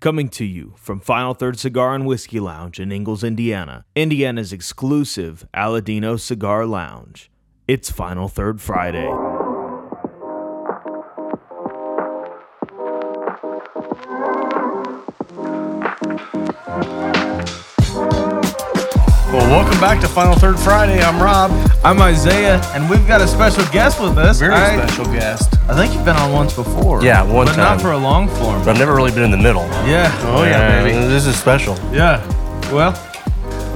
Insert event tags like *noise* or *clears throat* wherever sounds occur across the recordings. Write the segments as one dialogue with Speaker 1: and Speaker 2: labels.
Speaker 1: Coming to you from Final Third Cigar and Whiskey Lounge in Ingles, Indiana, Indiana's exclusive Aladino Cigar Lounge. It's Final Third Friday.
Speaker 2: Well, welcome back to Final Third Friday. I'm Rob.
Speaker 3: I'm Isaiah, and we've got a special guest with us.
Speaker 2: Very
Speaker 3: I,
Speaker 2: special guest.
Speaker 3: I think you've been on once before.
Speaker 4: Yeah, one
Speaker 3: but
Speaker 4: time.
Speaker 3: not for a long form.
Speaker 4: But I've never really been in the middle.
Speaker 3: Yeah,
Speaker 2: *laughs* Oh yeah,
Speaker 4: And
Speaker 2: baby.
Speaker 4: This is special.
Speaker 3: yeah. Well,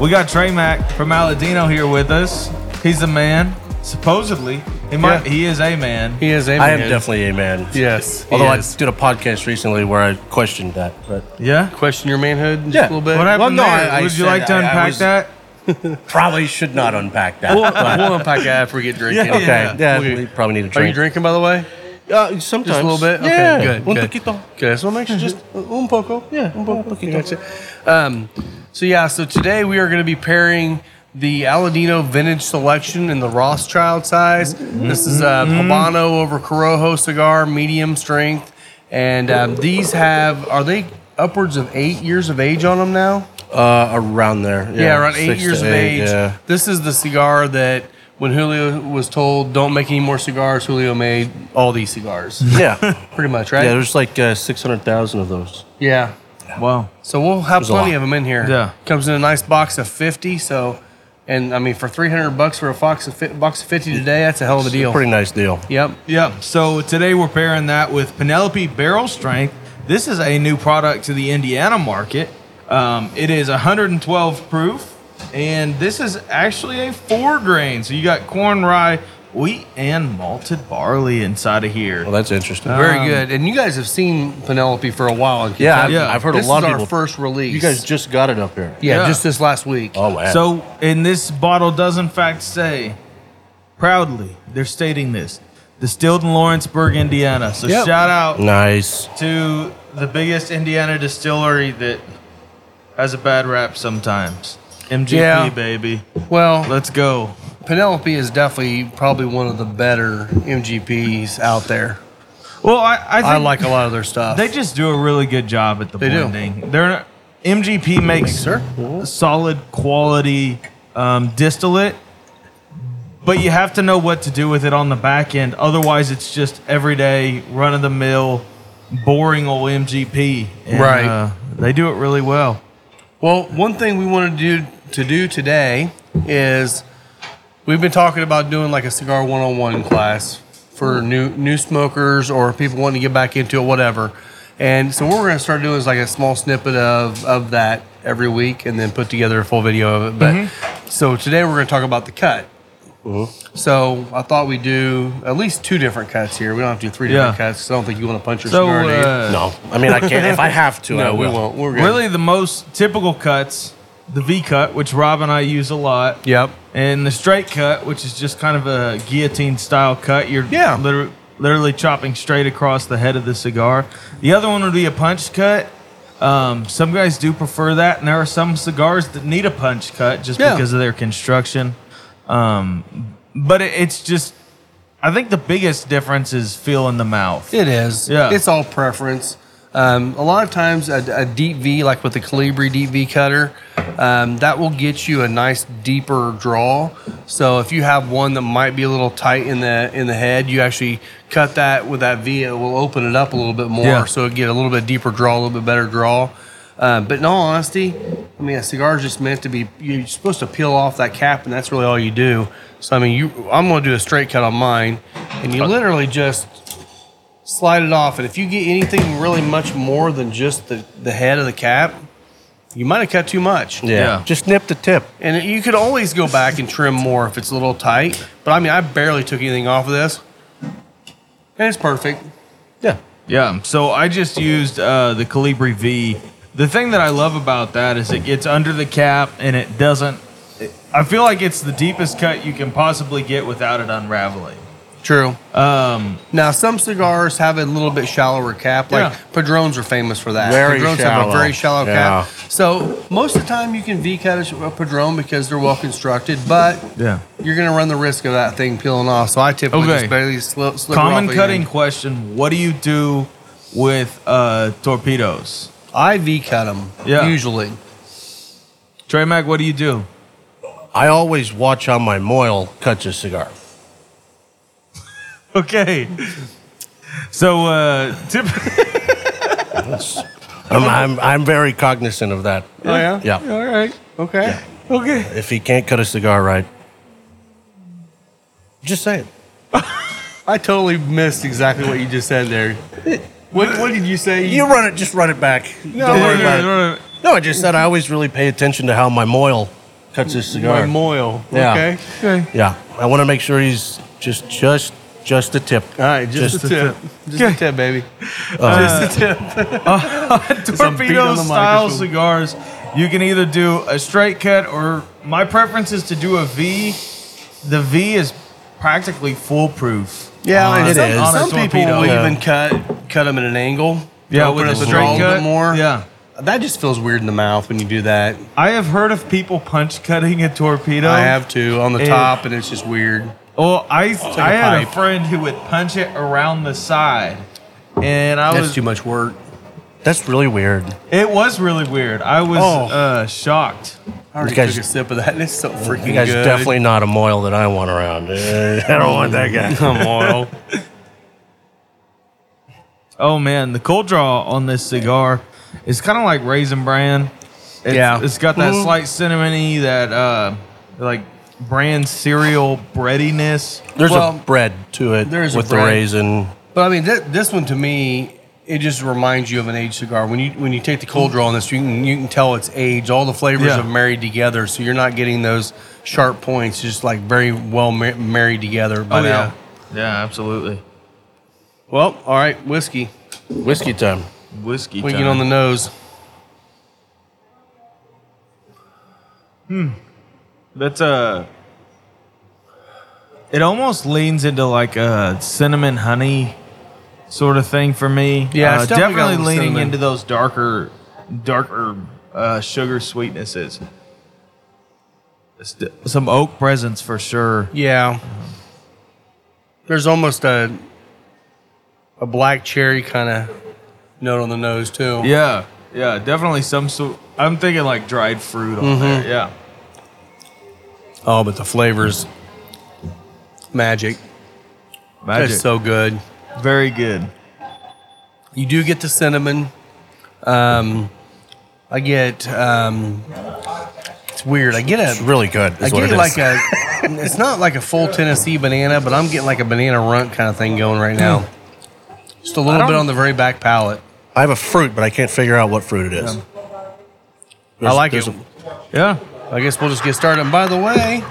Speaker 3: we got Trey Mack from Aladino here with us. He's the man, supposedly. He might.
Speaker 2: Yeah.
Speaker 3: He is a man.
Speaker 2: He is.
Speaker 4: I am definitely a man.
Speaker 2: Yes.
Speaker 4: Although
Speaker 2: he
Speaker 4: I
Speaker 2: is.
Speaker 4: did a podcast recently where I questioned that. But
Speaker 3: Yeah.
Speaker 2: question your manhood just a
Speaker 4: Yeah.
Speaker 2: little bit.
Speaker 3: What happened
Speaker 4: no,
Speaker 3: there?
Speaker 4: I- I
Speaker 3: Would you
Speaker 4: said
Speaker 3: like to
Speaker 4: I- I
Speaker 3: unpack
Speaker 4: was-
Speaker 3: that?
Speaker 4: probably should not unpack
Speaker 2: *laughs*
Speaker 4: that.
Speaker 2: We'll,
Speaker 4: but-
Speaker 2: we'll unpack that if we get drinking.
Speaker 4: *laughs* okay. Yeah.
Speaker 2: We-
Speaker 4: we, probably need a
Speaker 2: Are
Speaker 4: drink.
Speaker 2: you drinking, by the way?
Speaker 4: Uh, sometimes.
Speaker 2: Just a little bit.
Speaker 4: Yeah.
Speaker 2: Okay. Good.
Speaker 4: Un
Speaker 2: good.
Speaker 4: poquito.
Speaker 2: Okay. So make sure just un poco. Yeah. Un poco.
Speaker 4: poquito.
Speaker 2: Gotcha. Um, so yeah. So today we are going to be pairing the Aladino Vintage Selection and the Rothschild size. This is a
Speaker 4: Mm-hmm.
Speaker 2: Habano over Corojo cigar, medium strength, and um, these have are they upwards of eight years of age on them now?
Speaker 4: Uh, around there.
Speaker 2: Yeah, around eight
Speaker 4: Six
Speaker 2: years
Speaker 4: to
Speaker 2: of
Speaker 4: eight,
Speaker 2: age.
Speaker 4: Yeah.
Speaker 2: This is the cigar that when Julio was told, "Don't make any more cigars," Julio made all these cigars,
Speaker 4: Yeah.
Speaker 2: *laughs* pretty much,
Speaker 4: Mm-hmm. yeah.
Speaker 2: right?
Speaker 4: There's like uh, six hundred thousand of those.
Speaker 2: Yeah.
Speaker 3: Wow.
Speaker 2: So we'll have
Speaker 4: a
Speaker 2: plenty
Speaker 4: lot.
Speaker 2: of them in here.
Speaker 3: Yeah.
Speaker 2: Comes in a nice box of fifty. So, and I mean, for three hundred bucks for a box of fi- box of fifty today, that's a hell of a deal.
Speaker 4: Pretty nice deal.
Speaker 2: Yep.
Speaker 3: Yep. So today we're pairing that with Penelope Barrel Strength. This is a new product to the Indiana market. Um, it is 112 proof, and this is actually a four grain. So you got corn, rye, wheat, and malted barley inside of here.
Speaker 4: Well, that's interesting.
Speaker 2: Very
Speaker 3: Um,
Speaker 2: good. And you guys have seen Penelope for a while. in
Speaker 4: yeah, I've,
Speaker 2: Kentucky.
Speaker 3: yeah.
Speaker 4: I've heard
Speaker 2: This
Speaker 4: a lot
Speaker 2: is
Speaker 4: of
Speaker 2: our
Speaker 4: people.
Speaker 2: first release.
Speaker 4: you guys just got it up here.
Speaker 2: yeah,
Speaker 3: Yeah.
Speaker 2: just this last week.
Speaker 4: Oh wow.
Speaker 3: So, and this bottle does in fact say, proudly, they're stating this, distilled in Lawrenceburg, Indiana. So
Speaker 2: Yep.
Speaker 3: shout out
Speaker 4: nice.
Speaker 3: to the biggest Indiana distillery that has a bad rap sometimes. MGP,
Speaker 2: Yeah.
Speaker 3: baby.
Speaker 2: Well,
Speaker 3: Let's go.
Speaker 2: Penelope is definitely probably one of the better MGPs out there.
Speaker 3: Well, I, I think
Speaker 2: I like a lot of their stuff.
Speaker 3: they just do a really good job at the
Speaker 2: They do.
Speaker 3: blending. They're not- MGP makes
Speaker 2: sir.
Speaker 3: solid quality um, distillate, but you have to know what to do with it on the back end. Otherwise, it's just everyday run of the mill, boring old MGP. And,
Speaker 2: Right.
Speaker 3: uh, they do it really well.
Speaker 2: Well, one thing we wanted to do to do today is we've been talking about doing like a cigar one-on-one class for new new smokers or people wanting to get back into it, whatever. And so what we're going to start doing is like a small snippet of of that every week, and then put together a full video of it. But
Speaker 3: Mm-hmm.
Speaker 2: so today we're going to talk about the cut. Mm-hmm. So I thought we'd do at least two different cuts here. We don't have to do three different
Speaker 3: Yeah.
Speaker 2: cuts. 'cause I don't think you want to punch your
Speaker 3: So,
Speaker 2: cigar in it.
Speaker 3: uh,
Speaker 4: No, I mean I can't. if I have *laughs* to, I
Speaker 2: No, we
Speaker 4: will.
Speaker 2: won't. We're good.
Speaker 3: Really, the most typical cuts the V cut, which Rob and I use a lot,
Speaker 2: Yep.
Speaker 3: and the straight cut, which is just kind of a guillotine style cut. You're
Speaker 2: Yeah.
Speaker 3: literally, literally chopping straight across the head of the cigar. The other one would be a punch cut. Um, some guys do prefer that, and there are some cigars that need a punch cut just
Speaker 2: Yeah.
Speaker 3: because of their construction. Um, but it, it's just, I think the biggest difference is feel in the mouth.
Speaker 2: It is.
Speaker 3: Yeah.
Speaker 2: It's all preference. Um, a lot of times, a, a deep V, like with the Calibri deep V cutter, um, that will get you a nice deeper draw. So if you have one that might be a little tight in the in the head, you actually cut that with that V. It will open it up a little bit more,
Speaker 3: Yeah.
Speaker 2: so it get a little bit deeper draw, a little bit better draw. Uh, but in all honesty, I mean, a cigar is just meant to be. You're supposed to peel off that cap, and that's really all you do. So I mean, you, I'm going to do a straight cut on mine, and
Speaker 3: Uh,
Speaker 2: you literally just slide it off. And if you get anything really much more than just the, the head of the cap, you might have cut too much.
Speaker 4: Yeah.
Speaker 3: Yeah.
Speaker 4: Just nip the tip.
Speaker 2: And you could always go back and trim more if it's a little tight. But I mean, I barely took anything off of this. And it's perfect.
Speaker 4: Yeah.
Speaker 3: Yeah. So I just used uh, the Calibri V. The thing that I love about that is it gets under the cap and it doesn't. It, I feel like it's the deepest cut you can possibly get without it unraveling.
Speaker 2: True.
Speaker 3: Um,
Speaker 2: Now, some cigars have a little bit shallower cap. Like
Speaker 3: Yeah.
Speaker 2: Padrones are famous for that.
Speaker 4: Very
Speaker 2: Padrones have a
Speaker 4: shallow.
Speaker 2: very shallow
Speaker 4: Yeah.
Speaker 2: cap. So most of the time you can V cut a Padrone because they're well constructed, but
Speaker 3: yeah.
Speaker 2: you're going to run the risk of that thing peeling off. So I typically
Speaker 3: Okay.
Speaker 2: just barely slip, slip
Speaker 3: Common cutting question: What do you do with uh, torpedoes?
Speaker 2: IV cut them
Speaker 3: Yeah.
Speaker 2: usually.
Speaker 3: Trey Mac, what do you do?
Speaker 4: I always watch how my moil cuts a cigar.
Speaker 3: Okay. So uh, tip.
Speaker 4: I'm, I'm, I'm very cognizant of that.
Speaker 2: Oh yeah.
Speaker 4: Yeah.
Speaker 2: All right. Okay.
Speaker 3: *laughs* *laughs* okay.
Speaker 4: If he can't cut a cigar right, just say it.
Speaker 2: I totally missed exactly what you just said there. What, what did you say?
Speaker 4: You run it, just run it back. Don't worry about it. No, I just said I always really pay attention to how my moil cuts his
Speaker 2: my
Speaker 4: cigar.
Speaker 2: moil.
Speaker 4: Yeah.
Speaker 2: Okay.
Speaker 3: Okay.
Speaker 4: yeah, I want to make sure he's just, just, just the tip.
Speaker 2: All right. Just, a tip. Just
Speaker 3: Okay.
Speaker 2: a tip, baby. just a tip. beat
Speaker 3: torpedo
Speaker 2: on the
Speaker 3: style
Speaker 2: microphone.
Speaker 3: cigars. You can either do a straight cut or my preference is to do a V. The V is practically foolproof.
Speaker 2: Yeah,
Speaker 4: it
Speaker 2: and Uh, some,
Speaker 4: is.
Speaker 2: some
Speaker 3: On a
Speaker 2: people
Speaker 3: torpedo.
Speaker 2: will
Speaker 4: Yeah.
Speaker 2: even cut cut them at an angle.
Speaker 3: Yeah,
Speaker 2: Open
Speaker 3: with a
Speaker 2: up the
Speaker 3: straight
Speaker 2: draw bit
Speaker 3: cut.
Speaker 2: more.
Speaker 3: Yeah.
Speaker 2: That just feels weird in the mouth when you do that.
Speaker 3: I have heard of people punch cutting a torpedo.
Speaker 2: I have to on the
Speaker 3: It-
Speaker 2: top, and it's just weird.
Speaker 3: Well, I
Speaker 2: a
Speaker 3: I had a
Speaker 2: pipe.
Speaker 3: friend who would punch it around the side, and I
Speaker 2: That's
Speaker 3: was
Speaker 2: too much work.
Speaker 4: That's really weird.
Speaker 3: it was really weird. I was
Speaker 2: Oh.
Speaker 3: uh, shocked.
Speaker 2: I already
Speaker 4: You guys-
Speaker 2: took a sip of that, *laughs* and it's so freaking
Speaker 4: You guys
Speaker 2: good.
Speaker 4: definitely not a moil that I want around. *laughs* Uh, I don't want that guy.
Speaker 2: Come on.
Speaker 3: Oh man, the cold draw on this cigar is kind of like raisin bran. It's,
Speaker 2: Yeah.
Speaker 3: it's got that slight cinnamony, that uh, like bran cereal breadiness.
Speaker 4: There's
Speaker 2: Well,
Speaker 4: a bread to it
Speaker 2: there is a
Speaker 4: with the
Speaker 2: bread.
Speaker 4: raisin.
Speaker 2: But I mean, th- this one to me, it just reminds you of an aged cigar. When you when you take the cold draw on this, you can you can tell it's aged. All the flavors
Speaker 3: Yeah.
Speaker 2: are married together, so you're not getting those sharp points. Just like very well mar- married together
Speaker 4: Oh,
Speaker 2: by now.
Speaker 3: Oh, yeah, absolutely.
Speaker 2: Well, all right, whiskey.
Speaker 4: Whiskey time.
Speaker 3: Whiskey.
Speaker 2: We
Speaker 3: time.
Speaker 2: get on the nose.
Speaker 3: That's Uh, it almost leans into like a cinnamon honey sort of thing for me.
Speaker 2: Yeah,
Speaker 3: Uh,
Speaker 2: it's definitely got a
Speaker 3: definitely
Speaker 2: little
Speaker 3: leaning
Speaker 2: cinnamon.
Speaker 3: into those darker, darker uh, sugar sweetnesses. St- Some oak presence for sure.
Speaker 2: Yeah. There's almost a a black cherry kind of note on the nose too.
Speaker 3: Yeah, yeah, definitely some sort. I'm thinking like dried fruit on
Speaker 2: Mm-hmm.
Speaker 3: there. Yeah,
Speaker 2: Oh, but the flavors magic.
Speaker 3: magic.
Speaker 2: It's so good.
Speaker 3: Very good.
Speaker 2: You do get the cinnamon. Um, I get um, it's weird. I get
Speaker 4: It's
Speaker 2: a
Speaker 4: really good. Is
Speaker 2: I
Speaker 4: what
Speaker 2: get
Speaker 4: it is.
Speaker 2: like a it's not like a full Tennessee banana, but I'm getting like a banana runt kind of thing going right now. Just a little bit on the very back palate.
Speaker 4: I have a fruit, but I can't figure out what fruit it is.
Speaker 2: I like
Speaker 4: there's
Speaker 2: it.
Speaker 3: Yeah,
Speaker 2: I guess we'll just get started. And by the way,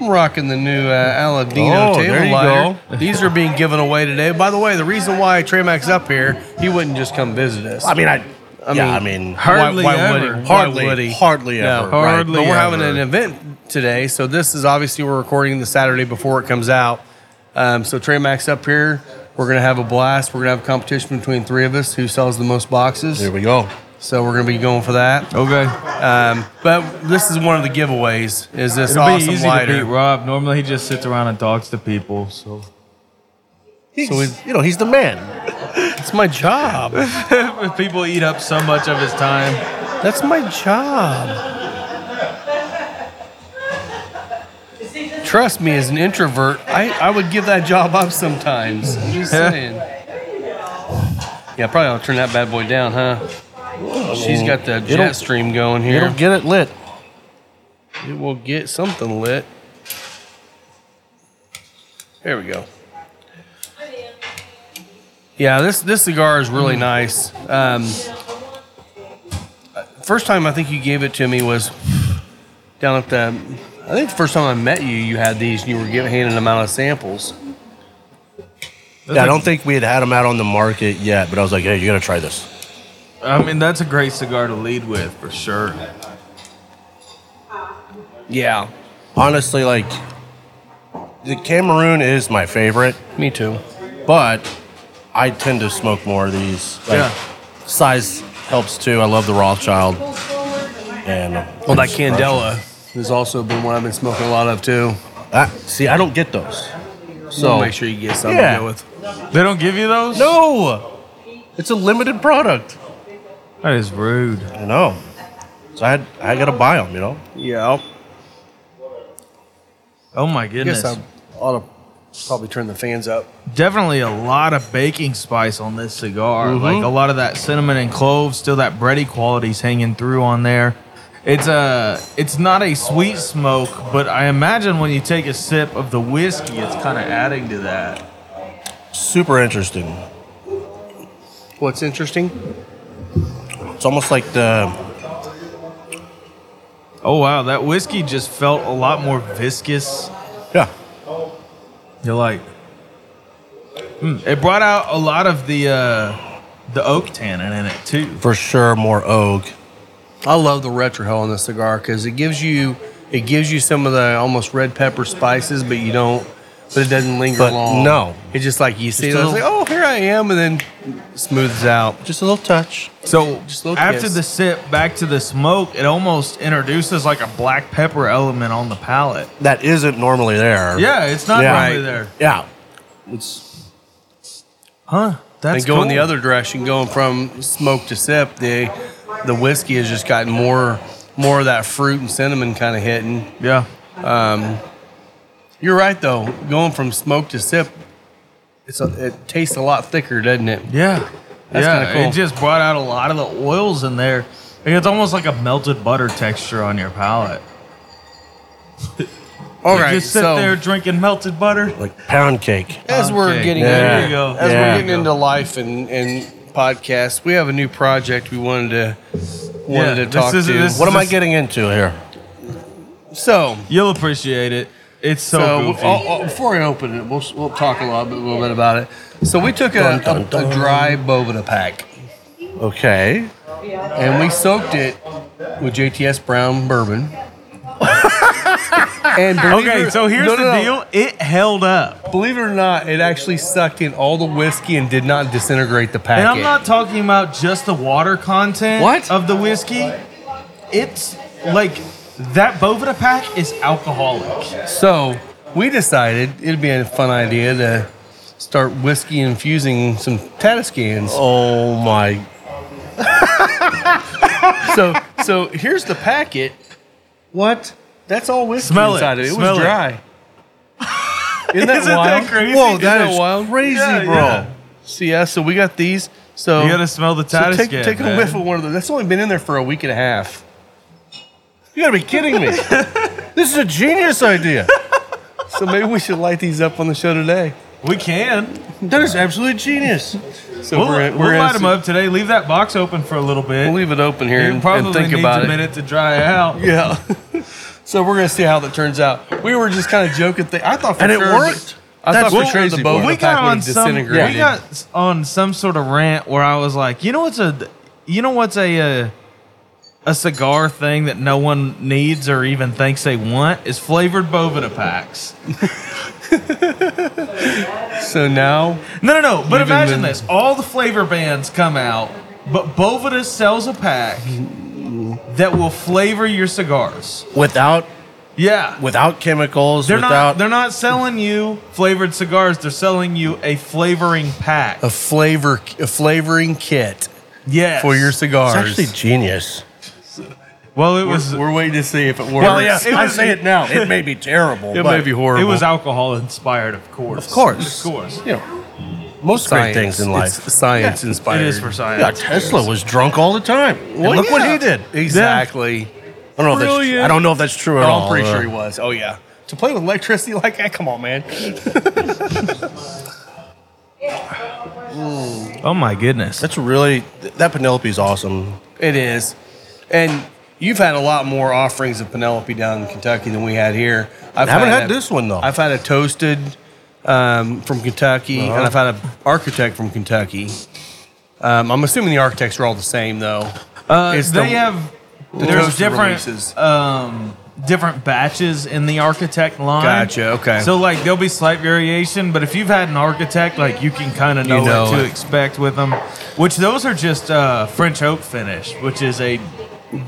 Speaker 2: I'm rocking the new uh, Aladino
Speaker 4: Oh,
Speaker 2: table
Speaker 4: there you
Speaker 2: lighter. These are being given away today. By the way, the reason why Trey Mac's up here, he wouldn't just come visit us.
Speaker 4: I mean, I. I
Speaker 2: mean-
Speaker 4: yeah, I mean,
Speaker 3: Hardly
Speaker 2: why, why
Speaker 3: ever.
Speaker 2: Would he?
Speaker 4: hardly,
Speaker 2: Why would he?
Speaker 4: hardly
Speaker 2: No,
Speaker 4: ever.
Speaker 3: hardly
Speaker 2: But we're
Speaker 3: ever.
Speaker 2: having an event today, so this is obviously we're recording the Saturday before it comes out. Um, so Trey Mac's up here. We're gonna have a blast. We're gonna have a competition between three of us who sells the most boxes.
Speaker 4: There we go.
Speaker 2: So we're gonna be going for that.
Speaker 3: okay.
Speaker 2: Um, but this is one of the giveaways. Is this
Speaker 3: It'll
Speaker 2: awesome
Speaker 3: be easy
Speaker 2: lighter?
Speaker 3: to beat Rob. Normally he just sits around and talks to people. So
Speaker 4: He's,
Speaker 2: So we-
Speaker 4: you know, he's the man.
Speaker 2: That's my job.
Speaker 3: people eat up so much of his time.
Speaker 2: That's my job. Trust me, as an introvert, I, I would give that job up sometimes. I'm just saying. Yeah, probably I'll turn that bad boy down, huh? She's got the
Speaker 4: It'll-
Speaker 2: jet stream going
Speaker 4: He'll
Speaker 2: here.
Speaker 4: get it lit.
Speaker 2: It will get something lit. There we go. Yeah, this this cigar is really nice. Um, first time I think you gave it to me was down at the. I think the first time I met you, you had these and you were giving handing them out as samples.
Speaker 4: Yeah, I don't think we had had him out on the market yet, but I was like, hey, you gotta try this.
Speaker 3: I mean, that's a great cigar to lead with for sure.
Speaker 2: Yeah,
Speaker 4: Honestly, like, the Cameroon is my favorite,
Speaker 2: me too.
Speaker 4: but I tend to smoke more of these. Like,
Speaker 3: Yeah.
Speaker 4: Size helps too. I love the Rothschild. And uh,
Speaker 2: Well, that Candela has also been one I've been smoking a lot of too.
Speaker 4: that, see, I don't get those.
Speaker 2: So
Speaker 4: So
Speaker 2: make sure you get something
Speaker 4: Yeah.
Speaker 2: to go with.
Speaker 3: They don't give you those.
Speaker 4: no, it's a limited product.
Speaker 3: That is rude.
Speaker 4: I know. So I had, I got to buy them, you know.
Speaker 2: Yeah,
Speaker 3: Oh my
Speaker 2: I
Speaker 3: goodness.
Speaker 2: guess I ought to probably turn the fans up.
Speaker 3: Definitely a lot of baking spice on this cigar.
Speaker 4: Mm-hmm.
Speaker 3: Like a lot of that cinnamon and cloves, still that bready quality's hanging through on there. It's a, it's not a sweet smoke, but I imagine when you take a sip of the whiskey, it's kind of adding to that.
Speaker 4: Super interesting.
Speaker 2: What's interesting?
Speaker 4: It's almost like the
Speaker 3: Oh wow, that whiskey just felt a lot more viscous.
Speaker 4: yeah.
Speaker 3: You're like, Mm, it brought out a lot of the uh, the oak tannin in it too.
Speaker 4: For sure, more oak.
Speaker 2: I love the retrohell on this cigar because it gives you it gives you some of the almost red pepper spices, but you don't. But it doesn't linger
Speaker 4: But
Speaker 2: long.
Speaker 4: no.
Speaker 2: it's just like you see,
Speaker 4: a
Speaker 2: it's
Speaker 4: little-
Speaker 2: like oh here I am, and then smooths out.
Speaker 4: Just a little touch.
Speaker 3: So
Speaker 2: Just a little
Speaker 3: after
Speaker 2: kiss.
Speaker 3: the sip, back to the smoke, it almost introduces like a black pepper element on the palate.
Speaker 4: That isn't normally there.
Speaker 3: Yeah, it's not
Speaker 4: Yeah.
Speaker 3: normally
Speaker 2: Right.
Speaker 3: there,
Speaker 4: Yeah. It's
Speaker 3: huh? That's
Speaker 2: and going
Speaker 3: cool.
Speaker 2: the other direction, going from smoke to sip, the the whiskey has just gotten more more of that fruit and cinnamon kind of hitting.
Speaker 3: Yeah,
Speaker 2: You're right though, going from smoke to sip, it's a, it tastes a lot thicker, doesn't it?
Speaker 3: yeah,
Speaker 2: That's
Speaker 3: yeah.
Speaker 2: kinda cool.
Speaker 3: It just brought out a lot of the oils in there. Like, it's almost like a melted butter texture on your palate.
Speaker 2: All
Speaker 3: You
Speaker 2: right,
Speaker 3: just sit
Speaker 2: so
Speaker 3: there drinking melted butter.
Speaker 4: like pound cake.
Speaker 2: as we're
Speaker 3: Okay,
Speaker 2: getting
Speaker 4: there
Speaker 2: into,
Speaker 4: you
Speaker 3: go.
Speaker 2: as
Speaker 4: Yeah.
Speaker 2: we're getting into life and and podcasts, we have a new project we wanted to wanted
Speaker 3: Yeah,
Speaker 2: to
Speaker 3: this
Speaker 2: talk
Speaker 3: is-
Speaker 2: to.
Speaker 3: this-
Speaker 4: What am I
Speaker 3: Just-
Speaker 4: getting into here?
Speaker 2: so
Speaker 3: You'll appreciate it. It's so,
Speaker 2: So
Speaker 3: goofy.
Speaker 2: oh, oh, before I open it, we'll, we'll talk a lot, a little bit about it. So we took a,
Speaker 4: Dun, dun,
Speaker 2: a-
Speaker 4: dun.
Speaker 2: a dry Bovida pack
Speaker 4: Okay.
Speaker 2: and we soaked it with JTS Brown
Speaker 3: *laughs*
Speaker 2: bourbon. and believe
Speaker 3: okay,
Speaker 2: it-
Speaker 3: so here's
Speaker 2: no, no,
Speaker 3: the
Speaker 2: no.
Speaker 3: deal. It held up.
Speaker 2: Believe it or not, it actually sucked in all the whiskey and did not disintegrate the packet.
Speaker 3: And I'm not talking about just the water content
Speaker 2: What?
Speaker 3: of the whiskey. It's like that Bovida pack is alcoholic.
Speaker 2: So we decided it'd be a fun idea to start whiskey infusing some Tatiscans.
Speaker 4: Oh my.
Speaker 2: *laughs* so so here's the packet. What? That's all whiskey
Speaker 3: Smell it.
Speaker 2: inside of it. It
Speaker 3: Smell it.
Speaker 2: was
Speaker 3: *laughs*
Speaker 2: dry. Isn't that
Speaker 3: Isn't that
Speaker 2: wild?
Speaker 3: crazy?
Speaker 4: Whoa,
Speaker 3: Isn't
Speaker 4: that
Speaker 2: that
Speaker 4: is
Speaker 2: wild?
Speaker 4: crazy,
Speaker 3: Yeah,
Speaker 4: bro.
Speaker 3: yeah.
Speaker 2: So yeah, so we got these. So
Speaker 3: You gotta smell the
Speaker 2: so
Speaker 3: Tatiscan.
Speaker 2: take, take a whiff of one of those. That's only been in there for a week and a half.
Speaker 4: You gotta be
Speaker 3: *laughs*
Speaker 4: kidding me. this is a genius idea.
Speaker 2: So maybe we should light these up on the show today.
Speaker 3: We can.
Speaker 4: That is absolute genius.
Speaker 2: So
Speaker 3: We'll,
Speaker 2: we're,
Speaker 3: we'll
Speaker 2: we're
Speaker 3: light
Speaker 2: in-
Speaker 3: them up today. Leave that box open for a little bit.
Speaker 2: We'll leave it open here
Speaker 3: it
Speaker 2: and,
Speaker 3: probably
Speaker 2: and think
Speaker 3: needs
Speaker 2: about
Speaker 3: a
Speaker 2: it.
Speaker 3: minute to dry out.
Speaker 2: *laughs* Yeah. so we're gonna see how that turns out. We were just kind of joking. Thing. I thought for
Speaker 4: And it
Speaker 2: sure
Speaker 4: worked.
Speaker 2: I
Speaker 4: That's
Speaker 2: thought
Speaker 4: the
Speaker 2: for sure the
Speaker 4: crazy
Speaker 2: boat
Speaker 4: part.
Speaker 3: we got on some. We
Speaker 2: disintegrated.
Speaker 3: got s- on some sort of rant where I was like, you know what's a, you know what's a, uh, a cigar thing that no one needs or even thinks they want is flavored Bovita packs.
Speaker 2: So now
Speaker 3: No, no, no. But
Speaker 2: Even
Speaker 3: imagine
Speaker 2: then-
Speaker 3: this: all the flavor bands come out, but Bovita sells a pack that will flavor your cigars.
Speaker 4: Without
Speaker 3: Yeah.
Speaker 4: without chemicals,
Speaker 3: They're
Speaker 4: without
Speaker 3: not. They're not selling you flavored cigars. They're selling you a flavoring pack.
Speaker 2: a flavor a flavoring kit
Speaker 3: Yes.
Speaker 2: for your
Speaker 4: it's
Speaker 2: cigars.
Speaker 4: actually genius.
Speaker 3: Well, it was.
Speaker 2: we're, we're waiting to see if it works.
Speaker 4: Well, Oh, yeah,
Speaker 3: it
Speaker 4: I
Speaker 3: was-
Speaker 4: say it now.
Speaker 2: *laughs*
Speaker 4: It may be terrible.
Speaker 2: it
Speaker 4: but
Speaker 2: may be horrible.
Speaker 3: It was alcohol inspired, of course.
Speaker 4: Of course.
Speaker 3: Of course.
Speaker 2: you know,
Speaker 4: most great
Speaker 2: science.
Speaker 4: things in life.
Speaker 2: It's science *laughs* inspired.
Speaker 3: It is for
Speaker 2: Oh
Speaker 3: science.
Speaker 4: Yeah, Tesla was drunk all the time. And
Speaker 2: Well,
Speaker 4: look what
Speaker 2: yeah.
Speaker 4: he did.
Speaker 2: Exactly.
Speaker 4: I don't know. If that's,
Speaker 2: Brilliant.
Speaker 4: I don't know if that's true at
Speaker 2: Oh,
Speaker 4: all.
Speaker 2: I'm pretty
Speaker 4: uh,
Speaker 2: sure he was. Oh yeah. To play with electricity *laughs* like that, come on, man.
Speaker 3: Oh my goodness.
Speaker 4: That's really that Penelope's awesome.
Speaker 2: It is. And you've had a lot more offerings of Penelope down in Kentucky than we had here. I've
Speaker 4: I haven't had this one, though.
Speaker 2: I've had a toasted um, from Kentucky,
Speaker 4: Uh-huh.
Speaker 2: and I've had an architect from Kentucky. Um, I'm assuming the architects are all the same, though.
Speaker 3: Uh,
Speaker 2: It's
Speaker 3: they
Speaker 2: the-
Speaker 3: have
Speaker 2: the
Speaker 3: there's
Speaker 2: toaster
Speaker 3: different
Speaker 2: releases.
Speaker 3: um, different batches in the architect line.
Speaker 2: Gotcha, okay.
Speaker 3: So like there'll be slight variation, but if you've had an architect, like you can kind of know,
Speaker 2: know
Speaker 3: what to
Speaker 2: it.
Speaker 3: expect with them. Which those are just uh, French oak finish, which is a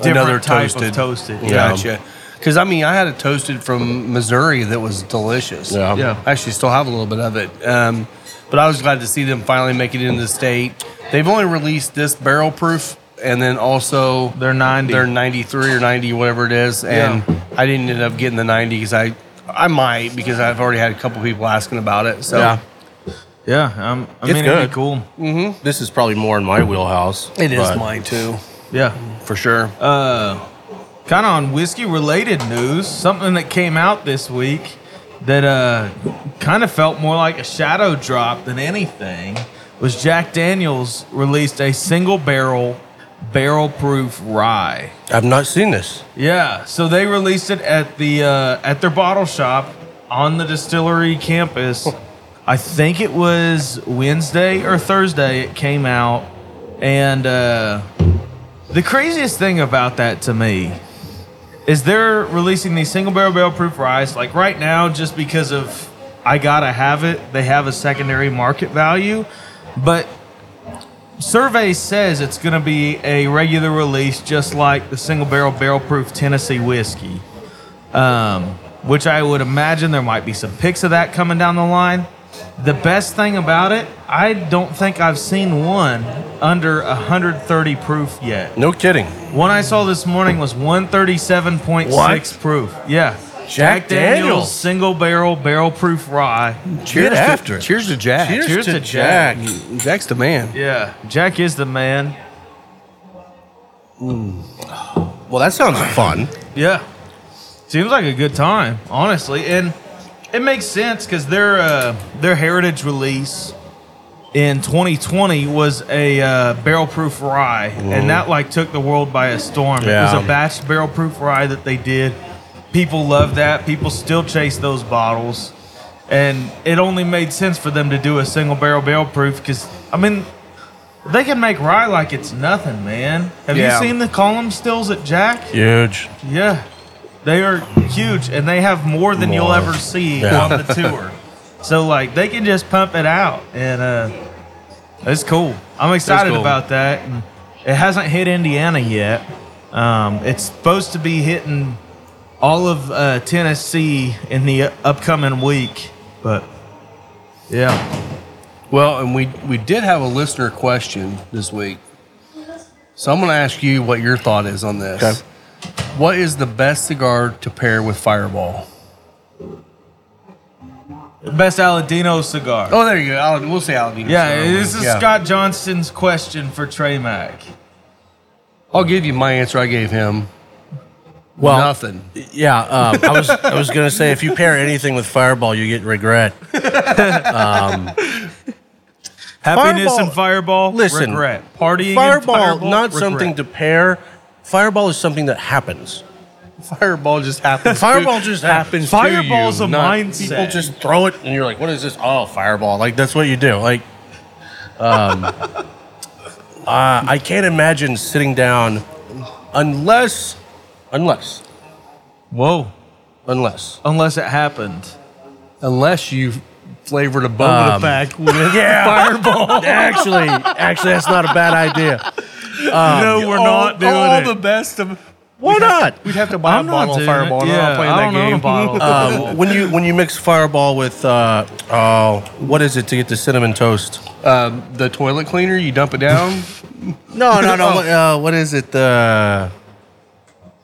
Speaker 3: different
Speaker 2: Another
Speaker 3: type
Speaker 2: toasted.
Speaker 3: of toasted.
Speaker 4: Yeah.
Speaker 2: Gotcha. Because I mean, I had a toasted from Missouri that was delicious.
Speaker 4: Yeah.
Speaker 3: Yeah.
Speaker 2: I actually still have a little bit of it. Um, but I was glad to see them finally make it into the state. They've only released this barrel proof and then also
Speaker 3: They're 90.
Speaker 2: They're 93 or 90, whatever it is. And
Speaker 3: Yeah.
Speaker 2: I didn't end up getting the 90 because I, I might because I've already had a couple people asking about it. So
Speaker 3: Yeah. Yeah, um, I
Speaker 4: It's
Speaker 3: mean, it'd
Speaker 4: good.
Speaker 3: be cool.
Speaker 4: This is probably more in my wheelhouse.
Speaker 2: it is
Speaker 4: but-
Speaker 2: mine too,
Speaker 3: Yeah.
Speaker 2: for sure.
Speaker 3: Uh, kind of on whiskey related news something that came out this week that uh, kind of felt more like a shadow drop than anything was jack daniels released a single barrel barrel proof rye
Speaker 4: I've not seen this.
Speaker 3: yeah so they released it at the uh, at their bottle shop on the distillery campus i think it was wednesday or thursday it came out and uh, the craziest thing about that to me is they're releasing these single barrel barrel proof rice like right now just because of I gotta have it. They have a secondary market value, but survey says it's gonna be a regular release just like the single barrel barrel proof Tennessee whiskey, um, which I would imagine there might be some picks of that coming down the line. The best thing about it, I don't think I've seen one under 130 proof yet.
Speaker 4: No kidding.
Speaker 3: One I saw this morning was 137.6 proof. Yeah.
Speaker 4: Jack Daniels.
Speaker 3: single barrel barrel proof rye.
Speaker 4: Cheers
Speaker 2: to-
Speaker 4: after.
Speaker 2: Cheers to Jack.
Speaker 4: Cheers,
Speaker 3: Cheers
Speaker 4: to,
Speaker 3: to
Speaker 4: Jack.
Speaker 2: Jack's the man.
Speaker 3: Yeah. Jack is the man.
Speaker 4: Well, that sounds fun.
Speaker 3: Yeah. Seems like a good time, honestly. And it makes sense because their uh, their heritage release in 2020 was a uh, barrel proof rye, and that like took the world by a storm. It
Speaker 4: Yeah.
Speaker 3: was a batch barrel proof rye that they did. People love that. People still chase those bottles, and it only made sense for them to do a single barrel barrel proof because I mean. They can make rye like it's nothing, man. Have
Speaker 2: Yeah.
Speaker 3: you seen the column stills at Jack?
Speaker 4: Huge.
Speaker 3: Yeah, they are huge, and they have more than you'll
Speaker 4: More.
Speaker 3: ever see
Speaker 4: Yeah.
Speaker 3: on the tour. *laughs* So like they can just pump it out, and uh, it's cool. I'm excited
Speaker 2: cool.
Speaker 3: about that. And it hasn't hit Indiana yet. Um, it's supposed to be hitting all of uh, Tennessee in the upcoming week, but yeah,
Speaker 2: Well, and we we did have a listener question this week, so I'm going to ask you what your thought is on this.
Speaker 4: Okay.
Speaker 2: What is the best cigar to pair with Fireball?
Speaker 3: best Aladino cigar.
Speaker 2: Oh, there you go. Al- we'll say Aladino.
Speaker 3: yeah,
Speaker 2: cigar.
Speaker 3: this is
Speaker 2: Yeah.
Speaker 3: Scott Johnston's question for Trey Mack.
Speaker 2: I'll give you my answer. I gave him
Speaker 4: Well,
Speaker 2: nothing.
Speaker 4: Yeah, um, I was I was gonna say if you pair anything with Fireball, you get regret.
Speaker 3: Happiness
Speaker 4: Fireball-
Speaker 3: and fireball.
Speaker 4: Listen,
Speaker 3: regret. Partying.
Speaker 4: Fireball,
Speaker 3: and fireball,
Speaker 4: not
Speaker 3: regret.
Speaker 4: something to pair. Fireball is something that happens.
Speaker 2: Fireball just happens.
Speaker 4: Fireball just happens. to
Speaker 3: Fireball's
Speaker 4: you,
Speaker 3: a
Speaker 4: not-
Speaker 3: mindset.
Speaker 4: People just throw it, and you're like, "What is this?" Oh, Fireball! Like that's what you do. Like, *laughs* um, uh, I can't imagine sitting down, unless, unless,
Speaker 3: Whoa!
Speaker 4: unless.
Speaker 3: Unless it happened.
Speaker 2: unless you flavored a boba
Speaker 4: Um,
Speaker 3: *laughs*
Speaker 2: pack with
Speaker 4: *laughs* Yeah, Fireball. actually, actually, that's not a bad idea.
Speaker 3: no, we're not doing
Speaker 2: all
Speaker 3: it.
Speaker 2: the *laughs* best of.
Speaker 4: Why not?
Speaker 2: We'd have to buy
Speaker 3: I'm
Speaker 2: a
Speaker 3: not
Speaker 2: bottle of
Speaker 3: doing
Speaker 2: Fireball.
Speaker 3: it.
Speaker 2: and
Speaker 3: Yeah,
Speaker 2: I'm
Speaker 3: I
Speaker 2: not
Speaker 3: don't
Speaker 2: playing
Speaker 3: own a
Speaker 2: that game. *laughs*
Speaker 3: bottle.
Speaker 4: um, when you when you mix Fireball with uh, oh, what is it to get the cinnamon toast?
Speaker 2: Um, the toilet cleaner, you dump it
Speaker 3: *laughs*
Speaker 2: down.
Speaker 4: No, no, *laughs* no. what, uh, what is it? uh, The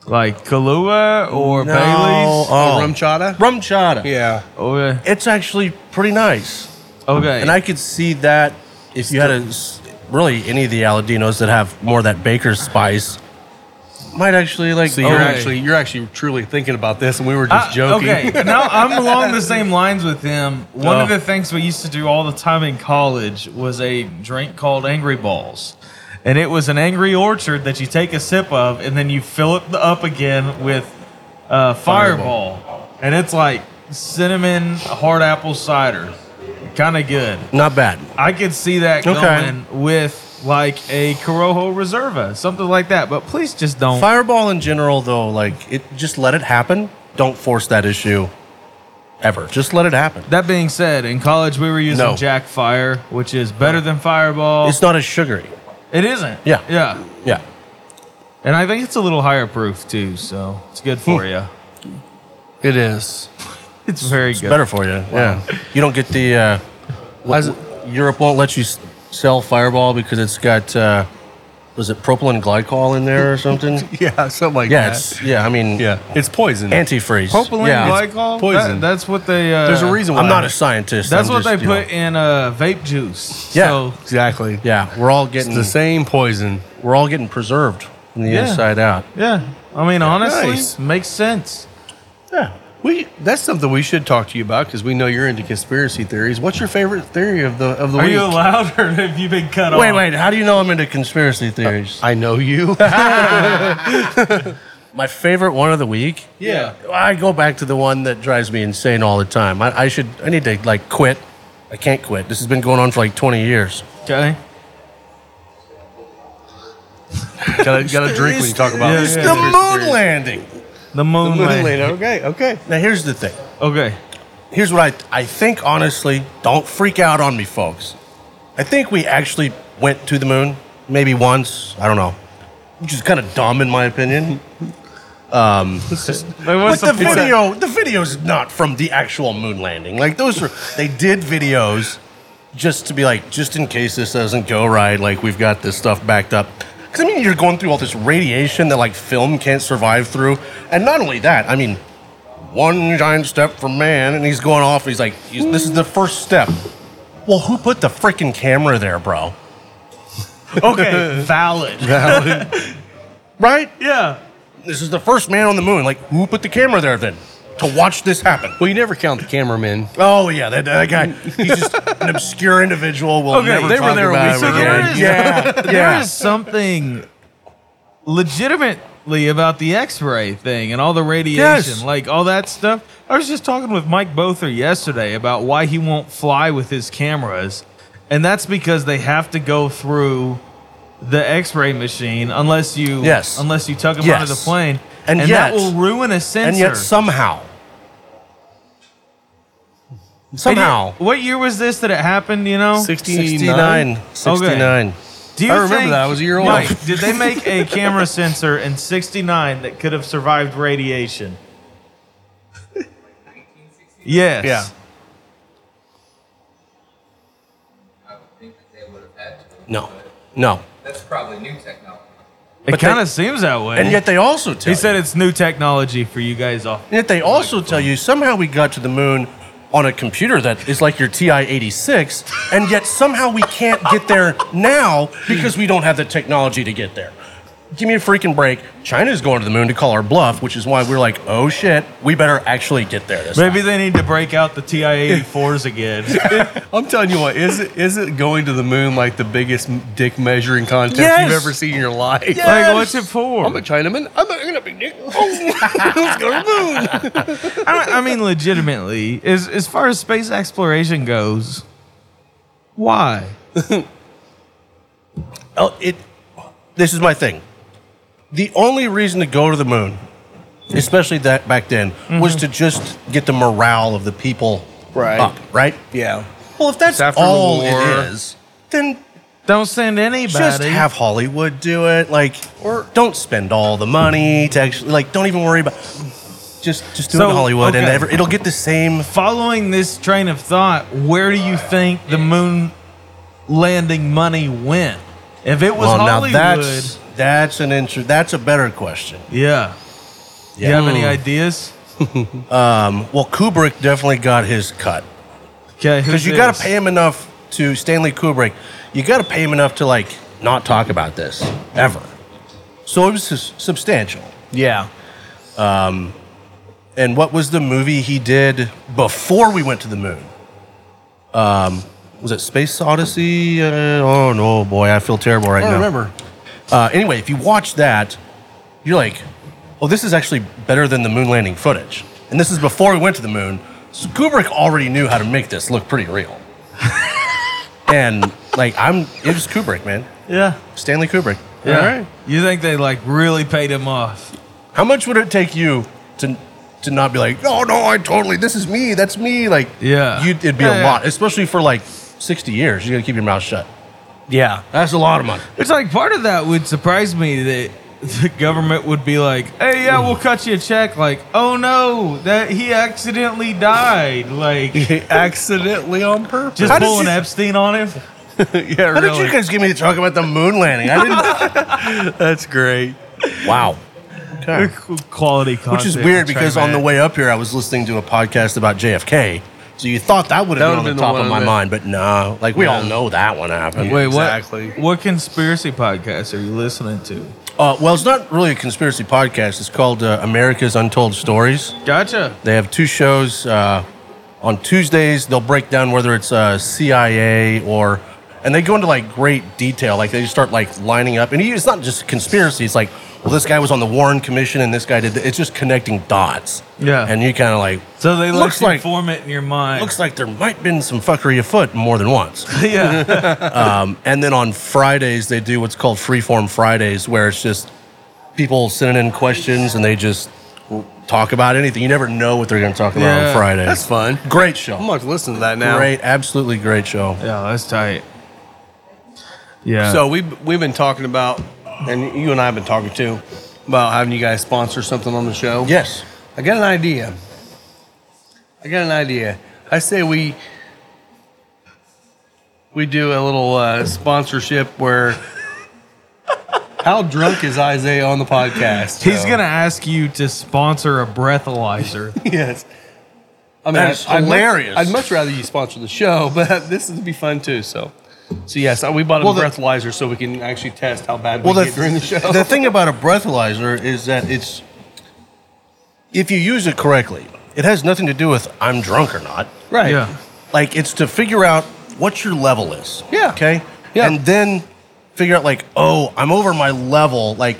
Speaker 3: like Kahlua or
Speaker 4: No.
Speaker 3: Bailey's.
Speaker 4: Oh.
Speaker 2: The rum chata.
Speaker 4: rum chata?
Speaker 2: Yeah.
Speaker 3: okay.
Speaker 4: It's actually pretty nice,
Speaker 3: Okay.
Speaker 4: and I could see that if you had a s- really any of the Aladinos that have more of that baker's spice, might actually like. oh,
Speaker 2: So you're
Speaker 3: Okay.
Speaker 2: actually you're actually truly thinking about this, and we were just
Speaker 3: I-
Speaker 2: joking.
Speaker 3: Ah, Uh, Okay, now I'm along the same lines with him. One of
Speaker 4: Oh.
Speaker 3: the things we used to do all the time in college was a drink called Angry Balls. And it was an Angry Orchard that you take a sip of and then you fill it up again with uh, Fireball. And it's like cinnamon hard apple cider. Kind of good.
Speaker 4: not bad.
Speaker 3: I could see that
Speaker 4: Okay.
Speaker 3: going with like a Corojo Reserva, something like that. But please just don't.
Speaker 4: Fireball in general, though, like it, just let it happen. Don't force that issue, ever. Just let it happen.
Speaker 3: That being said, in college we were using
Speaker 4: No.
Speaker 3: Jack Fire, which is better than Fireball.
Speaker 4: It's not as sugary.
Speaker 3: it isn't.
Speaker 4: Yeah.
Speaker 3: Yeah.
Speaker 4: Yeah.
Speaker 3: And I think it's a little higher proof too, so it's good for you.
Speaker 2: It is.
Speaker 3: It's very good.
Speaker 4: better for you. Yeah, you don't get the uh, Europe won't let you s- sell Fireball because it's got uh, was it propylene glycol in there or something?
Speaker 2: *laughs* Yeah, something like
Speaker 4: yeah,
Speaker 2: that.
Speaker 4: it's yeah. I mean,
Speaker 2: yeah, it's poison.
Speaker 4: antifreeze.
Speaker 3: Propylene
Speaker 4: yeah.
Speaker 3: glycol.
Speaker 2: poison.
Speaker 3: That- that's what they. Uh,
Speaker 2: There's a reason why.
Speaker 4: I'm not a scientist.
Speaker 3: That's
Speaker 4: I'm
Speaker 3: what
Speaker 4: just,
Speaker 3: they
Speaker 4: you know,
Speaker 3: put in uh, vape juice.
Speaker 4: Yeah.
Speaker 3: So
Speaker 2: exactly.
Speaker 4: yeah, we're all getting
Speaker 2: It's the same poison.
Speaker 4: we're all getting preserved from the
Speaker 3: Yeah.
Speaker 4: inside out.
Speaker 3: yeah. I mean, honestly,
Speaker 2: Nice.
Speaker 3: makes sense.
Speaker 4: Yeah.
Speaker 2: We that's something we should talk to you about because we know you're into conspiracy theories. What's your favorite theory of the of the
Speaker 3: Are
Speaker 2: week?
Speaker 3: you *laughs* allowed, or have you been cut off?
Speaker 4: Wait, wait. How do you know I'm into
Speaker 2: Uh,
Speaker 4: conspiracy theories?
Speaker 2: I know *laughs* you.
Speaker 4: My favorite one of the week.
Speaker 3: Yeah.
Speaker 4: I go back to the one that drives me insane all the time. I, I should. I need to like quit. I can't quit. This has been going on for like 20 years.
Speaker 3: Okay.
Speaker 2: gotta, gotta drink when you talk about
Speaker 3: Yeah,
Speaker 2: it.
Speaker 3: yeah.
Speaker 4: The moon landing.
Speaker 3: The moon. landing.
Speaker 2: Okay, okay.
Speaker 4: Now here's the thing.
Speaker 3: Okay.
Speaker 4: here's what I, I think honestly don't freak out on me folks i think we actually went to the moon maybe once i don't know which is kind of dumb in my opinion
Speaker 3: Wait, what's
Speaker 4: but the
Speaker 3: point?
Speaker 4: video the video's not from the actual moon landing like those are they did videos just to be like just in case this doesn't go right like we've got this stuff backed up because i mean you're going through all this radiation that like film can't survive through and not only that i mean one giant step for man and he's going off he's like he's, this is the first step well who put the freaking camera there bro
Speaker 3: Okay. *laughs* Valid.
Speaker 4: right
Speaker 3: Yeah.
Speaker 4: this is the first man on the moon like who put the camera there then to watch this happen
Speaker 2: Well, you never count the cameramen.
Speaker 4: Oh yeah, that, that guy. He's just an obscure individual. We'll
Speaker 3: Okay,
Speaker 4: never
Speaker 3: they
Speaker 4: talk
Speaker 2: were there a
Speaker 4: about
Speaker 2: week
Speaker 4: him
Speaker 2: ago.
Speaker 4: again.
Speaker 3: There is-
Speaker 4: Yeah,
Speaker 3: *laughs* There
Speaker 4: yeah.
Speaker 3: is something legitimately about the X-ray thing and all the radiation,
Speaker 4: Yes.
Speaker 3: like all that stuff. I was just talking with Mike Bother yesterday about why he won't fly with his cameras, and that's because they have to go through the X-ray machine unless you
Speaker 4: Yes.
Speaker 3: unless you tuck them out of the
Speaker 4: Yes.
Speaker 3: plane,
Speaker 4: And
Speaker 3: that
Speaker 4: yet-
Speaker 3: will ruin a sensor.
Speaker 4: and yet somehow,
Speaker 3: And you-
Speaker 4: somehow,
Speaker 3: what year was this that it happened? You know,
Speaker 4: 69, 69.
Speaker 3: Do you
Speaker 2: I remember
Speaker 3: think-
Speaker 2: that. I was a year old.
Speaker 3: Mike, did they make a camera sensor in '69 that could have survived
Speaker 4: *laughs*
Speaker 3: radiation? Yes.
Speaker 2: Yeah.
Speaker 5: I would think that they would have had to.
Speaker 4: No, no.
Speaker 5: That's probably new technology.
Speaker 3: It
Speaker 4: But they-
Speaker 3: kind of seems that way.
Speaker 4: And yet they also tell.
Speaker 3: he
Speaker 4: you-
Speaker 3: said it's new technology for you guys. Off.
Speaker 4: And yet they also tell you somehow we got to the moon on a computer that is like your TI-86, and yet somehow we can't get there now because we don't have the technology to get there. Give me a freaking break. China's going to the moon to call our bluff, which is why we're like, oh shit, we better actually get there this
Speaker 3: Maybe they need to break out the Ti-84s
Speaker 4: *laughs*
Speaker 3: again.
Speaker 2: I'm telling you what, is it is it going to the moon like the biggest dick measuring contest
Speaker 4: Yes.
Speaker 2: you've ever seen in your life?
Speaker 3: Like, what's it for?
Speaker 2: I'm a Chinaman. I'm a, I'm gonna be Nick. Oh, let's go to the moon.
Speaker 3: I, I mean, legitimately, as as far as space exploration goes, why?
Speaker 4: Oh, it. This is my thing. The only reason to go to the moon, especially that back then, was to just get the morale of the people
Speaker 2: Right.
Speaker 4: up, right?
Speaker 2: Yeah.
Speaker 4: Well, if that's
Speaker 2: after the
Speaker 4: all
Speaker 2: war.
Speaker 4: it is, then
Speaker 3: Don't send anybody.
Speaker 4: just have Hollywood do it. Like, or don't spend all the money to actually like. Don't even worry about. Just just do it
Speaker 3: So,
Speaker 4: in Hollywood, and
Speaker 3: okay.
Speaker 4: ever, it'll get the same.
Speaker 3: following this train of thought, where do you think the moon landing money went? If it was
Speaker 4: well,
Speaker 3: Hollywood,
Speaker 4: now that's that's an inter- That's a better question.
Speaker 3: yeah. Do you have any ideas?
Speaker 4: Um, well, Kubrick definitely got his cut.
Speaker 3: Okay,
Speaker 4: because you got to pay him enough to Stanley Kubrick. You got to pay him enough to like not talk about this ever. So it was sus- substantial.
Speaker 2: Yeah.
Speaker 4: And what was the movie he did before we went to the moon? Um, was it Space Odyssey? Uh, oh no, boy, I feel terrible right
Speaker 2: I
Speaker 4: now.
Speaker 2: remember.
Speaker 4: Uh, anyway, if you watch that, you're like, "Oh, this is actually better than the moon landing footage." And this is before we went to the moon. So Kubrick already knew how to make this look pretty
Speaker 2: *laughs*
Speaker 4: real. and like, I'm it was Kubrick, man,
Speaker 3: Yeah.
Speaker 4: Stanley Kubrick.
Speaker 3: yeah.
Speaker 4: All right.
Speaker 3: You think they like really paid him off?
Speaker 4: How much would it take you to to not be like, "Oh no, I totally this is me, that's me." Like,
Speaker 3: Yeah.
Speaker 4: you'd, it'd be
Speaker 3: Yeah,
Speaker 4: a
Speaker 3: yeah.
Speaker 4: lot, especially for like 60 years. You got to keep your mouth shut.
Speaker 2: Yeah.
Speaker 4: That's a lot of money.
Speaker 3: It's like part of that would surprise me that the government would be like, "Hey, yeah, we'll cut you a check." Like, "Oh no, that he accidentally died." Like,
Speaker 4: *laughs*
Speaker 2: Accidentally on purpose.
Speaker 3: just
Speaker 4: How does
Speaker 3: pulling
Speaker 4: he-
Speaker 3: Epstein on him.
Speaker 4: *laughs*
Speaker 2: yeah,
Speaker 4: How did you guys get me to talk about the moon landing? I didn't.
Speaker 2: That's great.
Speaker 4: wow.
Speaker 3: Quality content.
Speaker 4: Which is weird
Speaker 3: Train
Speaker 4: because on the
Speaker 3: wreck.
Speaker 4: way up here, I was listening to a podcast about JFK. So you thought that would
Speaker 2: That
Speaker 4: have been
Speaker 2: would've
Speaker 4: on the
Speaker 2: been the
Speaker 4: top
Speaker 2: one
Speaker 4: of my
Speaker 2: that-
Speaker 4: mind, but no. Like we all know that one happened.
Speaker 3: Wait, what?
Speaker 2: Exactly.
Speaker 3: What conspiracy podcast are you listening to?
Speaker 4: Uh, well, it's not really a conspiracy podcast. It's called uh, America's Untold Stories.
Speaker 3: Gotcha.
Speaker 4: They have two shows. Uh, on Tuesdays, they'll break down whether it's uh, CIA or, and they go into like great detail. Like they just start like lining up, and it's not just conspiracy. It's like, well, this guy was on the Warren Commission, and this guy did. th- It's just connecting dots.
Speaker 3: Yeah.
Speaker 4: and you kind of like
Speaker 3: So they
Speaker 4: Looks
Speaker 3: looks like
Speaker 4: like-
Speaker 3: form it in your mind. *laughs*
Speaker 4: looks like there might been some fuckery afoot more than once.
Speaker 3: yeah.
Speaker 4: Um, and then on Fridays, they do what's called Freeform Fridays, where it's just people sending in questions and they just talk about anything. You never know what they're going to talk about
Speaker 3: Yeah,
Speaker 4: on Friday.
Speaker 2: That's fun.
Speaker 4: Great
Speaker 2: I'm
Speaker 4: show.
Speaker 2: about to listen to that now.
Speaker 4: Great, absolutely great show.
Speaker 3: yeah, that's tight.
Speaker 4: Uh.
Speaker 3: Yeah.
Speaker 2: So we we've been talking about, and you and I have been talking too, about having you guys sponsor something on the show.
Speaker 4: Yes.
Speaker 2: I got an idea. I got an idea. I say we we do a little uh, sponsorship where. *laughs* How drunk is Isaiah on the podcast?
Speaker 3: he's
Speaker 2: So-
Speaker 3: gonna ask you to sponsor a *laughs* breathalyzer.
Speaker 2: *laughs* yes. I mean,
Speaker 4: That is
Speaker 2: I'd- I'd much-
Speaker 4: hilarious.
Speaker 2: I'd much rather you sponsor the show, *laughs* but this would be fun too. So, so yes, we bought a
Speaker 4: Well, the-
Speaker 2: breathalyzer so we can actually test how bad we
Speaker 4: Well, the,
Speaker 2: get during the show.
Speaker 4: the thing about a breathalyzer is that it's, if you use it correctly, it has nothing to do with I'm drunk or not.
Speaker 2: right?
Speaker 3: yeah.
Speaker 4: Like it's to figure out what your level is.
Speaker 2: Yeah.
Speaker 4: Okay.
Speaker 2: Yeah.
Speaker 4: And then figure out like, oh, I'm over my level. Like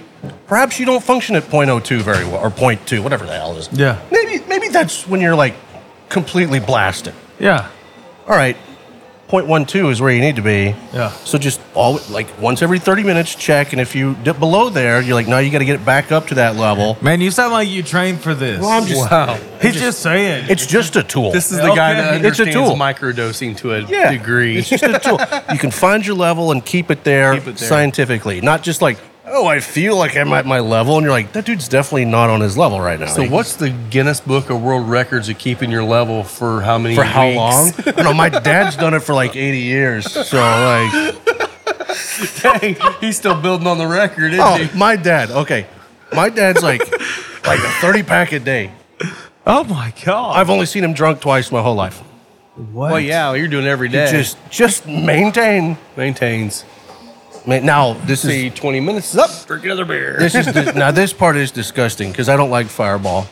Speaker 4: perhaps you don't function at 0.02 very well or 0.2, whatever the hell it is.
Speaker 3: Yeah.
Speaker 4: Maybe maybe that's when you're like completely blasted.
Speaker 3: Yeah.
Speaker 4: All right. 0.12 is where you need to be.
Speaker 3: Yeah.
Speaker 4: So just all like once every 30 minutes check and if you dip below there, you're like, no, you got to get it back up to that level.
Speaker 3: Man, you sound like you trained for this.
Speaker 4: Well, I'm just
Speaker 2: Wow.
Speaker 3: he's just, saying.
Speaker 4: it's just a tool.
Speaker 2: This is the guy that
Speaker 3: Okay.
Speaker 4: It's a
Speaker 2: understands
Speaker 4: tool.
Speaker 2: microdosing to a
Speaker 4: Yeah.
Speaker 2: degree.
Speaker 4: It's just a tool. You can find your level and keep it there
Speaker 2: Keep it there.
Speaker 4: scientifically, not just like, oh, I feel like I'm at my level, and you're like, that dude's definitely not on his level right now.
Speaker 2: so,
Speaker 4: Like,
Speaker 2: what's the Guinness Book of World Records of keeping your level for how many?
Speaker 4: For how
Speaker 2: weeks?
Speaker 4: long?
Speaker 2: *laughs*
Speaker 4: I don't know. My dad's done it for like 80 years.
Speaker 2: *laughs*
Speaker 4: So like,
Speaker 2: Dang, he's still building on the record, isn't
Speaker 4: oh,
Speaker 2: he?
Speaker 4: my dad. Okay, my dad's like, like a 30 pack a day.
Speaker 3: oh my god.
Speaker 4: I've only seen him drunk twice my whole life.
Speaker 3: what?
Speaker 2: Well, yeah, you're doing every day.
Speaker 4: Just, just maintain.
Speaker 2: maintains.
Speaker 4: Ma- Now this
Speaker 2: See,
Speaker 4: is
Speaker 2: 20 minutes is up. Drink another beer.
Speaker 4: this is the, now this part is disgusting because I don't like Fireball.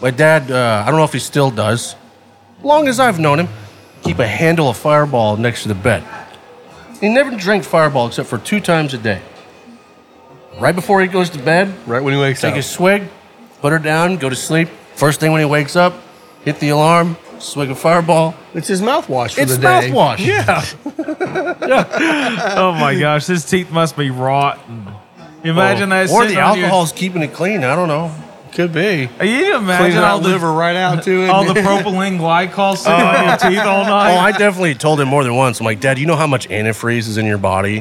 Speaker 4: My dad, uh, I don't know if he still does. Long as I've known him, keep a handle of Fireball next to the bed. He never drank Fireball except for two times a day. Right before he goes to bed,
Speaker 2: right when he wakes
Speaker 4: take
Speaker 2: up.
Speaker 4: a swig, put her down, go to sleep. First thing when he wakes up, hit the alarm, swig a Fireball.
Speaker 2: it's his mouthwash for
Speaker 4: It's
Speaker 2: the day.
Speaker 4: mouthwash.
Speaker 2: Yeah.
Speaker 3: Oh my gosh, his teeth must be rotten. Imagine that.
Speaker 4: Oh. or
Speaker 3: sitting
Speaker 4: the
Speaker 3: on your-
Speaker 4: alcohol's keeping it clean. I don't know.
Speaker 2: Could be.
Speaker 3: Can you
Speaker 2: Clean
Speaker 3: imagine all
Speaker 2: that
Speaker 3: the
Speaker 2: liver right out to it. Oh,
Speaker 3: all the propylene
Speaker 2: *laughs*
Speaker 3: glycol sitting on your teeth all
Speaker 4: Oh,
Speaker 3: night?
Speaker 4: I definitely told him more than once. I'm like, Dad, you know how much antifreeze is in your body?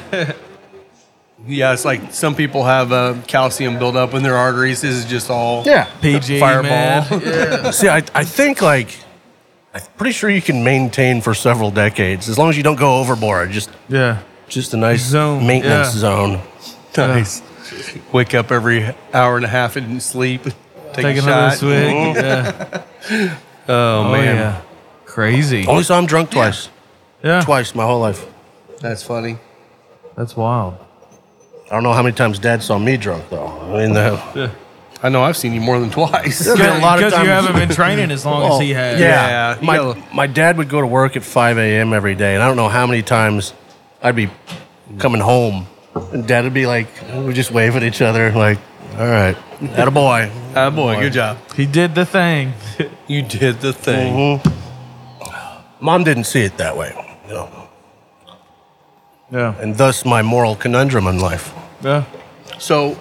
Speaker 2: *laughs*
Speaker 4: Like,
Speaker 2: yeah, it's like some people have uh, calcium buildup in their arteries. This is just all
Speaker 4: yeah.
Speaker 3: PG
Speaker 2: Fireball.
Speaker 3: man.
Speaker 4: See, I, I think like I'm pretty sure you can maintain for several decades as long as you don't go overboard. Just
Speaker 3: Yeah.
Speaker 4: just a nice
Speaker 3: Zone,
Speaker 4: maintenance
Speaker 3: yeah.
Speaker 4: zone.
Speaker 2: *laughs* nice. Wake up every hour and a half and sleep. Take,
Speaker 3: Take
Speaker 2: a
Speaker 3: another
Speaker 2: shot.
Speaker 3: swig. Yeah. Oh,
Speaker 2: man.
Speaker 3: yeah. Crazy.
Speaker 4: Only saw him drunk twice.
Speaker 3: Yeah.
Speaker 4: Twice my whole life.
Speaker 2: That's funny.
Speaker 3: That's wild.
Speaker 4: I don't know how many times Dad saw me drunk though. I mean, the,
Speaker 2: I know I've seen you more than *laughs* twice.
Speaker 4: There's been a lot of
Speaker 3: because you
Speaker 4: times-
Speaker 3: haven't been training as long as he has.
Speaker 2: Yeah,
Speaker 4: Oh, yeah.
Speaker 2: you
Speaker 4: My,
Speaker 2: gotta-
Speaker 4: my dad would go to work at 5 a.m. every day, and I don't know how many times I'd be coming home, and Dad would be like, we just wave at each other, like, all right, that a boy.
Speaker 2: Ah, boy, good job.
Speaker 3: He did the thing.
Speaker 2: You did the thing.
Speaker 4: Mm-hmm. Mom didn't see it that way, you know,
Speaker 3: Yeah.
Speaker 4: and thus my moral conundrum in life.
Speaker 3: Yeah.
Speaker 2: So,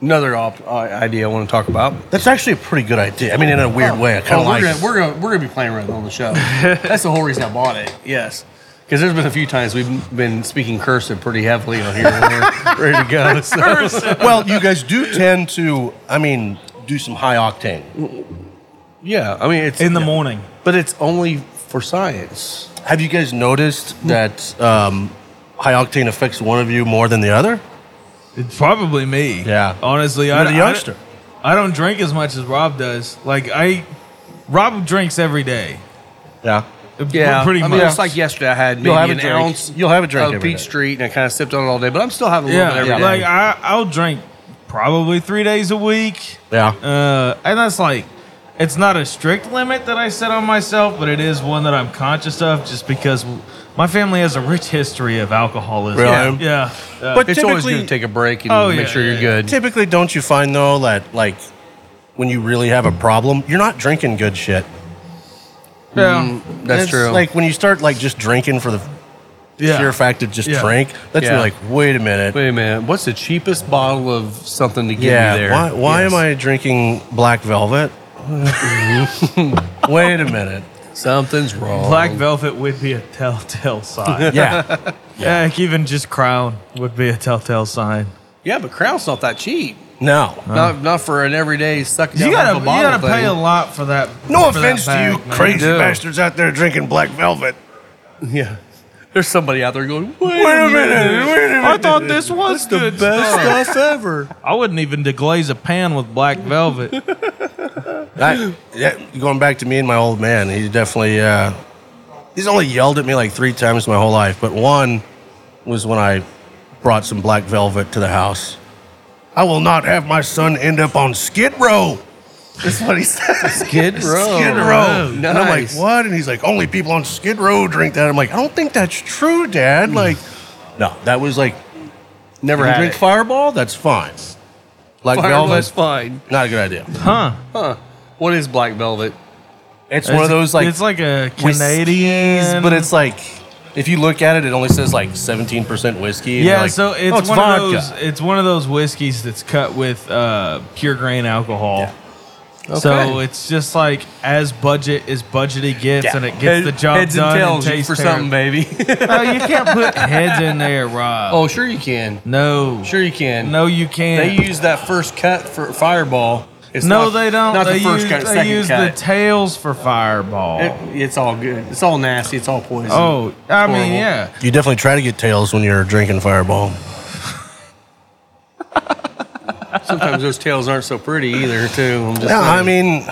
Speaker 2: another op- uh, idea I want to talk about.
Speaker 4: That's actually a pretty good idea. I mean, in a weird way, I kind
Speaker 2: Oh,
Speaker 4: of
Speaker 2: we're,
Speaker 4: like
Speaker 2: gonna,
Speaker 4: it.
Speaker 2: we're gonna we're gonna be playing around on the show. That's the whole reason I bought it. Yes, because there's been a few times we've been speaking cursive pretty heavily on here. and we're ready to *laughs* go. so.
Speaker 4: Well, you guys do tend to, I mean, do some high octane.
Speaker 2: Yeah, I mean it's
Speaker 3: In the morning.
Speaker 2: but it's only for science.
Speaker 4: Have you guys noticed
Speaker 2: Mm.
Speaker 4: that um, high octane affects one of you more than the other?
Speaker 3: It's probably me.
Speaker 4: Yeah.
Speaker 3: Honestly,
Speaker 4: You're
Speaker 3: I,
Speaker 4: the
Speaker 3: I-
Speaker 4: youngster.
Speaker 3: I, don't drink as much as Rob does. Like I, Rob drinks every day.
Speaker 4: Yeah.
Speaker 2: Yeah,
Speaker 3: Pretty
Speaker 2: I mean,
Speaker 3: much.
Speaker 2: it's like yesterday. I had maybe
Speaker 4: You'll have a
Speaker 2: an
Speaker 4: drink.
Speaker 2: ounce.
Speaker 4: You'll have a drink
Speaker 2: of
Speaker 4: every
Speaker 2: Oh, peach
Speaker 4: day.
Speaker 2: street, and I kind of sipped on it all day. But I'm still having a little
Speaker 3: yeah.
Speaker 2: bit every day.
Speaker 3: Like I, I'll drink probably three days a week.
Speaker 4: Yeah.
Speaker 3: Uh, and that's like, it's not a strict limit that I set on myself, but it is one that I'm conscious of, just because my family has a rich history of alcoholism.
Speaker 4: Really?
Speaker 3: Yeah. Yeah.
Speaker 4: But
Speaker 2: it's always good
Speaker 4: typically-
Speaker 2: to take a break and
Speaker 3: Oh,
Speaker 2: make
Speaker 3: yeah,
Speaker 2: sure you're
Speaker 3: yeah,
Speaker 2: good.
Speaker 4: Typically, don't you find though that like when you really have a problem, you're not drinking good shit.
Speaker 3: Yeah.
Speaker 4: mm,
Speaker 2: Mm, That's
Speaker 4: It's
Speaker 2: true.
Speaker 4: Like when you start like just drinking for the
Speaker 3: Yeah.
Speaker 4: sheer fact of just
Speaker 3: Yeah.
Speaker 4: drink, that's when
Speaker 2: Yeah.
Speaker 4: you're like, wait a minute,
Speaker 2: Wait a minute. What's the cheapest bottle of something to get
Speaker 4: yeah,
Speaker 2: you there?
Speaker 4: why why
Speaker 2: Yes.
Speaker 4: am I drinking black velvet? *laughs* wait a minute,
Speaker 2: Something's wrong.
Speaker 3: Black Velvet would be a telltale sign.
Speaker 4: *laughs* yeah,
Speaker 3: yeah, like even just Crown would be a telltale sign.
Speaker 2: Yeah, but Crown's not that cheap.
Speaker 4: no,
Speaker 2: Not not for an everyday suck.
Speaker 3: You
Speaker 2: down
Speaker 3: gotta,
Speaker 2: half a
Speaker 3: you
Speaker 2: bottle
Speaker 3: gotta
Speaker 2: thing.
Speaker 3: pay a lot for that.
Speaker 4: no
Speaker 3: for that
Speaker 4: offense to you,
Speaker 3: bag, man.
Speaker 4: crazy
Speaker 2: Yeah.
Speaker 4: bastards out there drinking black velvet.
Speaker 2: *laughs* Yeah. There's somebody out there going, wait,
Speaker 4: *laughs*
Speaker 2: *laughs*
Speaker 4: Wait a minute, wait a minute.
Speaker 3: I thought this was
Speaker 2: the
Speaker 3: good.
Speaker 2: best stuff ever.
Speaker 3: I wouldn't even deglaze a pan with black
Speaker 2: *laughs*
Speaker 3: velvet.
Speaker 4: I, yeah, going back to me and my old man, he definitely uh, he's only yelled at me like three times my whole life, but one was when I brought some black velvet to the house. I will not have my son end up on Skid Row. That's what he says.
Speaker 2: Skid Row.
Speaker 4: *laughs* Skid Row. And I'm like,
Speaker 2: Nice.
Speaker 4: what? And he's like, only people on Skid Row drink that. I'm like, I don't think that's true, Dad. Like, no, that was like,
Speaker 2: Hmm. Never
Speaker 4: you
Speaker 2: had
Speaker 4: drink
Speaker 2: it.
Speaker 4: Fireball? That's fine. Black
Speaker 2: Fireball's
Speaker 4: Velvet?
Speaker 2: fine.
Speaker 4: Not a good idea.
Speaker 3: Huh.
Speaker 2: Huh. What is black velvet?
Speaker 4: It's one of those like
Speaker 3: It's like a
Speaker 4: whiskeys,
Speaker 3: Canadian.
Speaker 4: but it's like if you look at it, it only says like 17% whiskey. and
Speaker 3: Yeah,
Speaker 4: you're like,
Speaker 3: so it's,
Speaker 4: "Oh,
Speaker 3: one of those. It's one of those whiskeys that's cut with uh, pure grain alcohol. So
Speaker 2: Okay.
Speaker 3: it's just like as budget as budgety gets,
Speaker 4: Yeah.
Speaker 3: and it gets the job
Speaker 2: Heads
Speaker 3: done.
Speaker 2: and tails
Speaker 3: tastes
Speaker 2: for
Speaker 3: terrible.
Speaker 2: something, baby.
Speaker 3: *laughs* No, you can't
Speaker 2: *laughs*
Speaker 3: put heads in there, Rob.
Speaker 2: oh, sure you can.
Speaker 3: no,
Speaker 2: Sure you can.
Speaker 3: no, you can't.
Speaker 2: They use that first cut for Fireball. It's
Speaker 3: no,
Speaker 2: not-
Speaker 3: they don't.
Speaker 2: Not
Speaker 3: they
Speaker 2: the first
Speaker 3: use,
Speaker 2: cut.
Speaker 3: they
Speaker 2: Second
Speaker 3: use
Speaker 2: cut.
Speaker 3: the tails for fireball.
Speaker 2: It- it's all good. It's all nasty. It's all poison.
Speaker 3: oh, I mean,
Speaker 2: horrible.
Speaker 3: yeah.
Speaker 4: *laughs* You definitely try to get tails when you're drinking Fireball.
Speaker 2: sometimes those tails aren't so pretty either. Too. I'm just
Speaker 4: Yeah, I
Speaker 2: saying.
Speaker 4: mean,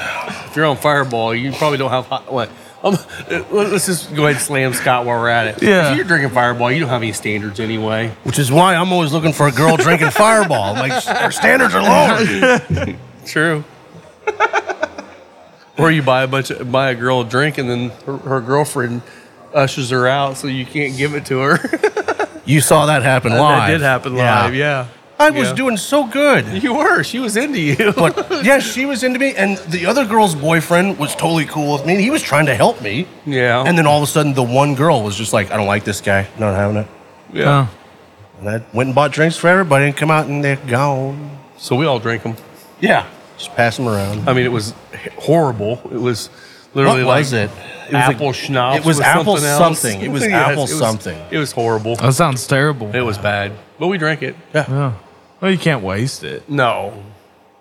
Speaker 2: if you're on Fireball, you probably don't have hot. What? Um, uh, let's just go ahead and slam Scott while we're at it.
Speaker 3: Yeah.
Speaker 2: If you're drinking Fireball, you don't have any standards anyway.
Speaker 4: which is why I'm always looking for a girl drinking Fireball. I'm Like our standards are *laughs* low.
Speaker 2: True. *laughs* or you buy a bunch, of, buy a girl a drink, and then her, her girlfriend ushers her out, so you can't give it to her.
Speaker 4: You saw that happen
Speaker 2: that
Speaker 4: live.
Speaker 2: did happen live. Yeah.
Speaker 4: I was
Speaker 2: Yeah.
Speaker 4: doing so good.
Speaker 2: You were. She was into *laughs* you.
Speaker 4: But yeah, she was into me, and the other girl's boyfriend was totally cool with me. He was trying to help me,
Speaker 2: Yeah.
Speaker 4: and then all of a sudden, the one girl was just like, "I don't like this guy. Not having it."
Speaker 2: yeah.
Speaker 3: Oh.
Speaker 4: And I went and bought drinks for everybody and come out and they're gone.
Speaker 2: So we all drank them.
Speaker 4: Yeah. Just pass them around.
Speaker 2: I mean, it was h- horrible. It was literally
Speaker 4: What was
Speaker 2: like
Speaker 4: it? It was like-
Speaker 2: apple schnapps.
Speaker 4: it was
Speaker 2: with
Speaker 4: apple
Speaker 2: something else.
Speaker 4: something. It
Speaker 2: *laughs*
Speaker 4: was
Speaker 2: Yes,
Speaker 4: apple
Speaker 2: it was-
Speaker 4: something.
Speaker 2: It was horrible.
Speaker 3: that sounds terrible.
Speaker 2: It was bad, but we drank it.
Speaker 3: Yeah. Well, you can't waste it.
Speaker 2: No,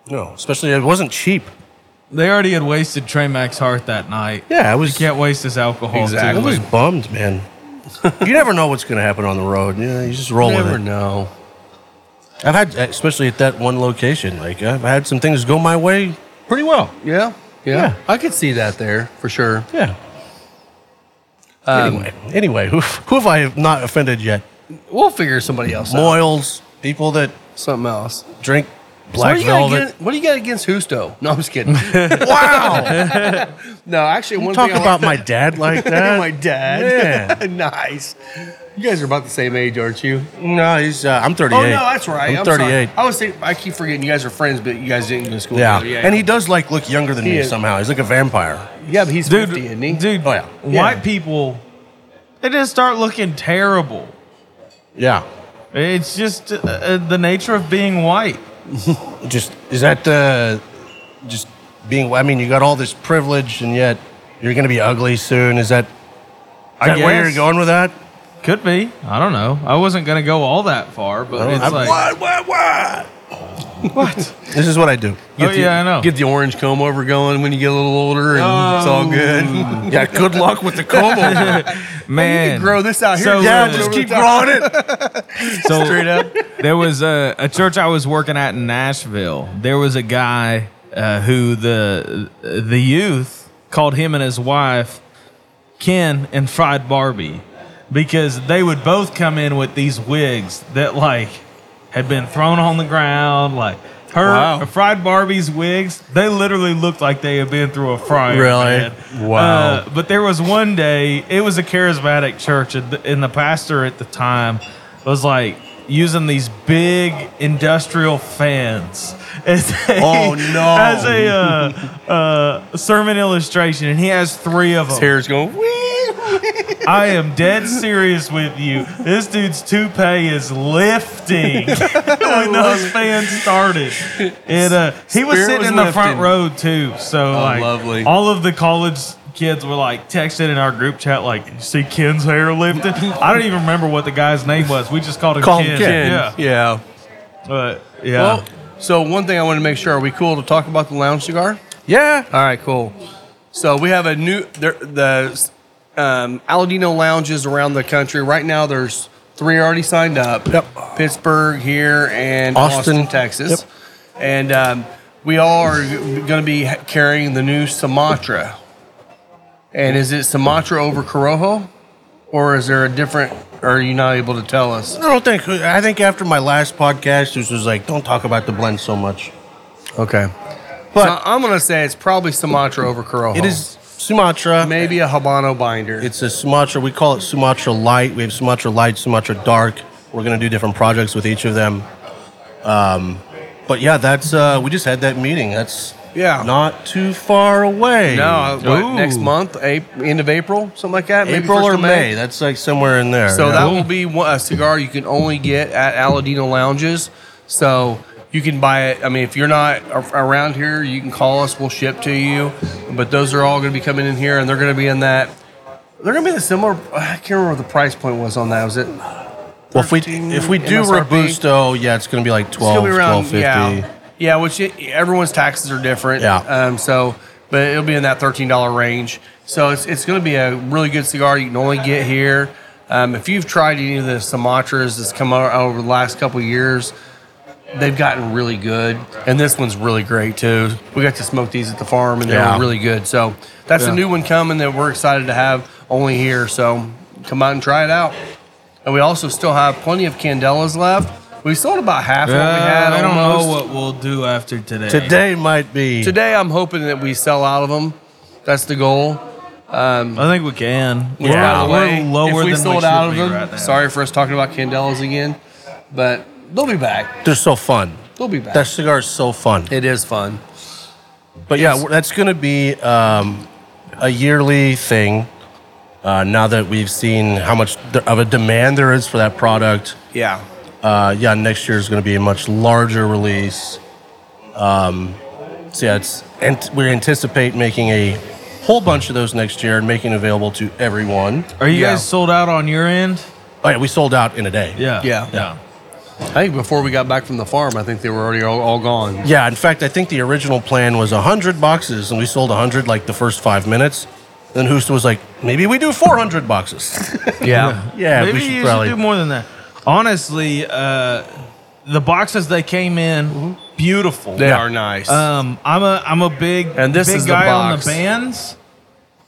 Speaker 4: No, especially it wasn't cheap.
Speaker 3: They already had wasted Trey Mack's heart that night.
Speaker 4: Yeah, I
Speaker 3: You
Speaker 4: was.
Speaker 3: can't waste this alcohol. too.
Speaker 4: I
Speaker 2: Exactly.
Speaker 4: was bummed, man. you never know what's going to happen on the road. You know, you just roll
Speaker 2: never
Speaker 4: with it.
Speaker 2: know.
Speaker 4: I've had, especially at that one location, like I've had some things go my way pretty well.
Speaker 2: Yeah, yeah,
Speaker 4: Yeah.
Speaker 2: I could see that there for sure.
Speaker 4: Yeah. anyway, anyway, who, who have I not offended yet?
Speaker 2: We'll figure somebody else out.
Speaker 4: Moyles, people that
Speaker 2: Something else. So
Speaker 4: drink
Speaker 2: what,
Speaker 4: black
Speaker 2: do you got
Speaker 4: velvet.
Speaker 2: against, what do you got against Husto? No, I'm just *laughs* kidding.
Speaker 4: Oh, Wow!
Speaker 2: no, actually, one
Speaker 4: Talk
Speaker 2: thing I
Speaker 4: about
Speaker 2: like-
Speaker 4: my dad *laughs*
Speaker 2: *laughs*
Speaker 4: like that.
Speaker 2: my dad. *laughs* nice. You guys are about the same age, aren't you?
Speaker 4: No, he's. Uh, I'm 38.
Speaker 2: Oh no, that's right.
Speaker 4: I'm,
Speaker 2: I'm,
Speaker 4: 38.
Speaker 2: Sorry. I was thinking, I keep forgetting you guys are friends, but you guys didn't go to school.
Speaker 4: Yeah.
Speaker 2: together. yeah.
Speaker 4: and he does like look younger than
Speaker 2: He
Speaker 4: me
Speaker 2: is.
Speaker 4: somehow. He's like a vampire.
Speaker 2: yeah, but he's
Speaker 3: dude,
Speaker 2: fifty, isn't he?
Speaker 3: dude,
Speaker 4: Oh, yeah.
Speaker 3: white
Speaker 2: Yeah.
Speaker 3: people, they just start looking terrible.
Speaker 4: Yeah,
Speaker 3: It's just uh, uh, the nature of being white.
Speaker 4: just is that uh, just being? I mean, you got all this privilege, and yet you're going to be ugly soon. Is that? Is that where you're
Speaker 3: guess.
Speaker 4: going with that?
Speaker 3: Could
Speaker 2: Oh,
Speaker 3: be. I don't know. I wasn't gonna go all that far, but it's
Speaker 4: I'm-
Speaker 3: like
Speaker 4: *laughs* what? What? What?
Speaker 3: What?
Speaker 4: This is what I do.
Speaker 3: oh
Speaker 2: Get the-
Speaker 3: yeah, I know. *laughs*
Speaker 2: Get *laughs* the orange comb over going when you get a little older, and it's all good.
Speaker 4: Oh. *laughs* Yeah, good luck with the
Speaker 2: *laughs*
Speaker 4: comb over.
Speaker 3: Man,
Speaker 2: grow this out here.
Speaker 3: So,
Speaker 4: Yeah,
Speaker 3: uh,
Speaker 4: just keep growing it.
Speaker 3: *laughs* so straight up. There was a, a church I was working at in Nashville. There was a guy uh, who the the youth called him and his wife Ken and Fried Barbie because they would both come in with these wigs that like had been thrown on the ground like. Her
Speaker 2: Wow.
Speaker 3: fried Barbie's wigs, they literally looked like they had been through a fryer.
Speaker 4: Really?
Speaker 3: man.
Speaker 4: Wow.
Speaker 3: Uh, but there was one day, it was a charismatic church, and the, and the pastor at the time was like using these big industrial fans as a,
Speaker 4: Oh, no.
Speaker 3: *laughs* as a uh, uh, sermon illustration, and he has three of them.
Speaker 4: Hair's going. Wee!
Speaker 3: I am dead serious with you. This dude's toupee is
Speaker 2: *laughs*
Speaker 3: lifting when those fans started. And uh, he was
Speaker 2: Spirit
Speaker 3: sitting
Speaker 2: was
Speaker 3: in the front
Speaker 2: lifting. Oh,
Speaker 3: row too. So like
Speaker 2: lovely.
Speaker 3: all of the college kids were like texting in our group chat like you see Ken's hair lifting. I don't even remember what the guy's name was. We just called him
Speaker 4: Call
Speaker 3: Ken.
Speaker 4: him Ken.
Speaker 3: Yeah.
Speaker 2: yeah.
Speaker 3: But yeah.
Speaker 2: Well, so one thing I want to make sure: are we cool to talk about the lounge cigar?
Speaker 4: Yeah.
Speaker 2: All right, cool. So we have a new there, the um, Aladino lounges around the country. Right now, there's three already signed up.
Speaker 4: Yep.
Speaker 2: Pittsburgh here and
Speaker 4: Austin.
Speaker 2: Austin, Texas,
Speaker 4: Yep.
Speaker 2: and um, we all are going to be carrying the new Sumatra. And is it Sumatra over Corojo, or is there a different? Or are you not able to tell us?
Speaker 4: I don't think. I think after my last podcast, this was like, don't talk about the blend so much.
Speaker 2: Okay, but
Speaker 4: But
Speaker 2: I'm going to say it's probably Sumatra over Corojo.
Speaker 4: it is Sumatra.
Speaker 2: Oh. maybe a Habano binder.
Speaker 4: It's a Sumatra. We call it Sumatra Light. We have Sumatra Light, Sumatra Dark. We're gonna do different projects with each of them. Um, but yeah, that's uh, we just had that meeting. That's
Speaker 2: Yeah.
Speaker 4: not too far away.
Speaker 2: No, uh, what,
Speaker 3: Ooh.
Speaker 2: next month, April, end of April, something like that. maybe
Speaker 4: April
Speaker 2: first
Speaker 4: or
Speaker 2: of
Speaker 4: May. That's like somewhere in there.
Speaker 2: So
Speaker 4: yeah.
Speaker 2: that will be one, a cigar you can only get at Aladino lounges. So you can buy it. I mean, if you're not a- around here, you can call us. We'll ship to you. But those are all going to be coming in here, and they're going to be in that. They're going to be the similar. I can't remember what the price point was on that. Was it? It's
Speaker 4: well, if we
Speaker 2: 13
Speaker 4: if we do
Speaker 2: MSRP.
Speaker 4: Robusto, yeah, it's gonna be like 12,
Speaker 2: gonna be around-
Speaker 4: 12.50.
Speaker 2: Yeah, yeah. Which it, everyone's taxes are different.
Speaker 4: Yeah.
Speaker 2: Um. So, but it'll be in that thirteen dollar range. So it's it's going to be a really good cigar. You can only get here. Um, if you've tried any of the Sumatras that's come out over the last couple of years, they've gotten really good. And this one's really great too. We got to smoke these at the farm, and they
Speaker 4: Yeah.
Speaker 2: were really good. So that's a new one coming that we're excited to have only here. So come out and try it out. And we also still have plenty of Candelas left. We sold about half of what we had.
Speaker 3: I don't
Speaker 2: almost.
Speaker 3: know what we'll do after today.
Speaker 4: Today might be
Speaker 2: Today, I'm hoping that we sell out of them. That's the goal.
Speaker 3: I think we can. We're,
Speaker 4: Yeah.
Speaker 3: we're lower
Speaker 2: if we
Speaker 3: than
Speaker 2: sold
Speaker 3: we should
Speaker 2: out of
Speaker 3: be
Speaker 2: them,
Speaker 3: right now.
Speaker 2: sorry for us talking about Candelas again, but they'll be back.
Speaker 4: They're so fun.
Speaker 2: They'll be back.
Speaker 4: That cigar is so fun.
Speaker 2: it is fun.
Speaker 4: But yeah, we're- that's going to be um, a yearly thing. Uh, now that we've seen how much th- of a demand there is for that product,
Speaker 2: Yeah.
Speaker 4: uh, yeah, next year is going to be a much larger release. Um, so yeah, it's and we anticipate making a whole bunch of those next year and making available to everyone.
Speaker 3: Are you
Speaker 2: Yeah.
Speaker 3: guys sold out on your end?
Speaker 4: Oh yeah, we sold out in a day.
Speaker 3: Yeah.
Speaker 2: Yeah.
Speaker 3: Yeah.
Speaker 2: I think before we got back from the farm, I think they were already all, all gone.
Speaker 4: Yeah, in fact, I think the original plan was 100 boxes, and we sold 100 like the first five minutes. Then Houston was like, maybe we do 400 boxes.
Speaker 2: Yeah.
Speaker 4: yeah,
Speaker 3: Maybe
Speaker 4: we should
Speaker 3: you
Speaker 4: probably
Speaker 3: should do more than that. Honestly, uh, the boxes they came in, beautiful.
Speaker 2: They are nice.
Speaker 3: Um, I'm a I'm a big
Speaker 2: And this
Speaker 3: big
Speaker 2: is the
Speaker 3: guy on the
Speaker 2: box.
Speaker 3: bands.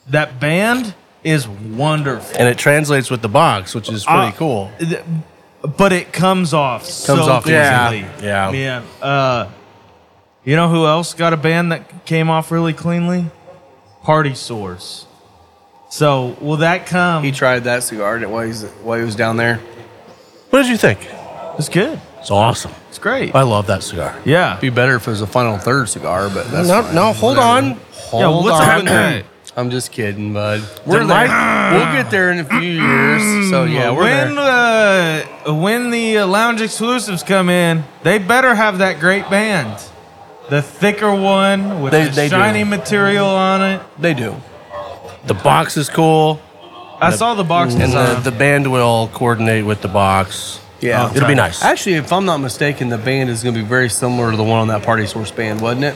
Speaker 3: That band is wonderful,
Speaker 4: and it translates with the box, which is pretty
Speaker 3: Uh,
Speaker 4: cool.
Speaker 3: th- but it comes off so
Speaker 2: Comes off,
Speaker 3: easily.
Speaker 4: yeah. Yeah.
Speaker 3: man. Uh, you know who else got a band that came off really cleanly? Party Source. So will that come?
Speaker 2: he tried that cigar didn't- while he was, while he was down there.
Speaker 4: What did you think?
Speaker 3: It's good.
Speaker 4: It's awesome.
Speaker 3: It's great.
Speaker 4: I love that cigar.
Speaker 3: Yeah.
Speaker 2: Be better if it was a final third cigar, but that's
Speaker 4: no,
Speaker 2: fine.
Speaker 4: no, hold
Speaker 2: Whatever.
Speaker 4: on. Hold
Speaker 3: Yeah, what's up with
Speaker 4: on.
Speaker 3: that?
Speaker 2: *clears throat* I'm just kidding, bud. We're
Speaker 4: Then
Speaker 2: there.
Speaker 4: my-
Speaker 2: we'll get there in a few years. So yeah, we're
Speaker 3: when
Speaker 2: there.
Speaker 3: uh, when the uh, lounge exclusives come in, they better have that great band, the thicker one with
Speaker 2: They-
Speaker 3: the
Speaker 2: they do.
Speaker 3: shiny material on it.
Speaker 2: They do.
Speaker 4: The box is cool,
Speaker 3: I saw the box
Speaker 4: and
Speaker 3: design.
Speaker 4: the, the band will coordinate with the box. Oh,
Speaker 2: Yeah,
Speaker 4: It'll be nice.
Speaker 2: Actually, if I'm not mistaken, the band is going to be very similar to the one on that Party Source band, wasn't it?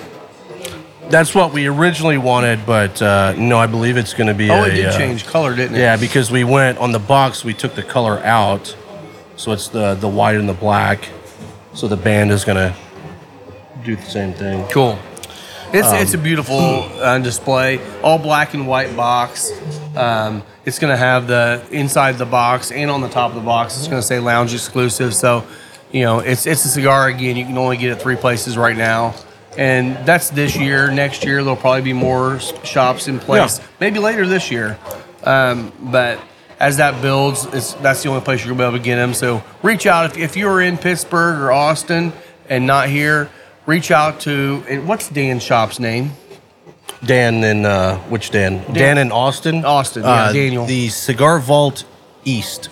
Speaker 4: That's what we originally wanted, but uh, no, I believe it's going to be.
Speaker 2: oh,
Speaker 4: a,
Speaker 2: it did
Speaker 4: uh,
Speaker 2: change color, didn't it?
Speaker 4: Yeah, because we went on the box, we took the color out, so it's the the white and the black. So the band is gonna do the same thing.
Speaker 2: Cool. It's it's a beautiful uh, display, all black and white box. Um, it's gonna have the inside the box and on the top of the box. It's gonna say lounge exclusive. So, you know, it's it's a cigar again. You can only get it three places right now, and that's this year. Next year there'll probably be more s- shops in place.
Speaker 4: Yeah.
Speaker 2: Maybe later this year, um, but. As that builds, it's, that's the only place you're gonna be able to get them. So reach out if, if you're in Pittsburgh or Austin and not here. Reach out to and what's Dan's shop's name?
Speaker 4: Dan in uh, which Dan? Dan? in Austin. Uh,
Speaker 2: Austin, yeah, Daniel.
Speaker 4: The Cigar Vault East.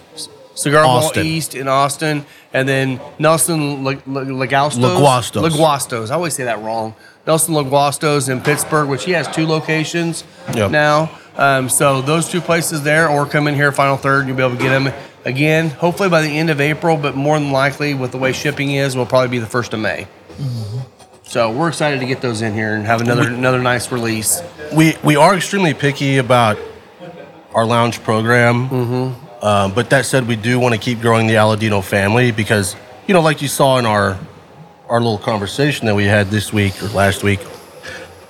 Speaker 2: Cigar Mall
Speaker 4: Austin.
Speaker 2: East in Austin, and then Nelson Lag- Lag- Lagostos.
Speaker 4: Laguastos.
Speaker 2: Laguastos. I always say that wrong. Nelson Laguastos in Pittsburgh, which he has two locations
Speaker 4: Yep.
Speaker 2: now. Um, so those two places there, or come in here final third, and you'll be able to get them again. Hopefully by the end of April, but more than likely with the way shipping is, will probably be the first of May. Mm-hmm. So we're excited to get those in here and have another another nice release.
Speaker 4: We we are extremely picky about our lounge program.
Speaker 2: Mm-hmm.
Speaker 4: Uh, but that said, we do want to keep growing the Aladino family because you know, like you saw in our our little conversation that we had this week or last week,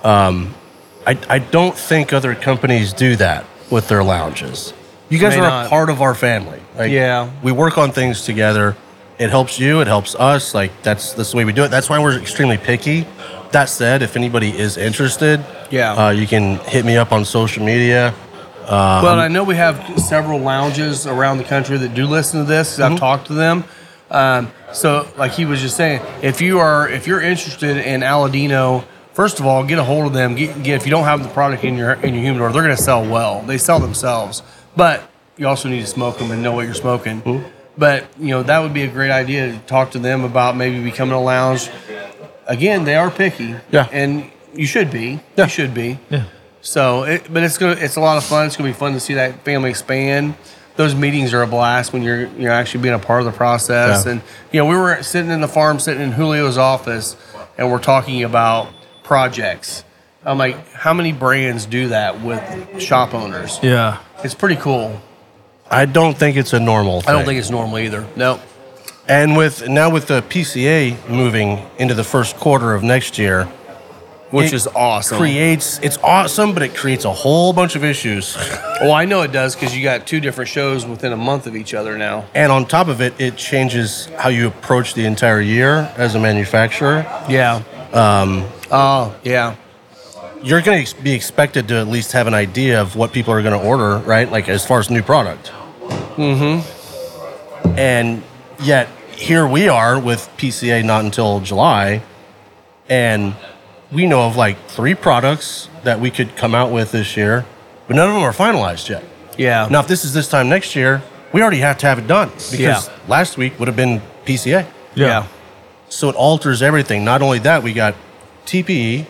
Speaker 4: um, I I don't think other companies do that with their lounges. You guys
Speaker 2: May
Speaker 4: are
Speaker 2: not.
Speaker 4: a part of our family. Like,
Speaker 2: Yeah.
Speaker 4: we work on things together. It helps you. It helps us. Like that's that's the way we do it. That's why we're extremely picky. That said, if anybody is interested,
Speaker 2: Yeah.
Speaker 4: uh, you can hit me up on social media. Um,
Speaker 2: Well, I know we have several lounges around the country that do listen to this. 'cause
Speaker 4: Mm-hmm.
Speaker 2: I've talked to them. Um, so, like he was just saying, if you are if you're interested in Aladino, first of all, get a hold of them. Get, get if you don't have the product in your in your humidor, they're going to sell well. They sell themselves, but you also need to smoke them and know what you're smoking. But you know that would be a great idea to talk to them about maybe becoming a lounge. Again, they are picky.
Speaker 4: Yeah.
Speaker 2: and you should be.
Speaker 4: Yeah.
Speaker 2: You should be.
Speaker 3: Yeah.
Speaker 2: So, it, but it's gonna it's a lot of fun. It's gonna be fun to see that family expand. Those meetings are a blast when you're you're actually being a part of the process.
Speaker 4: Yeah.
Speaker 2: And you know, we were sitting in the farm, sitting in Julio's office, and we're talking about projects. I'm like, how many brands do that with shop owners?
Speaker 3: Yeah.
Speaker 2: It's pretty cool.
Speaker 4: I don't think it's a normal thing.
Speaker 2: I don't think it's normal either. No.
Speaker 4: And with now with the PCA moving into the first quarter of next year,
Speaker 2: Which
Speaker 4: it
Speaker 2: is awesome.
Speaker 4: Creates it's awesome, but it creates a whole bunch of issues.
Speaker 2: well, I know it does because you got two different shows within a month of each other now.
Speaker 4: And on top of it, it changes how you approach the entire year as a manufacturer.
Speaker 2: Yeah. Um, oh yeah.
Speaker 4: You're going to be expected to at least have an idea of what people are going to order, right? Like as far as new product. Mm-hmm. And yet here we are with PCA not until July, and we know of like three products that we could come out with this year, but none of them are finalized yet.
Speaker 2: Yeah.
Speaker 4: Now, if this is this time next year, we already have to have it done because
Speaker 2: Yeah.
Speaker 4: last week would have been PCA.
Speaker 2: yeah.
Speaker 4: So it alters everything. Not only that, we got TPE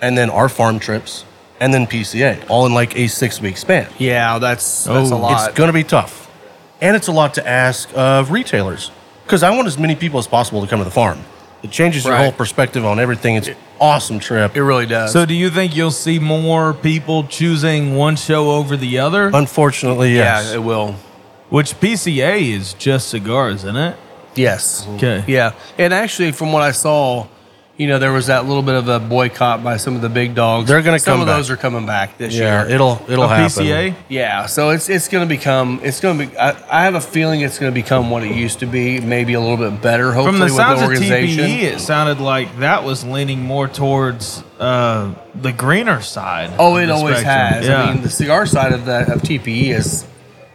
Speaker 4: and then our farm trips and then PCA, all in like a six week span.
Speaker 2: Yeah, that's that's a lot.
Speaker 4: It's going to be tough. And it's a lot to ask of retailers because I want as many people as possible to come to the farm. It changes your
Speaker 2: Right.
Speaker 4: whole perspective on everything. It's an awesome trip.
Speaker 2: It really does.
Speaker 3: So do you think you'll see more people choosing one show over the other?
Speaker 2: Uh,
Speaker 4: Unfortunately, yes.
Speaker 2: yeah, it will.
Speaker 3: Which PCA is just cigars, isn't it?
Speaker 2: Yes.
Speaker 3: Okay.
Speaker 2: Yeah, and actually, from what I saw, you know, there was that little bit of a boycott by some of the big dogs.
Speaker 4: They're gonna
Speaker 2: some
Speaker 4: come
Speaker 2: of
Speaker 4: back.
Speaker 2: those are coming back this
Speaker 4: yeah,
Speaker 2: year.
Speaker 4: it'll it'll
Speaker 3: A
Speaker 4: happen.
Speaker 3: PCA?
Speaker 2: yeah, so it's it's gonna become it's gonna be. I, I have a feeling it's gonna become what it used to be, maybe a little bit better. Hopefully,
Speaker 3: From the
Speaker 2: with
Speaker 3: sounds
Speaker 2: the
Speaker 3: of
Speaker 4: E,
Speaker 2: organization.
Speaker 3: TPE, it sounded like that was leaning more towards uh, the greener side.
Speaker 2: oh,
Speaker 3: of
Speaker 2: it
Speaker 3: the
Speaker 2: always
Speaker 3: spectrum.
Speaker 2: has.
Speaker 3: Yeah.
Speaker 2: I mean, the cigar side of that of TPE is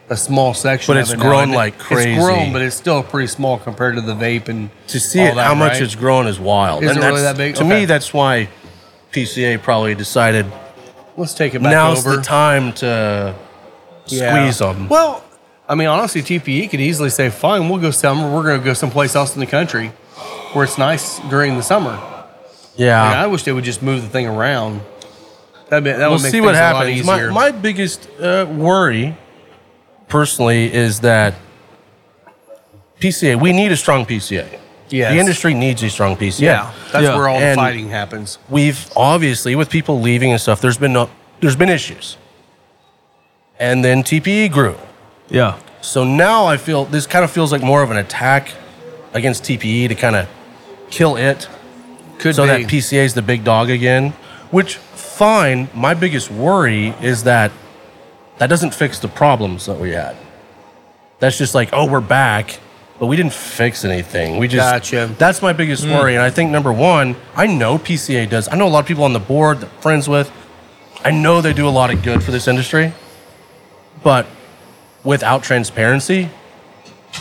Speaker 2: a small section,
Speaker 4: But
Speaker 2: of
Speaker 4: it's
Speaker 2: it now,
Speaker 4: grown
Speaker 2: and it-
Speaker 4: like
Speaker 2: It's grown,
Speaker 4: crazy.
Speaker 2: but it's still pretty small compared to the vape and
Speaker 4: to see
Speaker 2: all
Speaker 4: it,
Speaker 2: that,
Speaker 4: how much
Speaker 2: right?
Speaker 4: it's grown is wild.
Speaker 2: Is it really
Speaker 4: that's-
Speaker 2: that big?
Speaker 4: To
Speaker 2: Okay.
Speaker 4: me, that's why PCA probably decided
Speaker 2: Let's take it back
Speaker 4: now's
Speaker 2: over.
Speaker 4: the time to squeeze them.
Speaker 2: Well, I mean, honestly, TPE could easily say, "Fine, we'll go summer. We're going to go someplace else in the country where it's nice during the summer."
Speaker 4: yeah,
Speaker 2: And I wish they would just move the thing around. That'd be, that
Speaker 4: Ah. we'll
Speaker 2: would make
Speaker 4: see
Speaker 2: things
Speaker 4: what
Speaker 2: a
Speaker 4: happens.
Speaker 2: lot
Speaker 4: My,
Speaker 2: easier.
Speaker 4: my biggest uh, worry, personally, is that PCA, we need a strong PCA.
Speaker 2: Yes.
Speaker 4: The industry needs a strong PCA.
Speaker 2: Yeah, that's
Speaker 3: Yeah.
Speaker 2: where all the
Speaker 4: And-
Speaker 2: fighting happens.
Speaker 4: we've obviously with people leaving and stuff there's been no, there's been issues and then tpe grew
Speaker 3: Yeah.
Speaker 4: so now i feel this kind of feels like more of an attack against tpe to kind of kill it
Speaker 2: Could
Speaker 4: so
Speaker 2: be.
Speaker 4: that pca is the big dog again which fine my biggest worry is that that doesn't fix the problems that we had that's just like oh we're back but we didn't fix anything we just
Speaker 2: Gotcha.
Speaker 4: that's my biggest
Speaker 3: Mm.
Speaker 4: worry and i think number one i know pca does i know a lot of people on the board that I'm friends with i know they do a lot of good for this industry but without transparency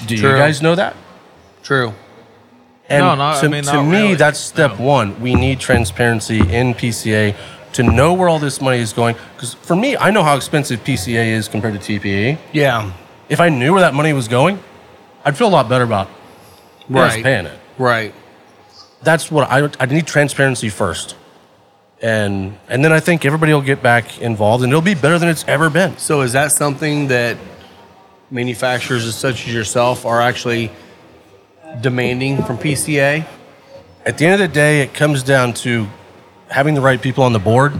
Speaker 4: do
Speaker 2: True.
Speaker 4: you guys know that
Speaker 2: True.
Speaker 4: and
Speaker 3: No, no, I
Speaker 4: to,
Speaker 3: mean,
Speaker 4: to
Speaker 3: not
Speaker 4: me,
Speaker 3: really.
Speaker 4: that's step one. We need transparency in PCA to know where all this money is going. Because for me, I know how expensive PCA is compared to E. TPE.
Speaker 2: Yeah.
Speaker 4: If I knew where that money was going, I'd feel a lot better about us
Speaker 2: Right.
Speaker 4: paying it.
Speaker 2: Right.
Speaker 4: That's what I, I need transparency first. And, and then I think everybody will get back involved and it'll be better than it's ever been.
Speaker 2: So is that something that manufacturers such as yourself are actually demanding from PCA?
Speaker 4: at the end of the day, it comes down to having the right people on the board.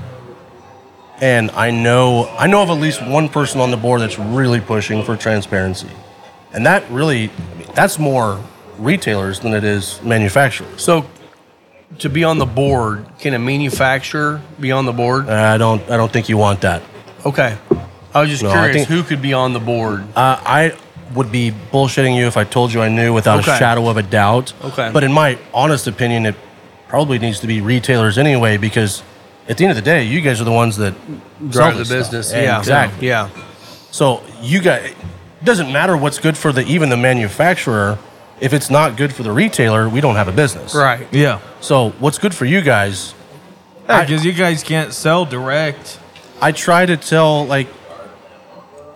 Speaker 4: And I know I know of at least one person on the board that's really pushing for transparency. And that really I mean, that's more retailers than it is manufacturers.
Speaker 2: So to be on the board, can a manufacturer be on the board?
Speaker 4: And I don't I don't think you want that.
Speaker 2: Okay. I was just
Speaker 4: No, I
Speaker 2: curious
Speaker 4: think-
Speaker 2: who could be on the board.
Speaker 4: Uh, I would be bullshitting you if I told you I knew without
Speaker 2: Okay.
Speaker 4: a shadow of a doubt.
Speaker 2: Okay.
Speaker 4: But in my honest opinion, it probably needs to be retailers anyway because at the end of the day, you guys are the ones that sell
Speaker 2: Drive the
Speaker 4: this stuff.
Speaker 2: business. Yeah.
Speaker 4: exactly.
Speaker 2: Yeah.
Speaker 4: So you got it doesn't matter what's good for the even the manufacturer. If it's not good for the retailer, we don't have a business.
Speaker 2: Right.
Speaker 3: Yeah.
Speaker 4: So what's good for you guys? I-
Speaker 3: Because you guys can't sell direct.
Speaker 4: I try to tell like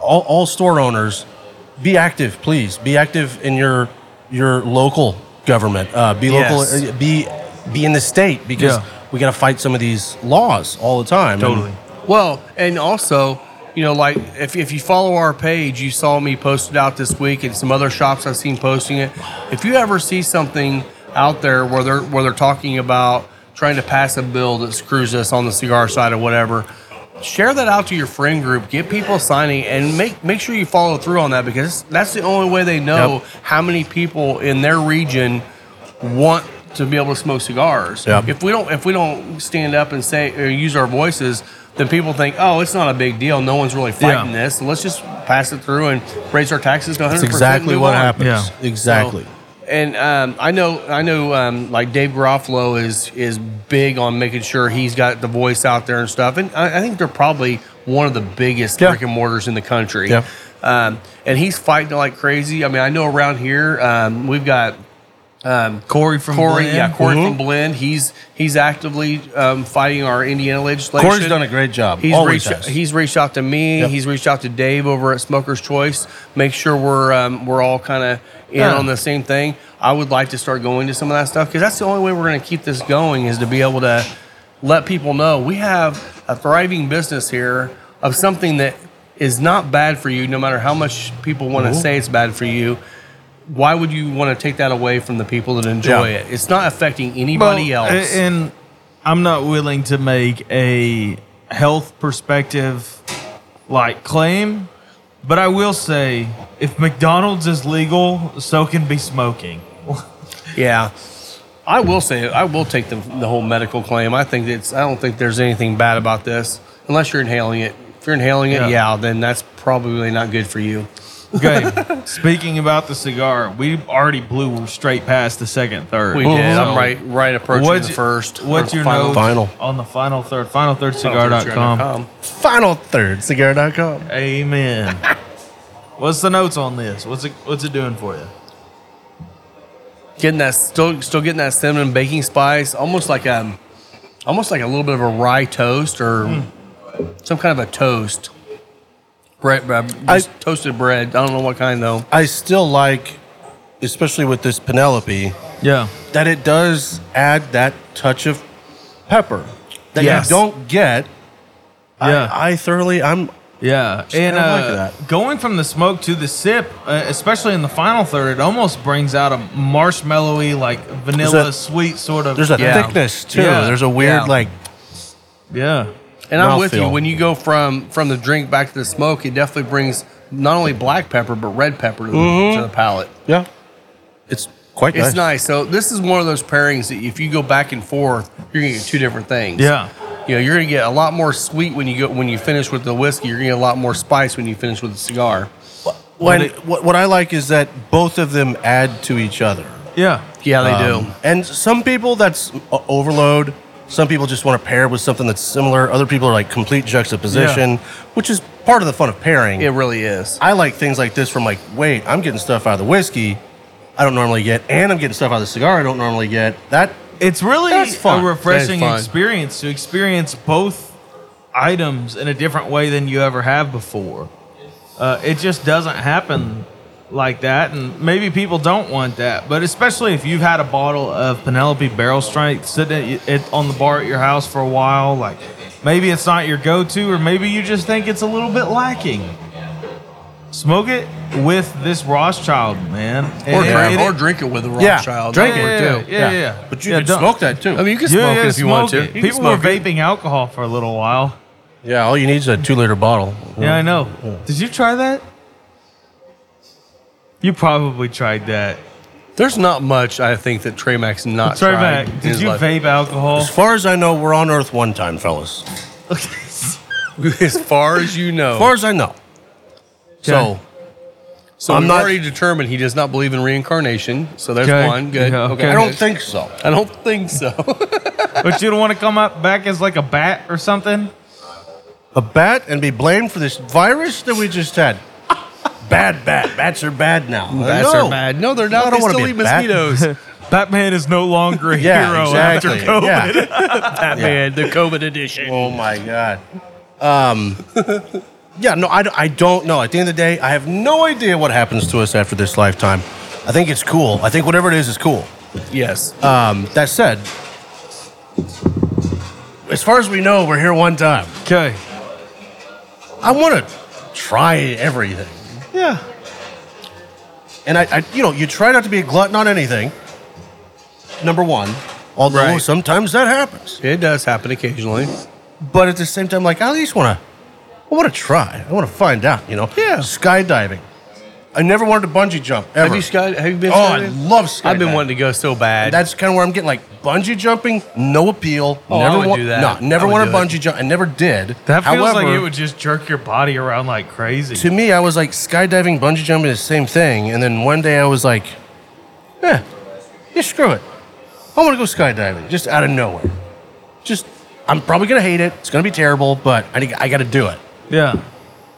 Speaker 4: all, all store owners, be active, please. Be active in your your local government. Uh, be local.
Speaker 2: Yes.
Speaker 4: uh, Be be in the state because
Speaker 3: Yeah.
Speaker 4: we got to fight some of these laws all the time. And
Speaker 2: Well, and also, you know, like if, if you follow our page, you saw me posted out this week, and some other shops I've seen posting it. If you ever see something out there where they're where they're talking about trying to pass a bill that screws us on the cigar side or whatever, share that out to your friend group. Get people signing, and make make sure you follow through on that because that's the only way they know
Speaker 4: Yep.
Speaker 2: how many people in their region want to be able to smoke cigars.
Speaker 4: Yep.
Speaker 2: If we don't, if we don't stand up and say or use our voices, then people think, oh, it's not a big deal. No one's really fighting
Speaker 3: Yeah.
Speaker 2: this. Let's just pass it through and raise our taxes to 100.
Speaker 4: That's exactly what happens.
Speaker 3: Yeah.
Speaker 4: Exactly.
Speaker 2: And um, I know, I know, um, like Dave Garofalo is is big on making sure he's got the voice out there and stuff. And I, I think they're probably one of the biggest
Speaker 4: Yeah.
Speaker 2: brick and mortars in the country.
Speaker 4: Yeah.
Speaker 2: Um, and he's fighting like crazy. I mean, I know around here um, we've got
Speaker 3: Corey from
Speaker 2: Corey,
Speaker 3: Blend.
Speaker 2: yeah, Corey
Speaker 4: Mm-hmm.
Speaker 2: from Blend. He's he's actively um, fighting our Indiana legislation.
Speaker 4: Corey's done a great job.
Speaker 2: He's
Speaker 4: Always
Speaker 2: reached,
Speaker 4: has.
Speaker 2: he's reached out to me.
Speaker 4: Yep.
Speaker 2: He's reached out to Dave over at Smoker's Choice. Make sure we're um, we're all kind of in
Speaker 3: Yeah.
Speaker 2: on the same thing. I would like to start going to some of that stuff because that's the only way we're going to keep this going is to be able to let people know we have a thriving business here of something that is not bad for you, no matter how much people want to say it's bad for you. Why would you want to take that away from the people that enjoy
Speaker 4: Yeah.
Speaker 2: it? It's not affecting anybody
Speaker 3: Well,
Speaker 2: else.
Speaker 3: a- And I'm not willing to make a health perspective like claim, but I will say if McDonald's is legal, so can be smoking.
Speaker 2: Yeah. I will say I will take the, the whole medical claim. I think it's I don't think there's anything bad about this unless you're inhaling it. If you're inhaling it,
Speaker 3: Yeah.
Speaker 2: yeah, then that's probably not good for you.
Speaker 3: Okay. Speaking about the cigar, we already blew straight past the second third.
Speaker 2: We did. I'm right right approaching the first.
Speaker 3: What's
Speaker 2: or
Speaker 3: your
Speaker 2: final
Speaker 3: notes
Speaker 4: Final.
Speaker 3: on the final third? Final third cigar.com.
Speaker 2: cigar.com.
Speaker 4: Final third cigar.com. *laughs*
Speaker 3: Amen. what's the notes on this? What's it what's it doing for you?
Speaker 2: Getting that still still getting that cinnamon baking spice, almost like a almost like a little bit of a rye toast or some kind of a toast. Bread, uh, just toasted bread. I don't know what kind though.
Speaker 4: I still like, especially with this Penelope,
Speaker 3: Yeah.
Speaker 4: that it does add that touch of pepper that
Speaker 3: Yes.
Speaker 4: you don't get.
Speaker 3: Yeah.
Speaker 4: I, I thoroughly, I'm,
Speaker 3: Yeah, and
Speaker 4: kinda like
Speaker 3: uh,
Speaker 4: that.
Speaker 3: going from the smoke to the sip, uh, especially in the final third, it almost brings out a marshmallowy, like vanilla,
Speaker 4: that-
Speaker 3: sweet sort of.
Speaker 4: There's a
Speaker 2: Yeah.
Speaker 4: thickness too.
Speaker 3: Yeah.
Speaker 4: There's a weird
Speaker 2: Yeah.
Speaker 4: like
Speaker 3: yeah,
Speaker 2: And I'm with you.
Speaker 4: Mouthfeel.
Speaker 2: When you go from from the drink back to the smoke, it definitely brings not only black pepper but red pepper to, the, to the palate.
Speaker 4: yeah. It's quite
Speaker 2: It's
Speaker 4: nice.
Speaker 2: nice. So this is one of those pairings that if you go back and forth, you're gonna get two different things.
Speaker 3: yeah,
Speaker 2: You know, you're gonna get a lot more sweet when you go when you finish with the whiskey. You're gonna get a lot more spice when you finish with the cigar.
Speaker 4: When, what, what I like is that both of them add to each other.
Speaker 3: yeah,
Speaker 2: Yeah, they
Speaker 4: Um, And some people that's o- overload. Some people just want to pair with something that's similar. Other people are like complete juxtaposition, which is part of the fun of pairing.
Speaker 2: It really is.
Speaker 4: I like things like this from like, wait, I'm getting stuff out of the whiskey I don't normally get, and I'm getting stuff out of the cigar I don't normally get. That
Speaker 3: it's really
Speaker 4: That's
Speaker 3: a
Speaker 4: fun.
Speaker 3: refreshing
Speaker 2: That is fun.
Speaker 3: experience to experience both items in a different way than you ever have before. Uh, it just doesn't happen like that, and maybe people don't want that. But especially if you've had a bottle of Penelope Barrel Strength sitting at, at, on the bar at your house for a while, like maybe it's not your go-to, or maybe you just think it's a little bit lacking. Smoke it with this Rothschild, man,
Speaker 2: Or,
Speaker 3: And it-
Speaker 2: drink,
Speaker 3: it-
Speaker 2: or drink it with a
Speaker 4: Yeah,
Speaker 2: Rothschild.
Speaker 4: drink
Speaker 3: yeah,
Speaker 4: it,
Speaker 3: yeah,
Speaker 2: too.
Speaker 3: Yeah, yeah, yeah.
Speaker 4: but you
Speaker 3: Yeah,
Speaker 4: can
Speaker 3: don't-
Speaker 4: smoke that too.
Speaker 2: I mean, you can
Speaker 3: Yeah,
Speaker 2: smoke
Speaker 3: yeah,
Speaker 2: it if you want to.
Speaker 3: smoke it.
Speaker 2: You can
Speaker 3: People were
Speaker 2: smoke it.
Speaker 3: vaping alcohol for a little while.
Speaker 4: yeah, all you need is a two liter bottle.
Speaker 3: Yeah, I know. Did you try that? You probably tried that.
Speaker 2: There's not much I think that Trey Max not
Speaker 3: Sorry,
Speaker 2: tried in
Speaker 3: back. Did
Speaker 2: his
Speaker 3: you
Speaker 2: life.
Speaker 3: vape
Speaker 4: *laughs*
Speaker 3: alcohol?
Speaker 4: As far as I know, we're on Earth one time, fellas. As
Speaker 2: as far as you know.
Speaker 4: far as I know. So
Speaker 2: so
Speaker 4: I'm
Speaker 2: I'm
Speaker 4: not-
Speaker 2: already determined he does not believe in reincarnation. So there's
Speaker 3: Okay.
Speaker 2: one good.
Speaker 3: Yeah,
Speaker 2: okay.
Speaker 3: okay.
Speaker 4: I don't think so.
Speaker 2: I don't think
Speaker 4: *laughs*
Speaker 2: so.
Speaker 3: but you don't want to come up back as like a bat or something?
Speaker 4: A bat and be blamed for this virus that we just had. bad bat. Bats are bad now.
Speaker 2: Bats
Speaker 4: no.
Speaker 2: are bad. No, they're not.
Speaker 4: I don't
Speaker 2: they
Speaker 4: wanna
Speaker 2: still
Speaker 4: be
Speaker 2: eat
Speaker 4: a bat.
Speaker 2: mosquitoes.
Speaker 3: *laughs* Batman is no longer a
Speaker 4: Yeah,
Speaker 3: hero
Speaker 4: exactly.
Speaker 3: after COVID.
Speaker 4: Yeah.
Speaker 2: Batman, the COVID edition.
Speaker 4: Oh my god. Um, yeah, no, I, don't- I don't know. At the end of the day, I have no idea what happens to us after this lifetime. I think it's cool. I think whatever it is is cool.
Speaker 2: Yes.
Speaker 4: Um, that said, as far as we know, we're here one time.
Speaker 3: Okay.
Speaker 4: I want to try everything,
Speaker 3: Yeah.
Speaker 4: and I, I, you know, you try not to be a glutton on anything. Number one, although
Speaker 2: Right.
Speaker 4: sometimes that happens.
Speaker 2: it does happen occasionally.
Speaker 4: But at the same time, like I at least want to, I want to try. I want to find out. You know,
Speaker 2: Yeah.
Speaker 4: skydiving. I never wanted to bungee jump ever.
Speaker 2: Have you sky? Have you been?
Speaker 4: oh, I
Speaker 2: skydiving?
Speaker 4: love skydiving.
Speaker 2: I've been wanting to go so bad.
Speaker 4: That's kind of where I'm getting like bungee jumping. No appeal.
Speaker 2: Oh, I
Speaker 4: never
Speaker 2: would
Speaker 4: wa-
Speaker 2: do that.
Speaker 4: No, never
Speaker 2: I would
Speaker 4: wanted
Speaker 2: do it.
Speaker 4: bungee jump. I never did.
Speaker 3: That feels
Speaker 4: However,
Speaker 3: like it would just jerk your body around like crazy.
Speaker 4: to me, I was like skydiving, bungee jumping, is the same thing. And then one day I was like, eh, yeah, screw it. I want to go skydiving just out of nowhere. Just, I'm probably going to hate it. It's going to be terrible, but I, think- I got to do it.
Speaker 3: yeah.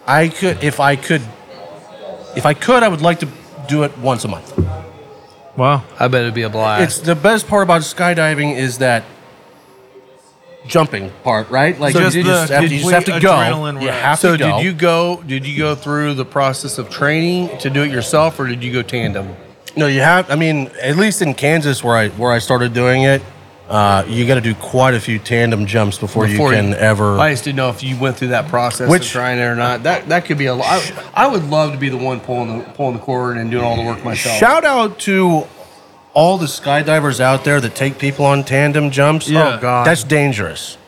Speaker 4: I could, if I could, if I could, I would like to do it once a month.
Speaker 3: Wow.
Speaker 2: I bet it'd be a
Speaker 4: It's
Speaker 2: blast.
Speaker 4: the best part about skydiving is that jumping part, right? Like
Speaker 3: So
Speaker 4: you
Speaker 3: just
Speaker 4: you just
Speaker 3: the
Speaker 4: have to, you just have to
Speaker 3: complete
Speaker 4: go.
Speaker 3: adrenaline
Speaker 4: You
Speaker 3: rush.
Speaker 4: have
Speaker 2: so
Speaker 4: to go.
Speaker 2: did you go? Did you go through the process of training to do it yourself, or did you go tandem?
Speaker 4: No, you have. I mean, at least in Kansas, where I where I started doing it, uh, you got to do quite a few tandem jumps before, you can ever.
Speaker 2: I just didn't know if you went through that process
Speaker 4: Which-
Speaker 2: of trying it or not. That that could be a lot. I, I would love to be the one pulling the pulling the cord and doing all the work myself.
Speaker 4: Shout out to all the skydivers out there that take people on tandem jumps.
Speaker 3: Yeah.
Speaker 4: Oh God, that's dangerous.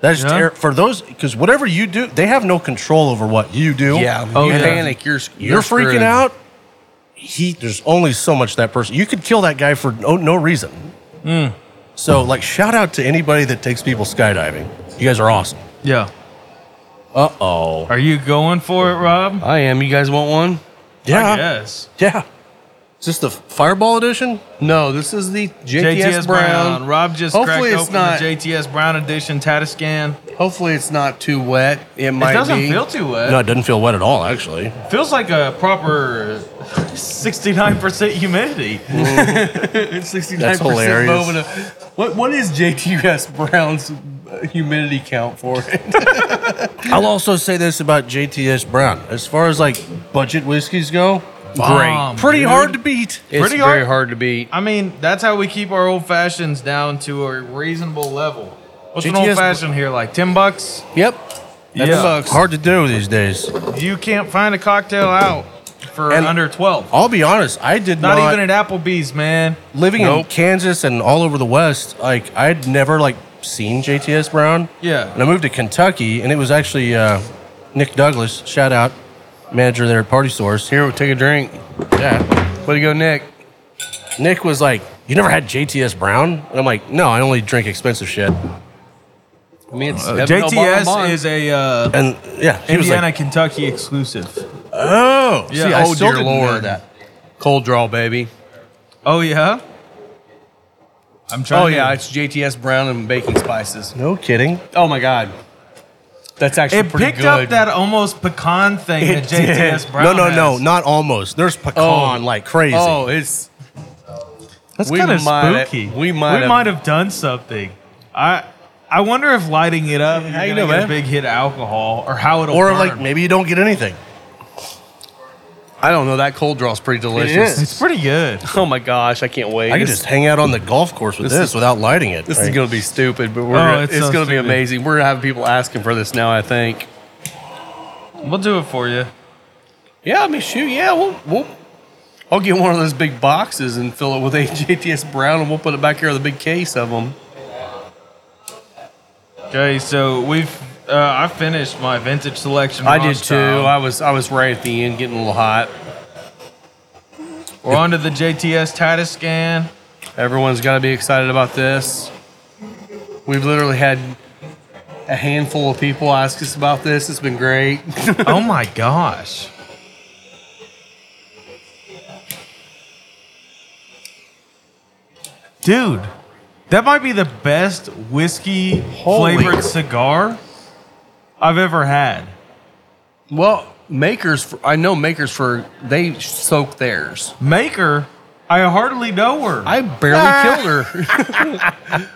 Speaker 4: That's
Speaker 3: Yeah.
Speaker 4: ter- for those because whatever you do, they have no control over what you do.
Speaker 2: yeah,
Speaker 3: Oh,
Speaker 2: you
Speaker 3: yeah.
Speaker 2: panic, you're
Speaker 4: you're, freaking
Speaker 2: screwed.
Speaker 4: out. He, there's only so much that person. You could kill that guy for no, no reason. So, like, shout out to anybody that takes people skydiving. You guys are awesome.
Speaker 3: Yeah.
Speaker 4: Uh oh.
Speaker 3: Are you going for it, Rob?
Speaker 2: I am. You guys want one?
Speaker 4: Yeah.
Speaker 3: Yes.
Speaker 4: Yeah. Is this the Fireball edition?
Speaker 2: No, this is the JTS,
Speaker 3: JTS Brown.
Speaker 2: Brown.
Speaker 3: Rob just
Speaker 2: Hopefully
Speaker 3: cracked
Speaker 2: it's
Speaker 3: open
Speaker 2: not-
Speaker 3: the JTS Brown edition Tatiscan.
Speaker 2: Hopefully, it's not too wet. It might
Speaker 3: It doesn't
Speaker 2: be.
Speaker 3: feel too wet.
Speaker 4: No, it doesn't feel wet at all, actually.
Speaker 3: Feels like a proper 69% *laughs* humidity.
Speaker 2: it's sixty
Speaker 4: That's hilarious.
Speaker 2: Of, what what is JTS Brown's uh, humidity count for *laughs* it?
Speaker 4: I'll also say this about JTS Brown. As far as like budget whiskeys go,
Speaker 3: Bomb,
Speaker 4: pretty
Speaker 3: dude.
Speaker 4: hard to beat.
Speaker 2: It's
Speaker 3: Pretty
Speaker 2: very
Speaker 3: hard-
Speaker 2: hard to beat.
Speaker 3: I mean, that's how we keep our old fashions down to a reasonable level. What's an old
Speaker 4: GTS
Speaker 3: fashioned here? Like 10 bucks?
Speaker 2: Yep.
Speaker 4: That
Speaker 3: Yeah.
Speaker 4: sucks. Hard to do these days.
Speaker 3: You can't find a cocktail out for
Speaker 4: And-
Speaker 3: under 12.
Speaker 4: I'll be honest. I did
Speaker 3: Not
Speaker 4: not,
Speaker 3: even at Applebee's, man.
Speaker 4: living in
Speaker 3: Nope.
Speaker 4: Kansas and all over the West. Like I'd never like seen JTS Brown.
Speaker 3: Yeah.
Speaker 4: And I moved to Kentucky, and it was actually uh, Nick Douglas. Shout out, manager there at Party Source. Here,
Speaker 2: Here, take a drink.
Speaker 4: yeah.
Speaker 2: Way to go, Nick.
Speaker 4: Nick was like, "You never had JTS Brown?" And I'm like, "No, I only drink expensive shit."
Speaker 2: I mean, it's
Speaker 3: Uh, JTS is a uh,
Speaker 4: And yeah, he was
Speaker 3: Indiana,
Speaker 4: like,
Speaker 3: Kentucky exclusive.
Speaker 4: "Oh,
Speaker 3: Yeah,
Speaker 4: See, I
Speaker 3: oh,
Speaker 4: still
Speaker 3: dear
Speaker 4: didn't know
Speaker 3: Lord.
Speaker 4: that.
Speaker 2: cold draw, baby.
Speaker 3: Oh, yeah? I'm trying
Speaker 2: Oh
Speaker 3: to-
Speaker 2: yeah, it's JTS Brown and baking spices.
Speaker 4: No kidding.
Speaker 2: Oh my god, that's actually
Speaker 3: It
Speaker 2: pretty
Speaker 3: picked
Speaker 2: good.
Speaker 3: up that almost pecan thing that JTS Brown
Speaker 4: no, no, no,
Speaker 3: has.
Speaker 4: not almost. There's pecan
Speaker 2: Oh.
Speaker 4: like crazy.
Speaker 2: Oh, it's
Speaker 3: That's
Speaker 2: We
Speaker 3: kind of
Speaker 2: might-
Speaker 3: spooky.
Speaker 2: we might
Speaker 3: we
Speaker 2: have-
Speaker 3: might have done something. I I wonder if lighting it up, you're
Speaker 2: How you
Speaker 3: gonna
Speaker 2: know,
Speaker 3: get a
Speaker 2: man?
Speaker 3: big hit of alcohol, or how it'll
Speaker 4: or
Speaker 3: burn.
Speaker 4: like maybe you don't get anything.
Speaker 2: I don't know. That cold draw's pretty delicious.
Speaker 3: it's pretty good.
Speaker 2: Oh my gosh, I can't wait.
Speaker 4: I could
Speaker 2: This-
Speaker 4: just hang out on the golf course with
Speaker 2: this
Speaker 4: this,
Speaker 2: is-
Speaker 4: without lighting it.
Speaker 2: This
Speaker 4: Like,
Speaker 2: is gonna be stupid, but we're
Speaker 3: Oh,
Speaker 2: gonna,
Speaker 3: it's
Speaker 2: it's,
Speaker 3: so
Speaker 2: gonna be
Speaker 3: stupid.
Speaker 2: amazing. We're gonna have people asking for this now. I think.
Speaker 3: We'll do it for you.
Speaker 2: Yeah, I mean, shoot, yeah, we'll, we'll I'll get one of those big boxes and fill it with a *laughs* JTS Brown, and we'll put it back here with a big case of them.
Speaker 3: Okay, so we've uh, I finished my vintage selection.
Speaker 2: I
Speaker 3: Ron
Speaker 2: did too.
Speaker 3: style.
Speaker 2: I was I was right at the end, getting a little hot.
Speaker 3: We're onto the JTS Titus scan.
Speaker 2: Everyone's got to be excited about this. We've literally had a handful of people ask us about this. It's been great.
Speaker 3: oh my gosh. Dude, that might be the best whiskey flavored cigar I've ever had.
Speaker 2: *laughs* well, makers, for, I know makers for they soak theirs.
Speaker 3: Maker, I hardly know her.
Speaker 2: I barely killed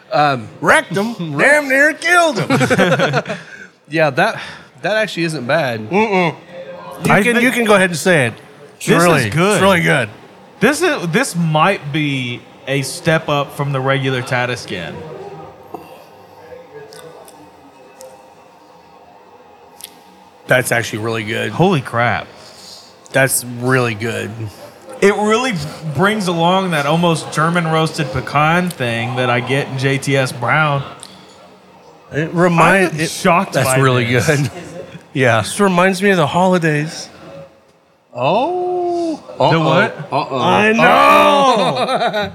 Speaker 2: *laughs* her.
Speaker 4: wrecked him. Damn near killed him.
Speaker 2: yeah, that that actually isn't bad.
Speaker 4: You
Speaker 3: I
Speaker 4: can
Speaker 3: think-
Speaker 4: you can go ahead and say it. It's
Speaker 3: This is
Speaker 4: really
Speaker 3: good.
Speaker 4: It's really good.
Speaker 3: this is this might be a step up from the regular Tatiscan.
Speaker 2: That's actually really good.
Speaker 3: Holy crap.
Speaker 2: That's really good.
Speaker 3: It really brings along that almost German roasted pecan thing that I get in JTS Brown.
Speaker 4: It
Speaker 3: I'm
Speaker 4: reminds it,
Speaker 3: shocked. by this.
Speaker 4: yeah. This reminds me of the holidays.
Speaker 2: Oh.
Speaker 3: The what?
Speaker 4: I know.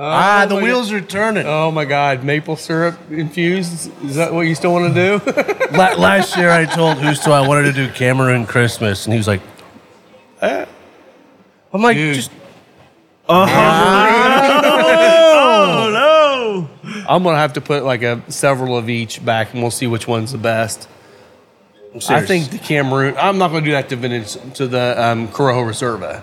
Speaker 3: Oh,
Speaker 4: ah, the
Speaker 2: my
Speaker 4: wheels are turning.
Speaker 2: Oh my God, maple syrup infused? Is that what you still want to do? *laughs*
Speaker 4: La- last year I told Usto I wanted to do Cameroon Christmas, and he was like, eh. I'm like, just
Speaker 3: Oh no!
Speaker 2: I'm gonna have to put like a several of each back, and we'll see which one's the best.
Speaker 4: I'm
Speaker 2: I
Speaker 4: serious.
Speaker 2: think the Cameroon. I'm not gonna do that to vintage to the um, Corojo Reserva.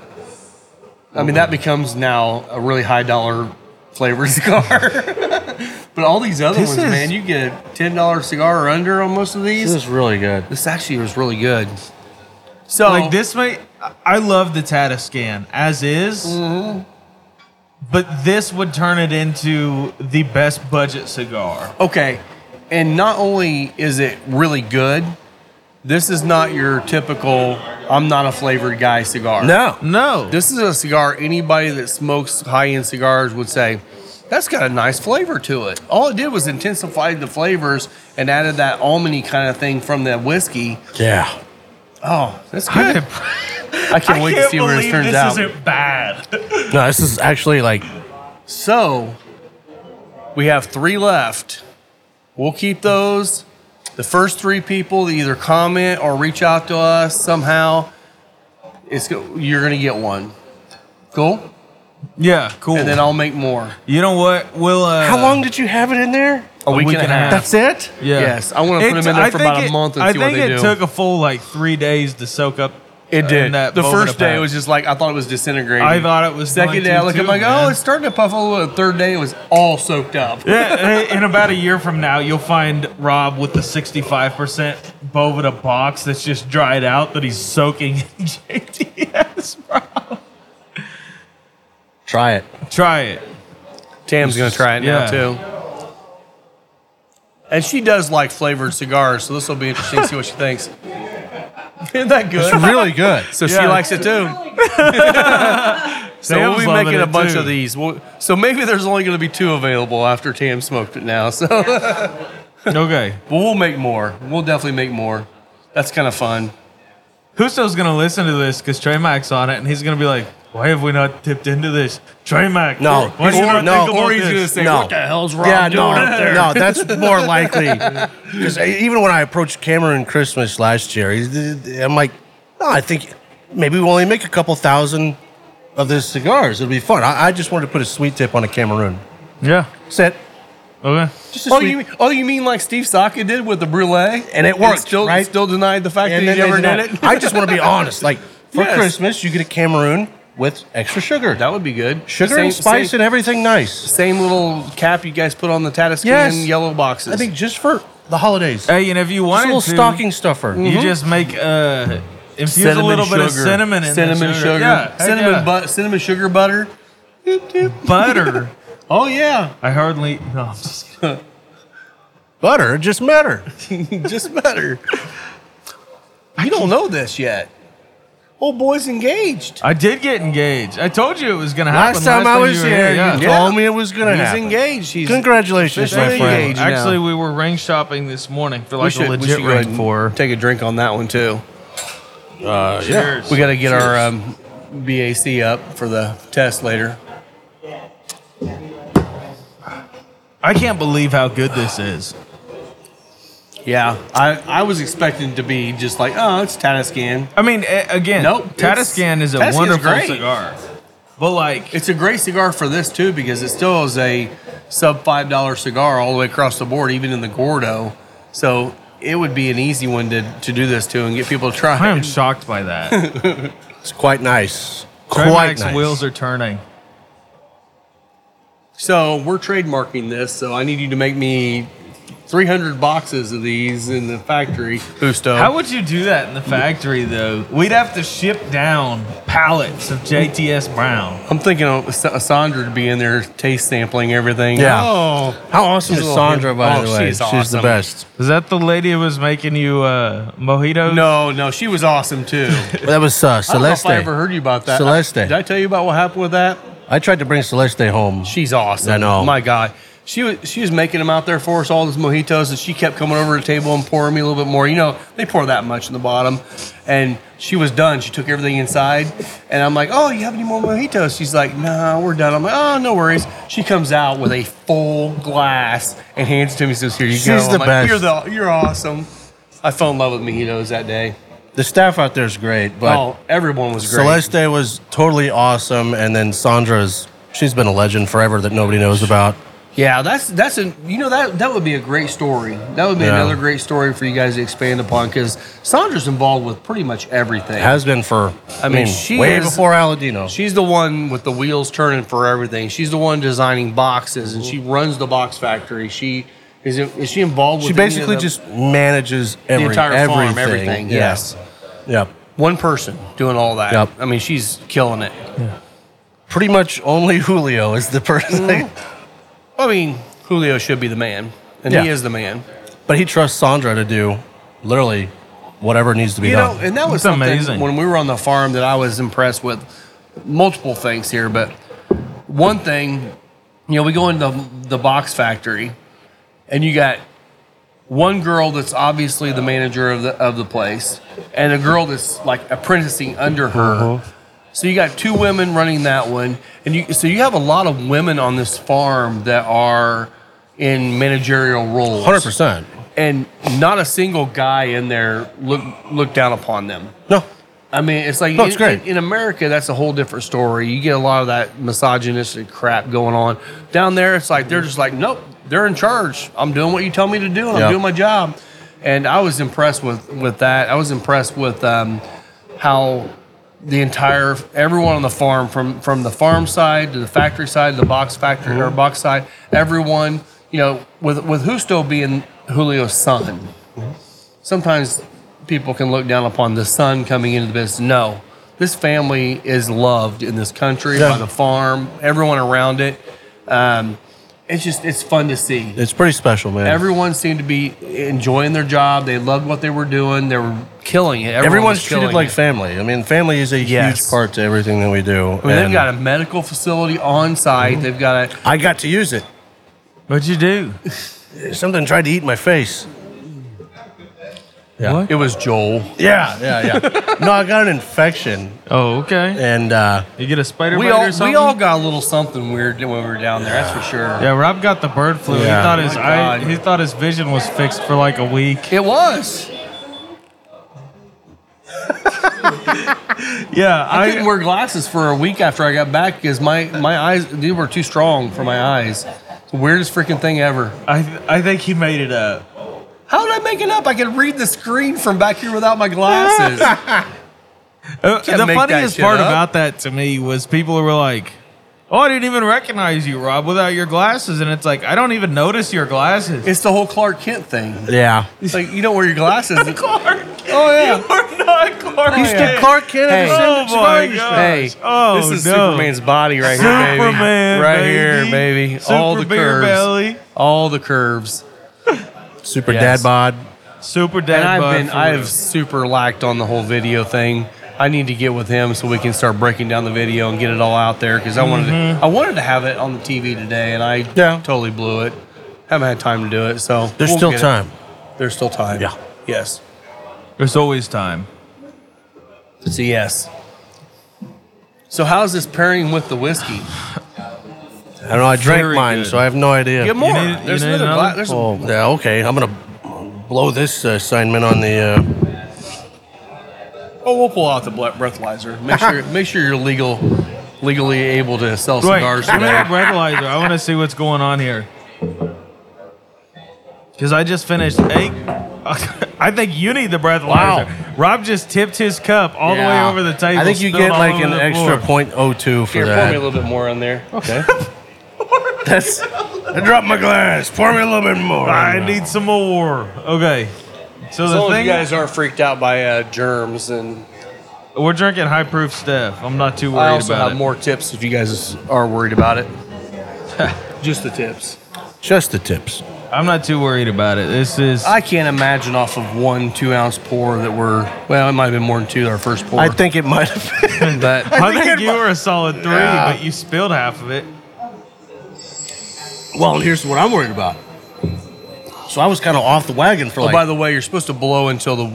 Speaker 2: I mean, that becomes now a really high dollar flavored *laughs* cigar. but all these other
Speaker 3: This
Speaker 2: ones,
Speaker 3: is-
Speaker 2: man, you get a ten dollar cigar or under on most of
Speaker 4: this
Speaker 2: these.
Speaker 4: is really good.
Speaker 2: This actually was really good. So
Speaker 3: Like this might. I love the Tata scan as is,
Speaker 2: Mm-hmm.
Speaker 3: but this would turn it into the best budget cigar.
Speaker 2: Okay. And not only is it really good, this is not your typical I'm not a flavored guy cigar.
Speaker 4: No.
Speaker 3: No,
Speaker 2: This is a cigar anybody that smokes high end cigars would say, that's got a nice flavor to it. All it did was intensify the flavors and added that almondy kind of thing from the whiskey.
Speaker 4: Yeah.
Speaker 2: Oh, that's
Speaker 3: I,
Speaker 2: good. *laughs* I can't wait to
Speaker 3: can't
Speaker 2: see where
Speaker 3: believe
Speaker 2: this turns
Speaker 3: this
Speaker 2: out.
Speaker 3: isn't bad.
Speaker 4: No, this is actually like
Speaker 2: So we have three left. We'll keep those. The first three people that either comment or reach out to us somehow, it's go- you're gonna get one. Cool.
Speaker 3: yeah, cool.
Speaker 2: And then I'll make more.
Speaker 3: you know what? We'll. Uh,
Speaker 4: How long did you have it in there?
Speaker 2: A
Speaker 3: week and a half.
Speaker 4: That's it?
Speaker 3: Yeah.
Speaker 2: Yes, I wanna put them in there for
Speaker 3: think
Speaker 2: about a month and
Speaker 3: I
Speaker 2: see what
Speaker 3: think
Speaker 2: they
Speaker 3: it
Speaker 2: do.
Speaker 3: took a full like three days to soak up.
Speaker 2: It
Speaker 3: did.
Speaker 2: The
Speaker 3: Bovina
Speaker 2: first day
Speaker 3: pack.
Speaker 2: was just like I thought it was disintegrating.
Speaker 3: I thought it was
Speaker 2: Second
Speaker 3: going
Speaker 2: day I
Speaker 3: to,
Speaker 2: look
Speaker 3: too,
Speaker 2: at like
Speaker 3: man.
Speaker 2: oh it's starting to puff a little. bit. Third day it was all soaked up.
Speaker 3: *laughs* Yeah, hey, in about a year from now, you'll find Rob with the 65% Bovida box that's just dried out that he's soaking in *laughs* JTS, bro.
Speaker 4: Try it.
Speaker 3: Try it.
Speaker 2: Tam's gonna try it
Speaker 3: Yeah.
Speaker 2: now too. And she does like flavored cigars, so this will be interesting to see what she thinks. Isn't that good?
Speaker 4: It's really good.
Speaker 2: So she likes it too. *laughs* so we'll
Speaker 3: Sam's
Speaker 2: be
Speaker 3: loving
Speaker 2: making a
Speaker 3: it,
Speaker 2: bunch
Speaker 3: too.
Speaker 2: of these. We'll- So maybe there's only going to be two available after Tam smoked it now. So *laughs* but
Speaker 3: Okay.
Speaker 2: we'll make more. We'll definitely make more. That's kind of fun.
Speaker 3: Husto's gonna listen to this because Trey Mac's on it, and he's gonna be like, "Why have we not tipped into this, Trey Mac?
Speaker 4: No.
Speaker 3: why did you not
Speaker 4: No.
Speaker 3: think about
Speaker 4: Or he's
Speaker 3: this?"
Speaker 4: gonna say, No. "What the
Speaker 2: hell's wrong?
Speaker 4: Yeah, no, no, that's more likely. *laughs* Because even when I approached Cameron Christmas last year, he- th- th- I'm like, no, I think maybe we'll only make a couple thousand of these cigars. It'll be fun. I, I just wanted to put a sweet tip on a Cameroon.
Speaker 3: Yeah.
Speaker 4: Set.
Speaker 3: Okay.
Speaker 4: Just a
Speaker 2: Oh,
Speaker 4: sweet-
Speaker 2: you oh you mean like Steve Saka did with the brulee,
Speaker 4: And it worked,
Speaker 2: Still,
Speaker 4: right?
Speaker 2: still denied the fact
Speaker 4: and
Speaker 2: that
Speaker 4: then
Speaker 2: he
Speaker 4: they
Speaker 2: ever
Speaker 4: did
Speaker 2: did it.
Speaker 4: not- I just
Speaker 2: *laughs*
Speaker 4: want to be honest. Like for
Speaker 2: Yes.
Speaker 4: Christmas, you get a Cameroon with extra sugar,
Speaker 2: That would be good.
Speaker 4: sugar
Speaker 2: Same-
Speaker 4: and spice,
Speaker 2: Same,
Speaker 4: and everything nice.
Speaker 2: same little cap you guys put on the Tatascan
Speaker 4: Yes.
Speaker 2: yellow boxes.
Speaker 4: I think just for the holidays,
Speaker 3: Hey, and if you
Speaker 4: just a
Speaker 3: wanted
Speaker 4: little
Speaker 3: to,
Speaker 4: stocking stuffer.
Speaker 2: Mm-hmm.
Speaker 3: you just make uh, infuse
Speaker 2: Cinnamon
Speaker 3: a little bit of
Speaker 2: sugar.
Speaker 3: cinnamon in the
Speaker 2: cinnamon sugar,
Speaker 3: Yeah, heck
Speaker 2: cinnamon
Speaker 3: yeah.
Speaker 2: but cinnamon sugar butter. Doop, doop.
Speaker 3: butter.
Speaker 2: Oh
Speaker 4: *laughs*
Speaker 2: yeah, *laughs*
Speaker 3: I hardly. No, I'm just kidding.
Speaker 4: Butter, just matter.
Speaker 2: just butter. You don't know this yet. Old boy's engaged.
Speaker 3: I did get engaged. I told you it was gonna happen.
Speaker 4: Last time I
Speaker 3: you
Speaker 4: was
Speaker 3: were
Speaker 4: here,
Speaker 3: yeah.
Speaker 4: you
Speaker 2: Yeah.
Speaker 4: told me it was gonna
Speaker 2: He's
Speaker 4: happen.
Speaker 2: engaged. He's
Speaker 4: Congratulations,
Speaker 2: Officially
Speaker 4: my friend.
Speaker 2: engaged. now.
Speaker 3: Actually, we were ring shopping this morning for
Speaker 2: We
Speaker 3: like
Speaker 2: should,
Speaker 3: a
Speaker 2: we should
Speaker 3: legit
Speaker 2: go ahead
Speaker 3: ring
Speaker 2: and
Speaker 3: for.
Speaker 2: take a drink on that one too.
Speaker 3: Cheers.
Speaker 2: We got to get our um, BAC up for the test later.
Speaker 3: I can't believe how good this is.
Speaker 2: Yeah, I, I was expecting to be just like, oh, it's Tatascan.
Speaker 3: I mean, a- again,
Speaker 2: Nope, it's-
Speaker 3: Tatascan is a
Speaker 2: Tatascan's
Speaker 3: wonderful
Speaker 2: great.
Speaker 3: cigar, but like,
Speaker 2: It's a great cigar for this too because it still is a sub five dollar cigar all the way across the board, even in the Gordo. So it would be an easy one to, to do this to and get people to try.
Speaker 3: I am
Speaker 2: it.
Speaker 3: shocked by
Speaker 2: *laughs*
Speaker 3: that.
Speaker 4: It's quite nice.
Speaker 3: Trey
Speaker 4: Quite
Speaker 3: Mack's
Speaker 4: nice.
Speaker 3: wheels are turning.
Speaker 2: So we're trademarking this. So I need you to make me three hundred boxes of these in the factory, Gusto.
Speaker 3: How would you do that in the factory, though? We'd have to ship down pallets of JTS Brown.
Speaker 2: I'm thinking of Sa- Sandra to be in there taste sampling everything.
Speaker 4: Yeah.
Speaker 2: Oh,
Speaker 4: How awesome is
Speaker 2: She's a little-
Speaker 4: Sandra, by
Speaker 2: oh,
Speaker 4: the way?
Speaker 2: she's
Speaker 4: She's,
Speaker 2: awesome.
Speaker 4: the best.
Speaker 3: Is that the lady who was making you uh, mojitos?
Speaker 2: no, no, she was awesome too.
Speaker 4: Well, that was uh,
Speaker 2: I don't know
Speaker 4: *laughs* Celeste.
Speaker 2: if I ever heard you about that.
Speaker 4: Celeste.
Speaker 2: Did I tell you about what happened with that?
Speaker 4: I tried to bring Celeste home.
Speaker 2: She's awesome.
Speaker 4: I know.
Speaker 2: My God. She was she was making them out there for us, all those mojitos, and she kept coming over to the table and pouring me a little bit more. You know, they pour that much in the bottom. And she was done. She took everything inside. And I'm like, Oh, you have any more mojitos? She's like, Nah, we're done. I'm like, Oh, no worries. She comes out with a full glass and hands it to me, says, Here you go.
Speaker 4: She's
Speaker 2: I'm
Speaker 4: the
Speaker 2: like,
Speaker 4: best.
Speaker 2: You're the you're awesome. I fell in love with mojitos that day.
Speaker 4: The staff out there is great, but
Speaker 2: oh, everyone was great.
Speaker 4: Celeste was totally awesome. And then Sandra's, she's been a legend forever that nobody knows about.
Speaker 2: Yeah, that's that's a you know that that would be a great story. That would be
Speaker 4: Yeah.
Speaker 2: another great story for you guys to expand upon because Sandra's involved with pretty much everything.
Speaker 4: Has been for, I
Speaker 2: mean,
Speaker 4: mean,
Speaker 2: she
Speaker 4: way
Speaker 2: is-
Speaker 4: before Aladino.
Speaker 2: She's the one with the wheels turning for everything. She's the one designing boxes and she runs the box factory. She is it, is she involved with
Speaker 4: she
Speaker 2: any of
Speaker 4: basically
Speaker 2: the-
Speaker 4: just manages
Speaker 2: the
Speaker 4: every,
Speaker 2: entire
Speaker 4: everything.
Speaker 2: farm, everything.
Speaker 4: Yeah.
Speaker 2: Yes.
Speaker 4: Yep.
Speaker 2: One person doing all that.
Speaker 4: Yep.
Speaker 2: I mean, she's killing it.
Speaker 4: Pretty much only *laughs* Julio is the person,
Speaker 2: Mm-hmm. I mean, Julio should be the man, and he
Speaker 4: Yeah.
Speaker 2: is the man.
Speaker 4: but he trusts Sandra to do literally whatever needs to be
Speaker 2: You
Speaker 4: done.
Speaker 2: know, and that was
Speaker 3: It's
Speaker 2: something
Speaker 3: amazing.
Speaker 2: when we were on the farm that I was impressed with multiple things here, but one thing, you know, we go into the, the box factory and you got one girl that's obviously the manager of the of the place and a girl that's like apprenticing under her.
Speaker 4: Uh-huh.
Speaker 2: So you got two women running that one, and you so you have a lot of women on this farm that are in managerial roles
Speaker 4: Hundred percent.
Speaker 2: and not a single guy in there look look down upon them.
Speaker 4: No,
Speaker 2: I mean, it's like
Speaker 4: No, it's
Speaker 2: in,
Speaker 4: great.
Speaker 2: in- in America, that's a whole different story. You get a lot of that misogynistic crap going on down there. It's like they're just like, nope, they're in charge. I'm doing what you tell me to do. and
Speaker 4: Yeah.
Speaker 2: I'm doing my job. And I was impressed with with that. I was impressed with um, how the entire everyone on the farm from from the farm side to the factory side to the box factory or
Speaker 4: Mm-hmm.
Speaker 2: box side everyone you know with with Justo being Julio's son
Speaker 4: Mm-hmm.
Speaker 2: sometimes people can look down upon the son coming into the business no this family is loved in this country by the farm everyone around it um, it's just it's fun to see.
Speaker 4: It's pretty special, man.
Speaker 2: Everyone seemed to be enjoying their job. They loved what they were doing. They were killing it. Everyone
Speaker 4: Everyone's
Speaker 2: was
Speaker 4: treated
Speaker 2: killing
Speaker 4: like
Speaker 2: it.
Speaker 4: family. I mean, family is a
Speaker 2: Yes.
Speaker 4: huge part to everything that we do.
Speaker 2: I mean, they've
Speaker 4: and
Speaker 2: got a medical facility on site. They've got a
Speaker 4: I got to use it.
Speaker 3: What'd you
Speaker 2: *laughs*
Speaker 3: do?
Speaker 4: Something tried to eat my face. Yeah.
Speaker 3: What?
Speaker 2: It was Joel.
Speaker 4: Yeah, yeah, yeah. *laughs* no, I got an infection,
Speaker 3: Oh, okay.
Speaker 4: and uh,
Speaker 3: You get a spider
Speaker 2: We
Speaker 3: bite
Speaker 2: all
Speaker 3: or something?
Speaker 2: we all got a little something weird when we were down there. That's for sure.
Speaker 3: yeah, Rob got the bird flu.
Speaker 4: Yeah.
Speaker 3: He thought his
Speaker 2: My
Speaker 3: eye,
Speaker 2: God.
Speaker 3: he thought his vision was fixed for like a week.
Speaker 2: It *laughs* was.
Speaker 3: Yeah,
Speaker 2: I couldn't wear glasses for a week after I got back because my, my eyes they were too strong for my eyes. It's the weirdest freaking thing ever.
Speaker 3: I, th- I think he made it up.
Speaker 2: How did I make it up? I could read the screen from back here without my *laughs* glasses.
Speaker 3: Uh, the
Speaker 2: make that
Speaker 3: funniest
Speaker 2: shit
Speaker 3: part
Speaker 2: up.
Speaker 3: about that to me was people were like, "Oh, I didn't even recognize you, Rob, without your glasses." And it's like, I don't even notice your glasses.
Speaker 2: it's the whole Clark Kent thing.
Speaker 4: yeah,
Speaker 2: It's like you don't wear your *laughs* glasses.
Speaker 3: Clark.
Speaker 2: Oh yeah.
Speaker 3: *laughs* We're not Clark.
Speaker 4: Oh,
Speaker 2: He's the Clark Kent
Speaker 3: Hey.
Speaker 2: of the
Speaker 3: Oh,
Speaker 2: Super
Speaker 3: my
Speaker 2: Spiders.
Speaker 3: gosh.
Speaker 2: Hey,
Speaker 3: Oh,
Speaker 2: this is
Speaker 3: no.
Speaker 2: Superman's body right here, baby.
Speaker 3: Superman,
Speaker 2: right
Speaker 3: baby.
Speaker 2: here, baby.
Speaker 3: Super
Speaker 2: All the
Speaker 3: beer
Speaker 2: curves,
Speaker 3: belly.
Speaker 2: all the curves.
Speaker 4: super
Speaker 2: Yes.
Speaker 4: dad bod.
Speaker 3: Super dad.
Speaker 2: And I've
Speaker 3: bod
Speaker 2: been,
Speaker 3: for
Speaker 2: I've
Speaker 3: real.
Speaker 2: super lacked on the whole video thing. I need to get with him so we can start breaking down the video and get it all out there because I wanted,
Speaker 3: Mm-hmm.
Speaker 2: to, I wanted to have it on the TV today, and I
Speaker 4: Yeah.
Speaker 2: totally blew it. Haven't had time to do it, so
Speaker 4: There's
Speaker 2: we'll
Speaker 4: still
Speaker 2: get it.
Speaker 4: time.
Speaker 2: There's still time.
Speaker 4: Yeah.
Speaker 2: Yes.
Speaker 3: There's always time.
Speaker 2: It's a yes. So how's this pairing with the whiskey?
Speaker 4: I don't know. I drank
Speaker 3: Very
Speaker 4: mine,
Speaker 3: good.
Speaker 4: so I have no idea.
Speaker 2: Get more.
Speaker 3: need- you
Speaker 2: there's
Speaker 3: need
Speaker 2: another.
Speaker 3: another?
Speaker 2: Black, there's
Speaker 4: Oh, yeah. Okay, I'm gonna blow this assignment on the. Uh,
Speaker 2: Oh, we'll pull out the ble- breathalyzer. Make sure, make sure you're legal, legally able to sell
Speaker 3: Wait,
Speaker 2: cigars.
Speaker 3: give me
Speaker 2: today.
Speaker 3: that breathalyzer. I want to see what's going on here. Because I just finished eight. *laughs* I think you need the breathalyzer. Rob just tipped his cup all the way
Speaker 2: Yeah.
Speaker 3: over the table.
Speaker 4: I think you
Speaker 3: spilled
Speaker 4: get
Speaker 3: all
Speaker 4: like
Speaker 3: over
Speaker 4: an
Speaker 3: the
Speaker 4: extra
Speaker 3: floor.
Speaker 4: point oh two for
Speaker 2: Here, pour me a
Speaker 4: that.
Speaker 2: little bit more on there. *laughs* Okay.
Speaker 4: That's. I dropped my glass. Pour me a little bit more.
Speaker 3: I need some more. Okay. So
Speaker 2: As
Speaker 3: the
Speaker 2: long as
Speaker 3: thing
Speaker 2: you guys aren't freaked out by uh, germs, and
Speaker 3: we're drinking high proof stuff. I'm not too
Speaker 2: I
Speaker 3: worried
Speaker 2: also
Speaker 3: about
Speaker 2: have
Speaker 3: it.
Speaker 2: more tips if you guys are worried about it. Just the tips.
Speaker 4: Just the tips.
Speaker 3: I'm not too worried about it. This is
Speaker 2: I can't imagine off of one two ounce pour that we're well, it might have been more than two our first pour.
Speaker 4: I think it might have. Been.
Speaker 2: but
Speaker 3: I
Speaker 4: think
Speaker 3: think
Speaker 4: it
Speaker 3: you
Speaker 4: mu-
Speaker 3: were a solid three, but you spilled half of it.
Speaker 4: Well, here's what I'm worried about. So I was kind of off the wagon for
Speaker 2: oh,
Speaker 4: like.
Speaker 2: by the way, you're supposed to blow until the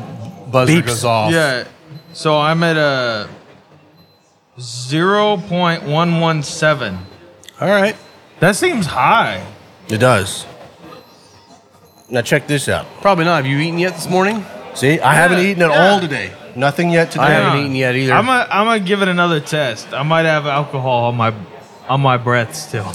Speaker 2: buzzer
Speaker 4: Beeps.
Speaker 2: goes off.
Speaker 3: Yeah. So I'm at a 0.117.
Speaker 4: all right.
Speaker 3: That seems high.
Speaker 4: It does. Now check this out.
Speaker 2: Probably not. Have you eaten yet this morning?
Speaker 4: See, I haven't
Speaker 3: Yeah,
Speaker 4: eaten at
Speaker 3: yeah.
Speaker 4: all today. Nothing yet today.
Speaker 2: I haven't eaten yet either.
Speaker 3: I'm gonna I'm gonna give it another test. I might have alcohol on my on my breath still.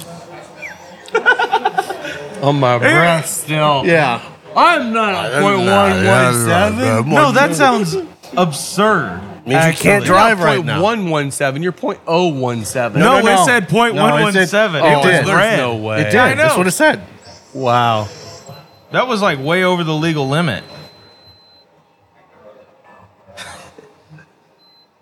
Speaker 2: on my breath still.
Speaker 4: Yeah.
Speaker 2: I'm not a point one one seven.
Speaker 3: No, that sounds absurd.
Speaker 4: Means you can't
Speaker 3: actually.
Speaker 4: drive right now.
Speaker 2: One one seven. You're point oh one seven.
Speaker 3: No,
Speaker 4: no,
Speaker 3: it
Speaker 4: no.
Speaker 3: said point
Speaker 4: No,
Speaker 3: one
Speaker 4: it
Speaker 3: one
Speaker 4: said- Oh,
Speaker 3: seven.
Speaker 4: it
Speaker 3: It, was
Speaker 4: did. There's
Speaker 3: red.
Speaker 2: no way.
Speaker 4: It did.
Speaker 3: I know.
Speaker 4: That's what it said.
Speaker 2: Wow.
Speaker 3: That was like way over the legal limit. *laughs*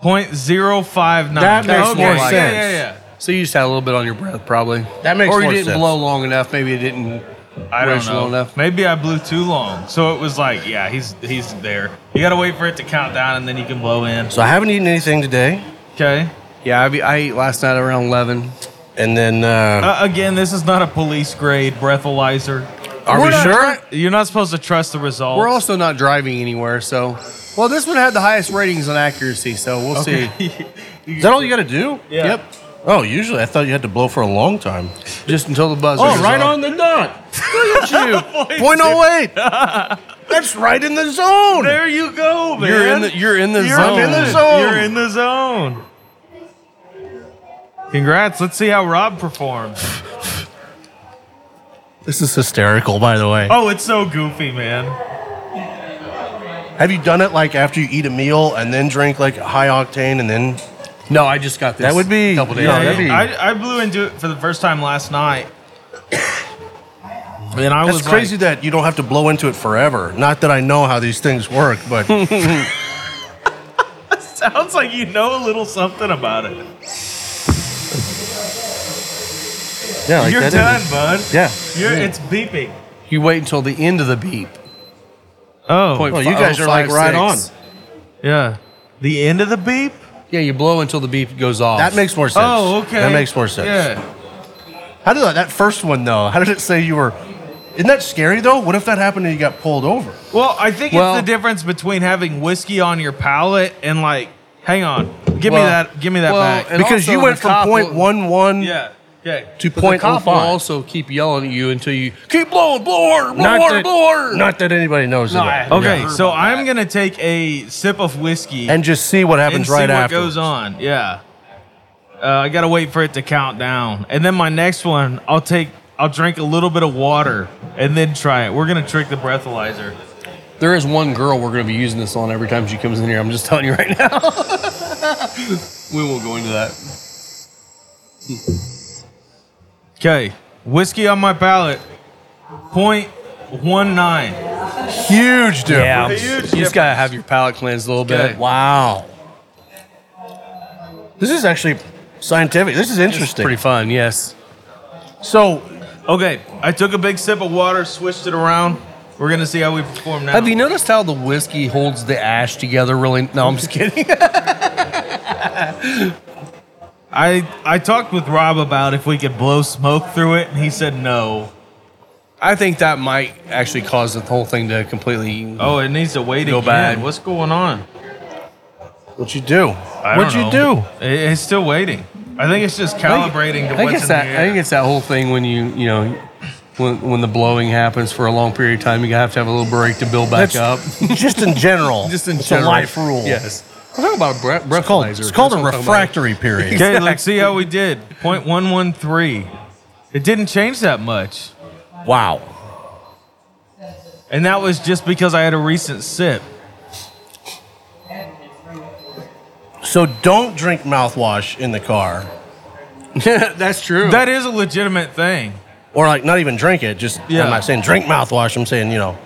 Speaker 3: Point zero five nine.
Speaker 4: That makes
Speaker 2: more
Speaker 3: yeah,
Speaker 2: sense.
Speaker 3: Yeah, yeah,
Speaker 2: So you just had a little bit on your breath, probably.
Speaker 4: That makes
Speaker 2: Or you
Speaker 4: more
Speaker 2: didn't
Speaker 4: sense.
Speaker 2: blow long enough. Maybe it didn't.
Speaker 3: yeah. I don't
Speaker 2: Rational
Speaker 3: know.
Speaker 2: enough.
Speaker 3: Maybe I blew too long, so it was like, yeah, he's he's there. You gotta wait for it to count down, and then you can blow in.
Speaker 4: So I haven't eaten anything today,
Speaker 3: Okay.
Speaker 2: Yeah, I, be, I ate last night around eleven.
Speaker 4: and then uh,
Speaker 3: Uh, again, this is not a police grade breathalyzer.
Speaker 4: are we
Speaker 2: not
Speaker 4: sure?
Speaker 3: You're not supposed to trust the results. *laughs*
Speaker 2: *laughs* We're also not driving anywhere, so. Well, this one had the highest ratings on accuracy, so we'll see.
Speaker 4: Is that all you got to do?
Speaker 3: Yeah.
Speaker 2: Yep.
Speaker 4: Oh, usually I thought you had to blow for a long time.
Speaker 2: Just until the buzzer.
Speaker 4: Oh,
Speaker 2: goes
Speaker 4: right
Speaker 2: off.
Speaker 4: on the dot. Look at *laughs* you. Oh, Point oh eight. *laughs* That's right in the zone.
Speaker 3: There you go, man.
Speaker 2: You're in the you're in the
Speaker 3: You're
Speaker 2: zone.
Speaker 4: in the zone.
Speaker 3: You're in the zone. Congrats. Let's see how Rob performs.
Speaker 4: This is hysterical, by the way.
Speaker 3: Oh, it's so goofy, man.
Speaker 4: Have you done it like after you eat a meal and then drink like high octane and then?
Speaker 2: No, I just got this.
Speaker 4: That would be-
Speaker 2: couple days.
Speaker 4: yeah,
Speaker 2: ago.
Speaker 4: Oh, that'd be-
Speaker 3: I, I blew into it for the first time last night. And I
Speaker 4: That's
Speaker 3: was
Speaker 4: crazy
Speaker 3: Like,
Speaker 4: that you don't have to blow into it forever. Not that I know how these things work, but
Speaker 3: sounds like *laughs* you know a little something about it.
Speaker 4: Yeah, like
Speaker 3: You're
Speaker 4: that
Speaker 3: done,
Speaker 4: is-
Speaker 3: bud.
Speaker 4: Yeah.
Speaker 3: You're, it's beeping.
Speaker 2: *laughs* You wait until the end of the beep.
Speaker 3: Oh,
Speaker 4: Well, you guys are like right on.
Speaker 2: 0.56.
Speaker 3: yeah. The end of the beep?
Speaker 2: Yeah, you blow until the beep goes off.
Speaker 4: That makes more sense.
Speaker 3: Oh, okay.
Speaker 4: That makes more sense.
Speaker 3: Yeah.
Speaker 4: How did that, that first one though? How did it say you were? Isn't that scary though? What if that happened and you got pulled over?
Speaker 3: Well, I think
Speaker 2: Well-
Speaker 3: it's the difference between having whiskey on your palate and like, hang on, give me
Speaker 2: Well-
Speaker 3: that, give me that
Speaker 2: well,
Speaker 3: back.
Speaker 2: And
Speaker 4: Because
Speaker 2: also
Speaker 4: you
Speaker 2: the
Speaker 4: went from
Speaker 2: cop
Speaker 4: point
Speaker 2: will-
Speaker 4: one one
Speaker 3: yeah. Okay.
Speaker 4: to
Speaker 2: But the
Speaker 4: point oh
Speaker 2: cop will
Speaker 4: five.
Speaker 2: also keep yelling at you until you keep blowing, blow harder, blow
Speaker 4: Not
Speaker 2: harder,
Speaker 4: that-
Speaker 2: blow harder.
Speaker 4: Not that anybody knows.
Speaker 2: No,
Speaker 4: of
Speaker 2: I
Speaker 4: that.
Speaker 2: haven't
Speaker 3: Okay,
Speaker 2: heard
Speaker 3: so
Speaker 2: about
Speaker 3: I'm
Speaker 2: that.
Speaker 3: gonna take a sip of whiskey
Speaker 4: And just see what
Speaker 3: and
Speaker 4: happens
Speaker 3: see
Speaker 4: right
Speaker 3: what
Speaker 4: after.
Speaker 3: goes on. Yeah. Uh, I gotta wait for it to count down, and then my next one, I'll take, I'll drink a little bit of water, and then try it. We're gonna trick the breathalyzer.
Speaker 2: There is one girl we're going to be using this on every time she comes in here. I'm just telling you right
Speaker 3: *laughs*
Speaker 2: now. we won't go into that.
Speaker 3: Okay, whiskey on my palate, point one nine.
Speaker 4: Huge difference.
Speaker 2: Yeah,
Speaker 3: Huge
Speaker 2: you
Speaker 3: difference.
Speaker 2: just gotta have your palate cleansed a little bit.
Speaker 3: Okay.
Speaker 4: Wow. This is actually scientific. This is
Speaker 2: It's
Speaker 4: interesting.
Speaker 2: pretty fun, yes.
Speaker 4: so,
Speaker 3: Okay, I took a big sip of water, switched it around. We're gonna see how we perform now.
Speaker 2: Have you noticed how the whiskey holds the ash together? Really? No, I'm just *laughs* kidding.
Speaker 3: I I talked with Rob about if we could blow smoke through it, and he said no.
Speaker 2: I think that might actually cause the whole thing to completely.
Speaker 3: Oh, it needs to wait
Speaker 2: Go
Speaker 3: again.
Speaker 2: bad.
Speaker 3: What's going on?
Speaker 4: what you do?
Speaker 3: I
Speaker 4: What'd
Speaker 3: don't
Speaker 4: you
Speaker 3: know.
Speaker 4: do?
Speaker 3: It- it's still waiting. I think it's just calibrating to
Speaker 2: I think
Speaker 3: what's
Speaker 2: it's
Speaker 3: in
Speaker 2: that.
Speaker 3: the
Speaker 2: I
Speaker 3: air.
Speaker 2: think it's that whole thing when you you know when when the blowing happens for a long period of time, you have to have a little break to build back
Speaker 4: That's-
Speaker 2: up.
Speaker 4: Just in general.
Speaker 2: Just in
Speaker 4: it's
Speaker 2: general.
Speaker 4: a life rule.
Speaker 2: Yes. We're talking about a breath, breathalyzer.
Speaker 4: It's called, it's called
Speaker 2: That's what
Speaker 4: a
Speaker 2: I'm talking about.
Speaker 3: *laughs*
Speaker 4: refractory period.
Speaker 3: okay, let's see how we did. 0.113. It didn't change that much.
Speaker 4: Wow.
Speaker 3: And that was just because I had a recent sip.
Speaker 4: So don't drink mouthwash in the car,
Speaker 2: That's true.
Speaker 3: That is a legitimate thing.
Speaker 4: or like not even drink it. Just
Speaker 3: Yeah.
Speaker 4: I'm not saying drink mouthwash. I'm saying you know.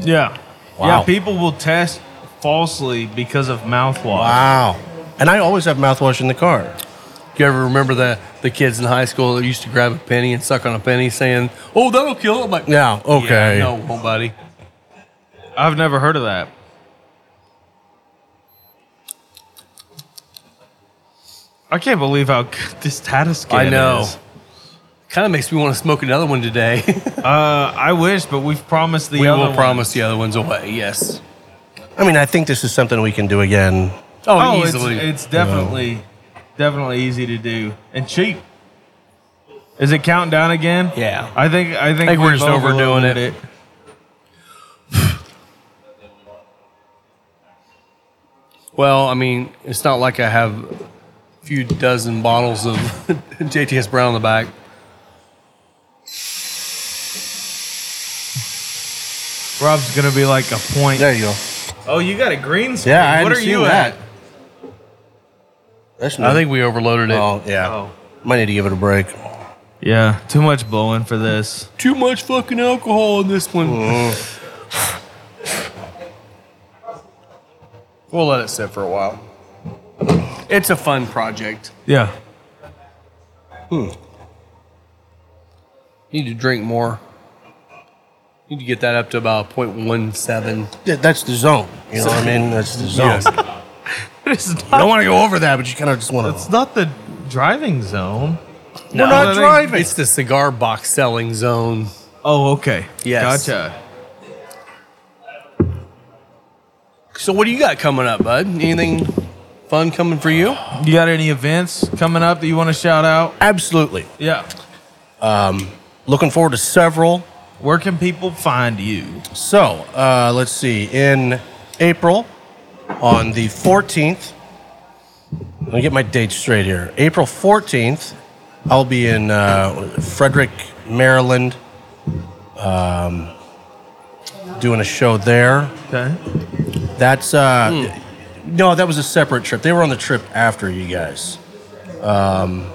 Speaker 3: Yeah.
Speaker 4: Wow.
Speaker 3: Yeah, people will test falsely because of mouthwash.
Speaker 4: Wow. And I always have mouthwash in the car.
Speaker 2: you ever remember the the kids in high school that used to grab a penny and suck on a penny, saying, "Oh, that'll kill it." I'm like,
Speaker 4: Yeah. Okay.
Speaker 2: no, it won't, buddy.
Speaker 3: I've never heard of that. I can't believe how good *laughs* this data scan
Speaker 2: I know.
Speaker 3: is.
Speaker 2: Kind of makes me want to smoke another
Speaker 3: *laughs*
Speaker 2: one today.
Speaker 3: Uh, I wish, but we've promised the
Speaker 2: we
Speaker 3: other
Speaker 2: will
Speaker 3: one.
Speaker 2: promise the other ones away. Yes.
Speaker 4: I mean, I think this is something we can do again.
Speaker 3: Oh,
Speaker 2: Oh,
Speaker 3: it's,
Speaker 2: easily.
Speaker 3: it's definitely, definitely easy to do and cheap. Is it counting down again?
Speaker 2: Yeah.
Speaker 3: I think I think,
Speaker 2: I think we're
Speaker 3: we've
Speaker 2: just overdoing
Speaker 3: overloaded
Speaker 2: it. Well, I mean, it's not like I have a few dozen bottles of *laughs* JTS Brown in the back.
Speaker 3: Rob's gonna be like a point.
Speaker 4: There you go.
Speaker 3: Oh, you got a green screen.
Speaker 4: Yeah, I
Speaker 3: what
Speaker 4: hadn't
Speaker 3: are you
Speaker 4: seen
Speaker 3: at?
Speaker 4: that. That's
Speaker 2: I think we overloaded it.
Speaker 4: Oh yeah.
Speaker 3: Oh.
Speaker 4: Might need to give it a break.
Speaker 3: Yeah, too much blowing for this.
Speaker 2: Too much fucking alcohol in this one. *sighs* We'll let it sit for a while. It's a fun project.
Speaker 3: Yeah.
Speaker 2: Need to drink more. Need to get that up to about 0.17.
Speaker 4: Yeah, That's the zone. You know what I mean? That's the zone.
Speaker 2: Yes.
Speaker 4: You
Speaker 3: *laughs* It's not,
Speaker 4: don't want to go over that, but you kind of just want
Speaker 3: it's
Speaker 4: to.
Speaker 3: not the driving zone.
Speaker 4: We're not driving.
Speaker 2: It's the cigar box selling zone.
Speaker 3: Oh, okay.
Speaker 2: Yes.
Speaker 3: Gotcha.
Speaker 2: So what do you got coming up, bud? Anything fun coming for you?
Speaker 3: You got any events coming up that you want to shout out?
Speaker 4: Absolutely.
Speaker 3: Yeah.
Speaker 4: Looking forward to several.
Speaker 3: Where can people find you?
Speaker 4: So uh, let's see. In April, on the 14th, let me get my dates straight here. April 14th, I'll be in uh, Frederick, Maryland, um, doing a show there.
Speaker 3: Okay.
Speaker 4: That's uh,
Speaker 2: Hmm.
Speaker 4: no, that was a separate trip. They were on the trip after you guys. Um,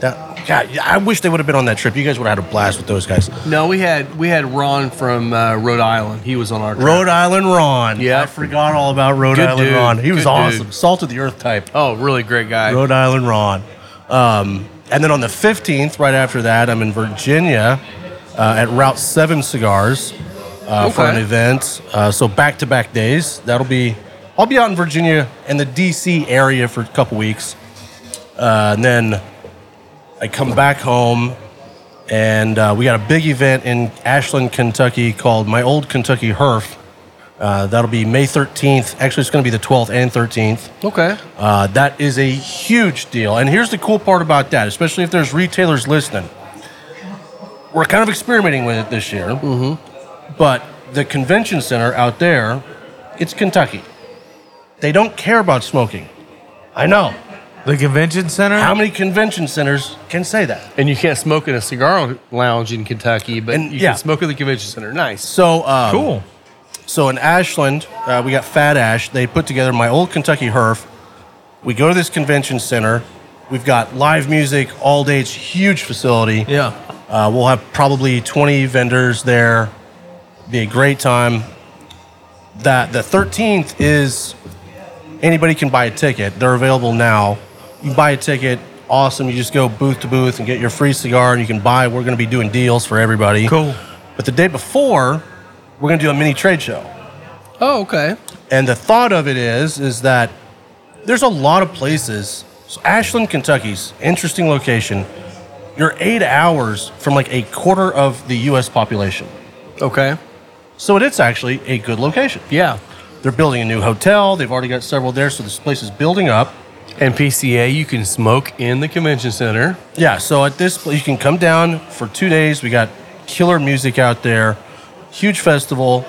Speaker 4: that God, I wish they would have been on that trip. You guys would have had a blast with those guys.
Speaker 2: No, we had we had Ron from uh, Rhode Island. He was on our trip.
Speaker 4: Rhode Island Ron.
Speaker 2: Yeah.
Speaker 4: I forgot all about Rhode
Speaker 2: Good
Speaker 4: Island
Speaker 2: dude.
Speaker 4: Ron. He was
Speaker 2: Good
Speaker 4: awesome.
Speaker 2: dude.
Speaker 4: Salt of the earth type.
Speaker 2: Oh, really great guy.
Speaker 4: Rhode Island Ron. Um, And then on the 15th, right after that, I'm in Virginia uh, at Route 7 Cigars uh, for an
Speaker 2: Okay.
Speaker 4: event. Uh, so back to back days. That'll be, I'll be out in Virginia and the DC area for a couple weeks. Uh, and then I come back home and uh, we got a big event in Ashland, Kentucky called My Old Kentucky Herf. Uh, that'll be May 13th. Actually, it's going to be the 12th and 13th.
Speaker 2: Okay.
Speaker 4: Uh, that is a huge deal. And here's the cool part about that, especially if there's retailers listening. We're kind of experimenting with it this year, mm-hmm. but the convention center out there, it's Kentucky. They don't care about smoking. I know.
Speaker 3: The convention center.
Speaker 4: How many convention centers can say that?
Speaker 2: And you can't smoke in a cigar lounge in Kentucky, but
Speaker 4: And-
Speaker 2: you
Speaker 4: yeah.
Speaker 2: can smoke at the convention center. Nice.
Speaker 4: So um,
Speaker 3: cool.
Speaker 4: So in Ashland, uh, we got Fat Ash. They put together my old Kentucky Herf. We go to this convention center. We've got live music all day. It's a huge facility.
Speaker 3: Yeah.
Speaker 4: Uh, we'll have probably 20 vendors there. Be a great time. That the 13th is anybody can buy a ticket. They're available now. You buy a ticket. Awesome. You just go booth to booth and get your free cigar, and you can buy. We're going to be doing deals for everybody.
Speaker 3: Cool.
Speaker 4: But the day before, we're going to do a mini trade show.
Speaker 2: Oh, okay.
Speaker 4: And the thought of it is, is that there's a lot of places. So Ashland, Kentucky's interesting location. You're eight hours from like a quarter of the U.S. population,
Speaker 2: Okay.
Speaker 4: so it's actually a good location.
Speaker 2: Yeah.
Speaker 4: They're building a new hotel. They've already got several there, so this place is building up.
Speaker 2: And PCA, you can smoke in the convention center.
Speaker 4: Yeah, so at this, pl- you can come down for two days. We got killer music out there, huge festival,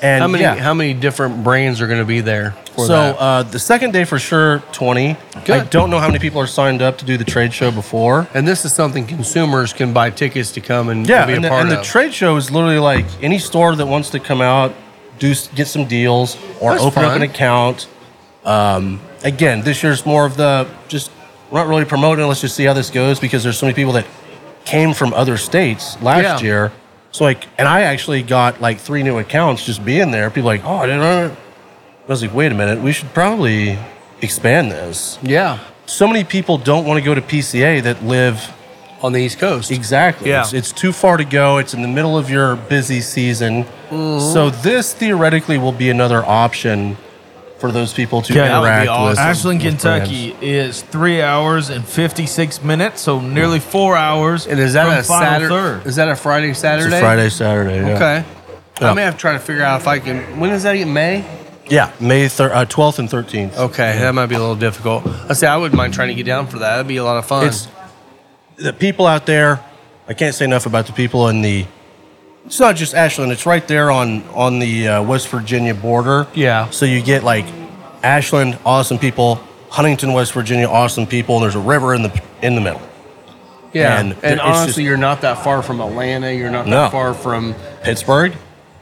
Speaker 4: and
Speaker 2: How many
Speaker 4: yeah.
Speaker 2: how many different brands are going to be there for
Speaker 4: so
Speaker 2: that?
Speaker 4: Uh, the second day for sure, twenty. I
Speaker 2: Good.
Speaker 4: don't know how many people are signed up to do the trade show before.
Speaker 2: and this is something consumers can buy tickets to come and,
Speaker 4: Yeah,
Speaker 2: and be
Speaker 4: and,
Speaker 2: a
Speaker 4: the,
Speaker 2: part
Speaker 4: and the
Speaker 2: of.
Speaker 4: trade show is literally like any store that wants to come out, do s- get some deals or
Speaker 2: That's
Speaker 4: open up
Speaker 2: fun.
Speaker 4: an account. Um, again, this year's more of the just we're not really promoting. Let's just see how this goes because there's so many people that came from other states last
Speaker 2: Yeah.
Speaker 4: year. So like, and I actually got like three new accounts just being there. People like, oh, I didn't. know. I was like, wait a minute, we should probably expand this.
Speaker 2: yeah,
Speaker 4: So many people don't want to go to PCA that live
Speaker 2: on the East Coast.
Speaker 4: Exactly.
Speaker 3: Yeah.
Speaker 4: It's, it's too far to go. It's in the middle of your busy season. So this theoretically will be another option for those people to
Speaker 3: Yeah, that would
Speaker 4: interact
Speaker 2: be awesome.
Speaker 4: with.
Speaker 3: Ashland,
Speaker 4: with brands.
Speaker 3: Kentucky is three hours and fifty-six minutes, so nearly four hours.
Speaker 2: and is that
Speaker 3: from
Speaker 2: a
Speaker 3: Final
Speaker 2: Saturday?
Speaker 3: Third.
Speaker 2: Is that a Friday
Speaker 4: It's
Speaker 2: Saturday?
Speaker 4: a Friday, Saturday. Yeah.
Speaker 2: Okay.
Speaker 4: Yeah.
Speaker 2: I may have to try to figure out if I can. When is that? In May?
Speaker 4: Yeah, May thir- uh, 12th and 13th.
Speaker 2: Okay, that might be a little difficult. I say I wouldn't mind trying to get down for that. That'd be a lot of fun.
Speaker 4: It's the people out there. I can't say enough about the people in the. It's not just Ashland. It's right there on on the uh, West Virginia border.
Speaker 2: Yeah.
Speaker 4: So you get like Ashland, awesome people. Huntington, West Virginia, awesome people. And there's a river in the in the middle.
Speaker 2: yeah,
Speaker 4: and
Speaker 2: and,
Speaker 4: it's
Speaker 2: honestly,
Speaker 4: just-
Speaker 2: you're not that far from Atlanta. You're not
Speaker 4: No.
Speaker 2: that far from.
Speaker 4: Pittsburgh.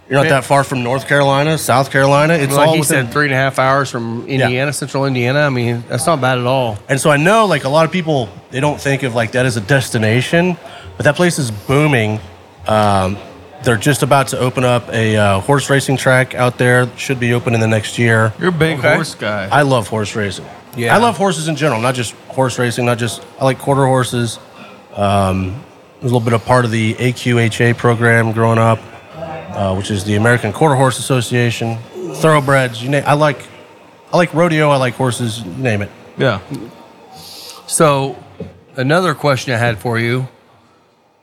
Speaker 4: You're not
Speaker 2: Pitt-
Speaker 4: that far from North Carolina, South Carolina. It's
Speaker 2: Like
Speaker 4: all
Speaker 2: he
Speaker 4: within.
Speaker 2: said, three and a half hours from Indiana, Central Indiana. I mean, that's not bad at all.
Speaker 4: and so I know, like a lot of people, they don't think of like that as a destination, but that place is booming. Um, they're just about to open up a uh, horse racing track out there. Should be open in the next year.
Speaker 3: You're a big
Speaker 2: Okay.
Speaker 3: horse guy.
Speaker 4: I love horse racing.
Speaker 2: Yeah.
Speaker 4: I love horses in general, not just horse racing. Not just I like quarter horses. Um, I was a little bit of part of the AQHA program growing up, uh, which is the American Quarter Horse Association. Thoroughbreds, you name. I like, I like rodeo. I like horses. You name it.
Speaker 3: yeah.
Speaker 2: So, another question I had for you: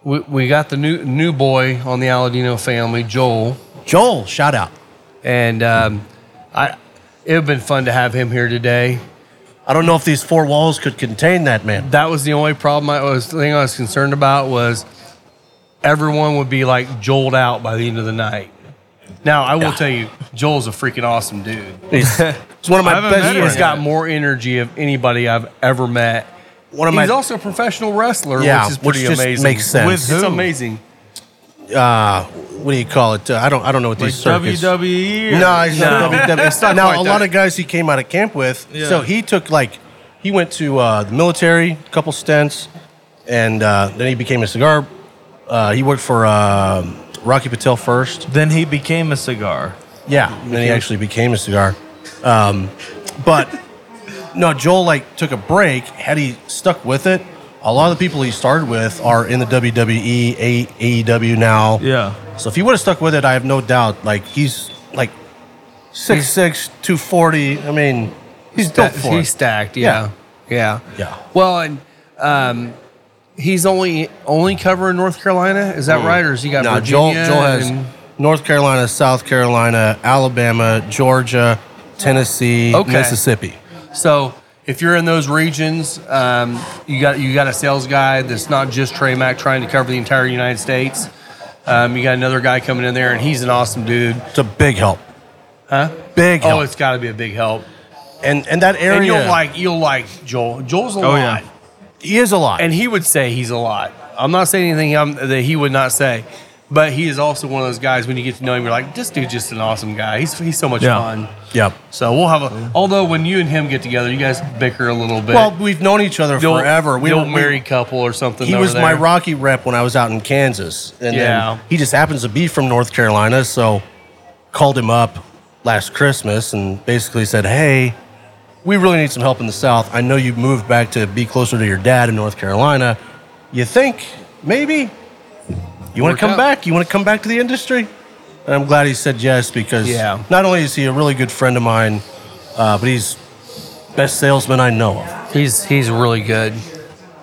Speaker 2: we, we got the new new boy on the Aladino family, Joel,
Speaker 4: Joel, shout out.
Speaker 2: and um, I. It would have been fun to have him here today.
Speaker 4: I don't know if these four walls could contain that
Speaker 3: *laughs*
Speaker 4: man.
Speaker 2: That was the only problem I was thing I was concerned about was everyone would be like jolted out by the end of the night. Now I will tell you, Joel's a freaking awesome dude.
Speaker 4: He's, he's one of
Speaker 3: I
Speaker 4: my
Speaker 3: haven't met him
Speaker 4: best.
Speaker 2: He's
Speaker 4: friends.
Speaker 3: yet.
Speaker 2: got more energy of anybody I've ever met.
Speaker 4: One of
Speaker 2: He's
Speaker 4: my
Speaker 2: also a professional wrestler,
Speaker 4: Yeah,
Speaker 2: which is
Speaker 4: which
Speaker 2: pretty
Speaker 4: just
Speaker 2: amazing.
Speaker 4: makes sense.
Speaker 3: With
Speaker 2: It's
Speaker 3: who?
Speaker 2: amazing.
Speaker 4: uh, what do you call it? Uh, I don't. I don't know what
Speaker 3: Like
Speaker 4: these circuits.
Speaker 3: WWE. or-
Speaker 4: *laughs* No, he's not E.
Speaker 2: No. *laughs*
Speaker 4: WWE.
Speaker 2: It's not
Speaker 4: now
Speaker 2: quite
Speaker 4: a
Speaker 2: that.
Speaker 4: lot of guys he came out of camp with.
Speaker 3: Yeah.
Speaker 4: So he took like he went to uh, the military, a couple stints, and uh, then he became a cigar. Uh, he worked for um Rocky Patel first.
Speaker 3: Then he became a cigar.
Speaker 4: Yeah, and then he actually became a cigar. Um, but no, Joel like took a break. Had he stuck with it, a lot of the people he started with are in the WWE, A- AEW now.
Speaker 3: Yeah.
Speaker 4: So if he would have stuck with it, I have no doubt. Like he's like 6'6", 240. I mean, he's built
Speaker 2: Sta-
Speaker 4: for
Speaker 2: he's
Speaker 4: it.
Speaker 2: stacked. Yeah. yeah,
Speaker 4: Yeah.
Speaker 2: Well, and um, he's only only covering North Carolina. Is that right, or is he got
Speaker 4: Now Joel,
Speaker 2: Virginia?
Speaker 4: Mm. Joel has
Speaker 2: and-
Speaker 4: North Carolina, South Carolina, Alabama, Georgia, Tennessee,
Speaker 2: Okay.
Speaker 4: Mississippi.
Speaker 2: so if you're in those regions, um, you got you got a sales guy that's not just Trey Mack trying to cover the entire United States. Um, you got another guy coming in there, and he's an awesome dude.
Speaker 4: It's a big help.
Speaker 2: Huh?
Speaker 4: Big help.
Speaker 2: Oh, it's got to be a big help.
Speaker 4: and and that area
Speaker 2: And you'll like you'll like Joel. Joel's a lot.
Speaker 3: Oh, yeah.
Speaker 4: he is a lot.
Speaker 2: and he would say he's a lot. I'm not saying anything um that he would not say, but he is also one of those guys when you get to know him, you're like, this dude's just an awesome guy. He's he's so much
Speaker 3: Yeah.
Speaker 2: fun.
Speaker 4: yep.
Speaker 2: So we'll have a. Although when you and him get together, you guys bicker a little bit.
Speaker 4: Well, we've known each other
Speaker 2: You'll-
Speaker 4: forever. We
Speaker 2: you'll
Speaker 4: don't
Speaker 2: married couple or something.
Speaker 4: He
Speaker 2: over
Speaker 4: was my
Speaker 2: there.
Speaker 4: Rocky rep when I was out in Kansas, and
Speaker 2: Yeah.
Speaker 4: then he just happens to be from North Carolina, so called him up last Christmas and basically said, "Hey, we really need some help in the South. I know you moved back to be closer to your dad in North Carolina. You think maybe you want
Speaker 2: Work
Speaker 4: to come
Speaker 2: out.
Speaker 4: back? You want to come back to the industry?" And I'm glad he said yes because
Speaker 2: Yeah.
Speaker 4: not only is he a really good friend of mine, uh, but he's best salesman I know of.
Speaker 2: He's he's really good.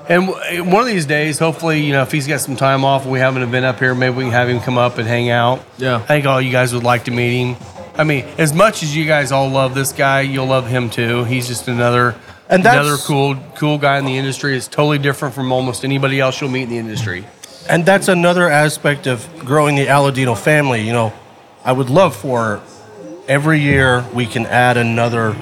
Speaker 2: And w- one of these days, hopefully, you know, if he's got some time off, we have an event up here. Maybe we can have him come up and hang out.
Speaker 3: Yeah.
Speaker 2: I think all you guys would like to meet him. I mean, as much as you guys all love this guy, you'll love him too. He's just another
Speaker 4: And that's-
Speaker 2: another cool cool guy in the industry. It's totally different from almost anybody else you'll meet in the industry.
Speaker 4: And that's another aspect of growing the Aladino family. You know, I would love for every year we can add another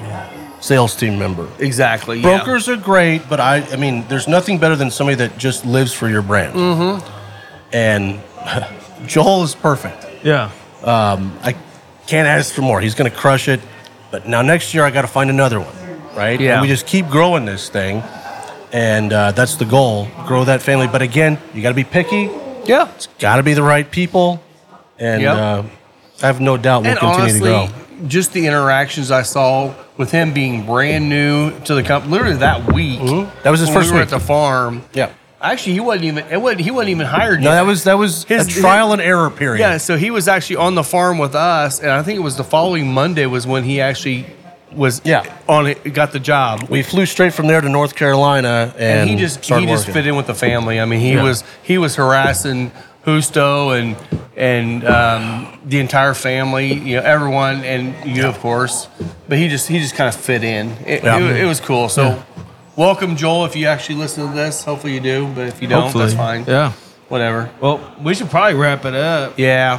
Speaker 4: sales team member.
Speaker 2: Exactly. yeah.
Speaker 4: Brokers are great, but I, I mean, there's nothing better than somebody that just lives for your brand. Mm-hmm. And *laughs* Joel is perfect.
Speaker 3: Yeah.
Speaker 4: I can't ask for more. He's going to crush it. But now next year, I got to find another one, right?
Speaker 2: Yeah.
Speaker 4: And we just keep growing this thing, and uh, that's the goal: grow that family. But again, you got to be picky.
Speaker 2: Yeah.
Speaker 4: got to be the right people, and
Speaker 2: Yep.
Speaker 4: uh, I have no doubt we'll
Speaker 2: and
Speaker 4: continue
Speaker 2: honestly,
Speaker 4: to grow.
Speaker 2: just the interactions I saw with him being brand new to the company, literally that week.
Speaker 4: That was
Speaker 2: Mm-hmm. when
Speaker 4: his
Speaker 2: we
Speaker 4: first
Speaker 2: were
Speaker 4: week.
Speaker 2: at the farm.
Speaker 4: Yeah.
Speaker 2: Actually, he wasn't even. It wasn't, he wasn't even hired.
Speaker 4: No,
Speaker 2: yet.
Speaker 4: that was that was
Speaker 2: His-
Speaker 4: a trial and error period.
Speaker 2: Yeah, so he was actually on the farm with us, and I think it was the following Monday was when he actually was
Speaker 4: Yeah.
Speaker 2: on it, got the job.
Speaker 4: We flew straight from there to North Carolina, and,
Speaker 2: And, he just he
Speaker 4: started
Speaker 2: just
Speaker 4: working.
Speaker 2: fit in with the family. I mean, he
Speaker 4: Yeah.
Speaker 2: was he was harassing Husto and and um, the entire family, you know, everyone, and you of course. But he just he just kind of fit in. It,
Speaker 4: Yeah.
Speaker 2: it, wa- it was cool. So. Welcome, Joel. If you actually listen to this, hopefully you do. But if you don't,
Speaker 3: Hopefully.
Speaker 2: that's fine.
Speaker 3: Yeah.
Speaker 2: Whatever.
Speaker 3: Well, we should probably wrap it up.
Speaker 2: Yeah.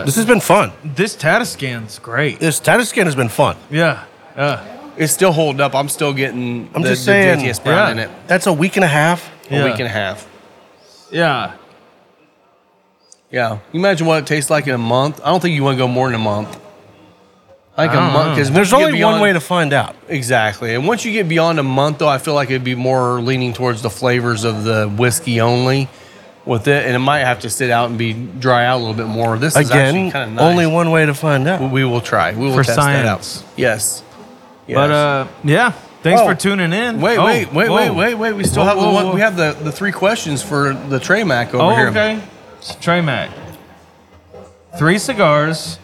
Speaker 3: Uh,
Speaker 4: This has been fun.
Speaker 3: this Tata scan's great.
Speaker 4: This tennis skin has been fun.
Speaker 3: Yeah. Uh,
Speaker 2: it's still holding up. I'm still getting
Speaker 4: I'm
Speaker 2: the,
Speaker 4: just
Speaker 2: the
Speaker 4: saying-
Speaker 2: JTS Brown
Speaker 3: Yeah.
Speaker 2: in it.
Speaker 4: That's a week and a half.
Speaker 2: a
Speaker 3: Yeah.
Speaker 2: week and a half.
Speaker 3: yeah.
Speaker 2: Yeah. You imagine what it tastes like in a month. I don't think you want to go more than a month. Like a
Speaker 3: don't
Speaker 2: month,
Speaker 3: know.
Speaker 2: because
Speaker 4: There's only one way to find out.
Speaker 2: exactly. And once you get beyond a month, though, I feel like it'd be more leaning towards the flavors of the whiskey only with it, and it might have to sit out and be dry out a little bit more. This is actually
Speaker 4: Again,
Speaker 2: kind of nice.
Speaker 4: only one way to find out.
Speaker 2: we will try. We will
Speaker 3: For
Speaker 2: test
Speaker 3: science.
Speaker 2: that out. Yes. yes.
Speaker 3: But uh, yeah. Thanks
Speaker 2: Oh.
Speaker 3: for tuning in.
Speaker 2: wait,
Speaker 3: Oh,
Speaker 2: wait, wait,
Speaker 3: whoa.
Speaker 2: wait, wait, wait. We still
Speaker 3: Whoa,
Speaker 2: have the
Speaker 3: whoa,
Speaker 2: one.
Speaker 3: whoa.
Speaker 2: We have the the three questions for the Trey Mac over
Speaker 3: Oh,
Speaker 2: here.
Speaker 3: okay. It's Trey Mac. Three cigars.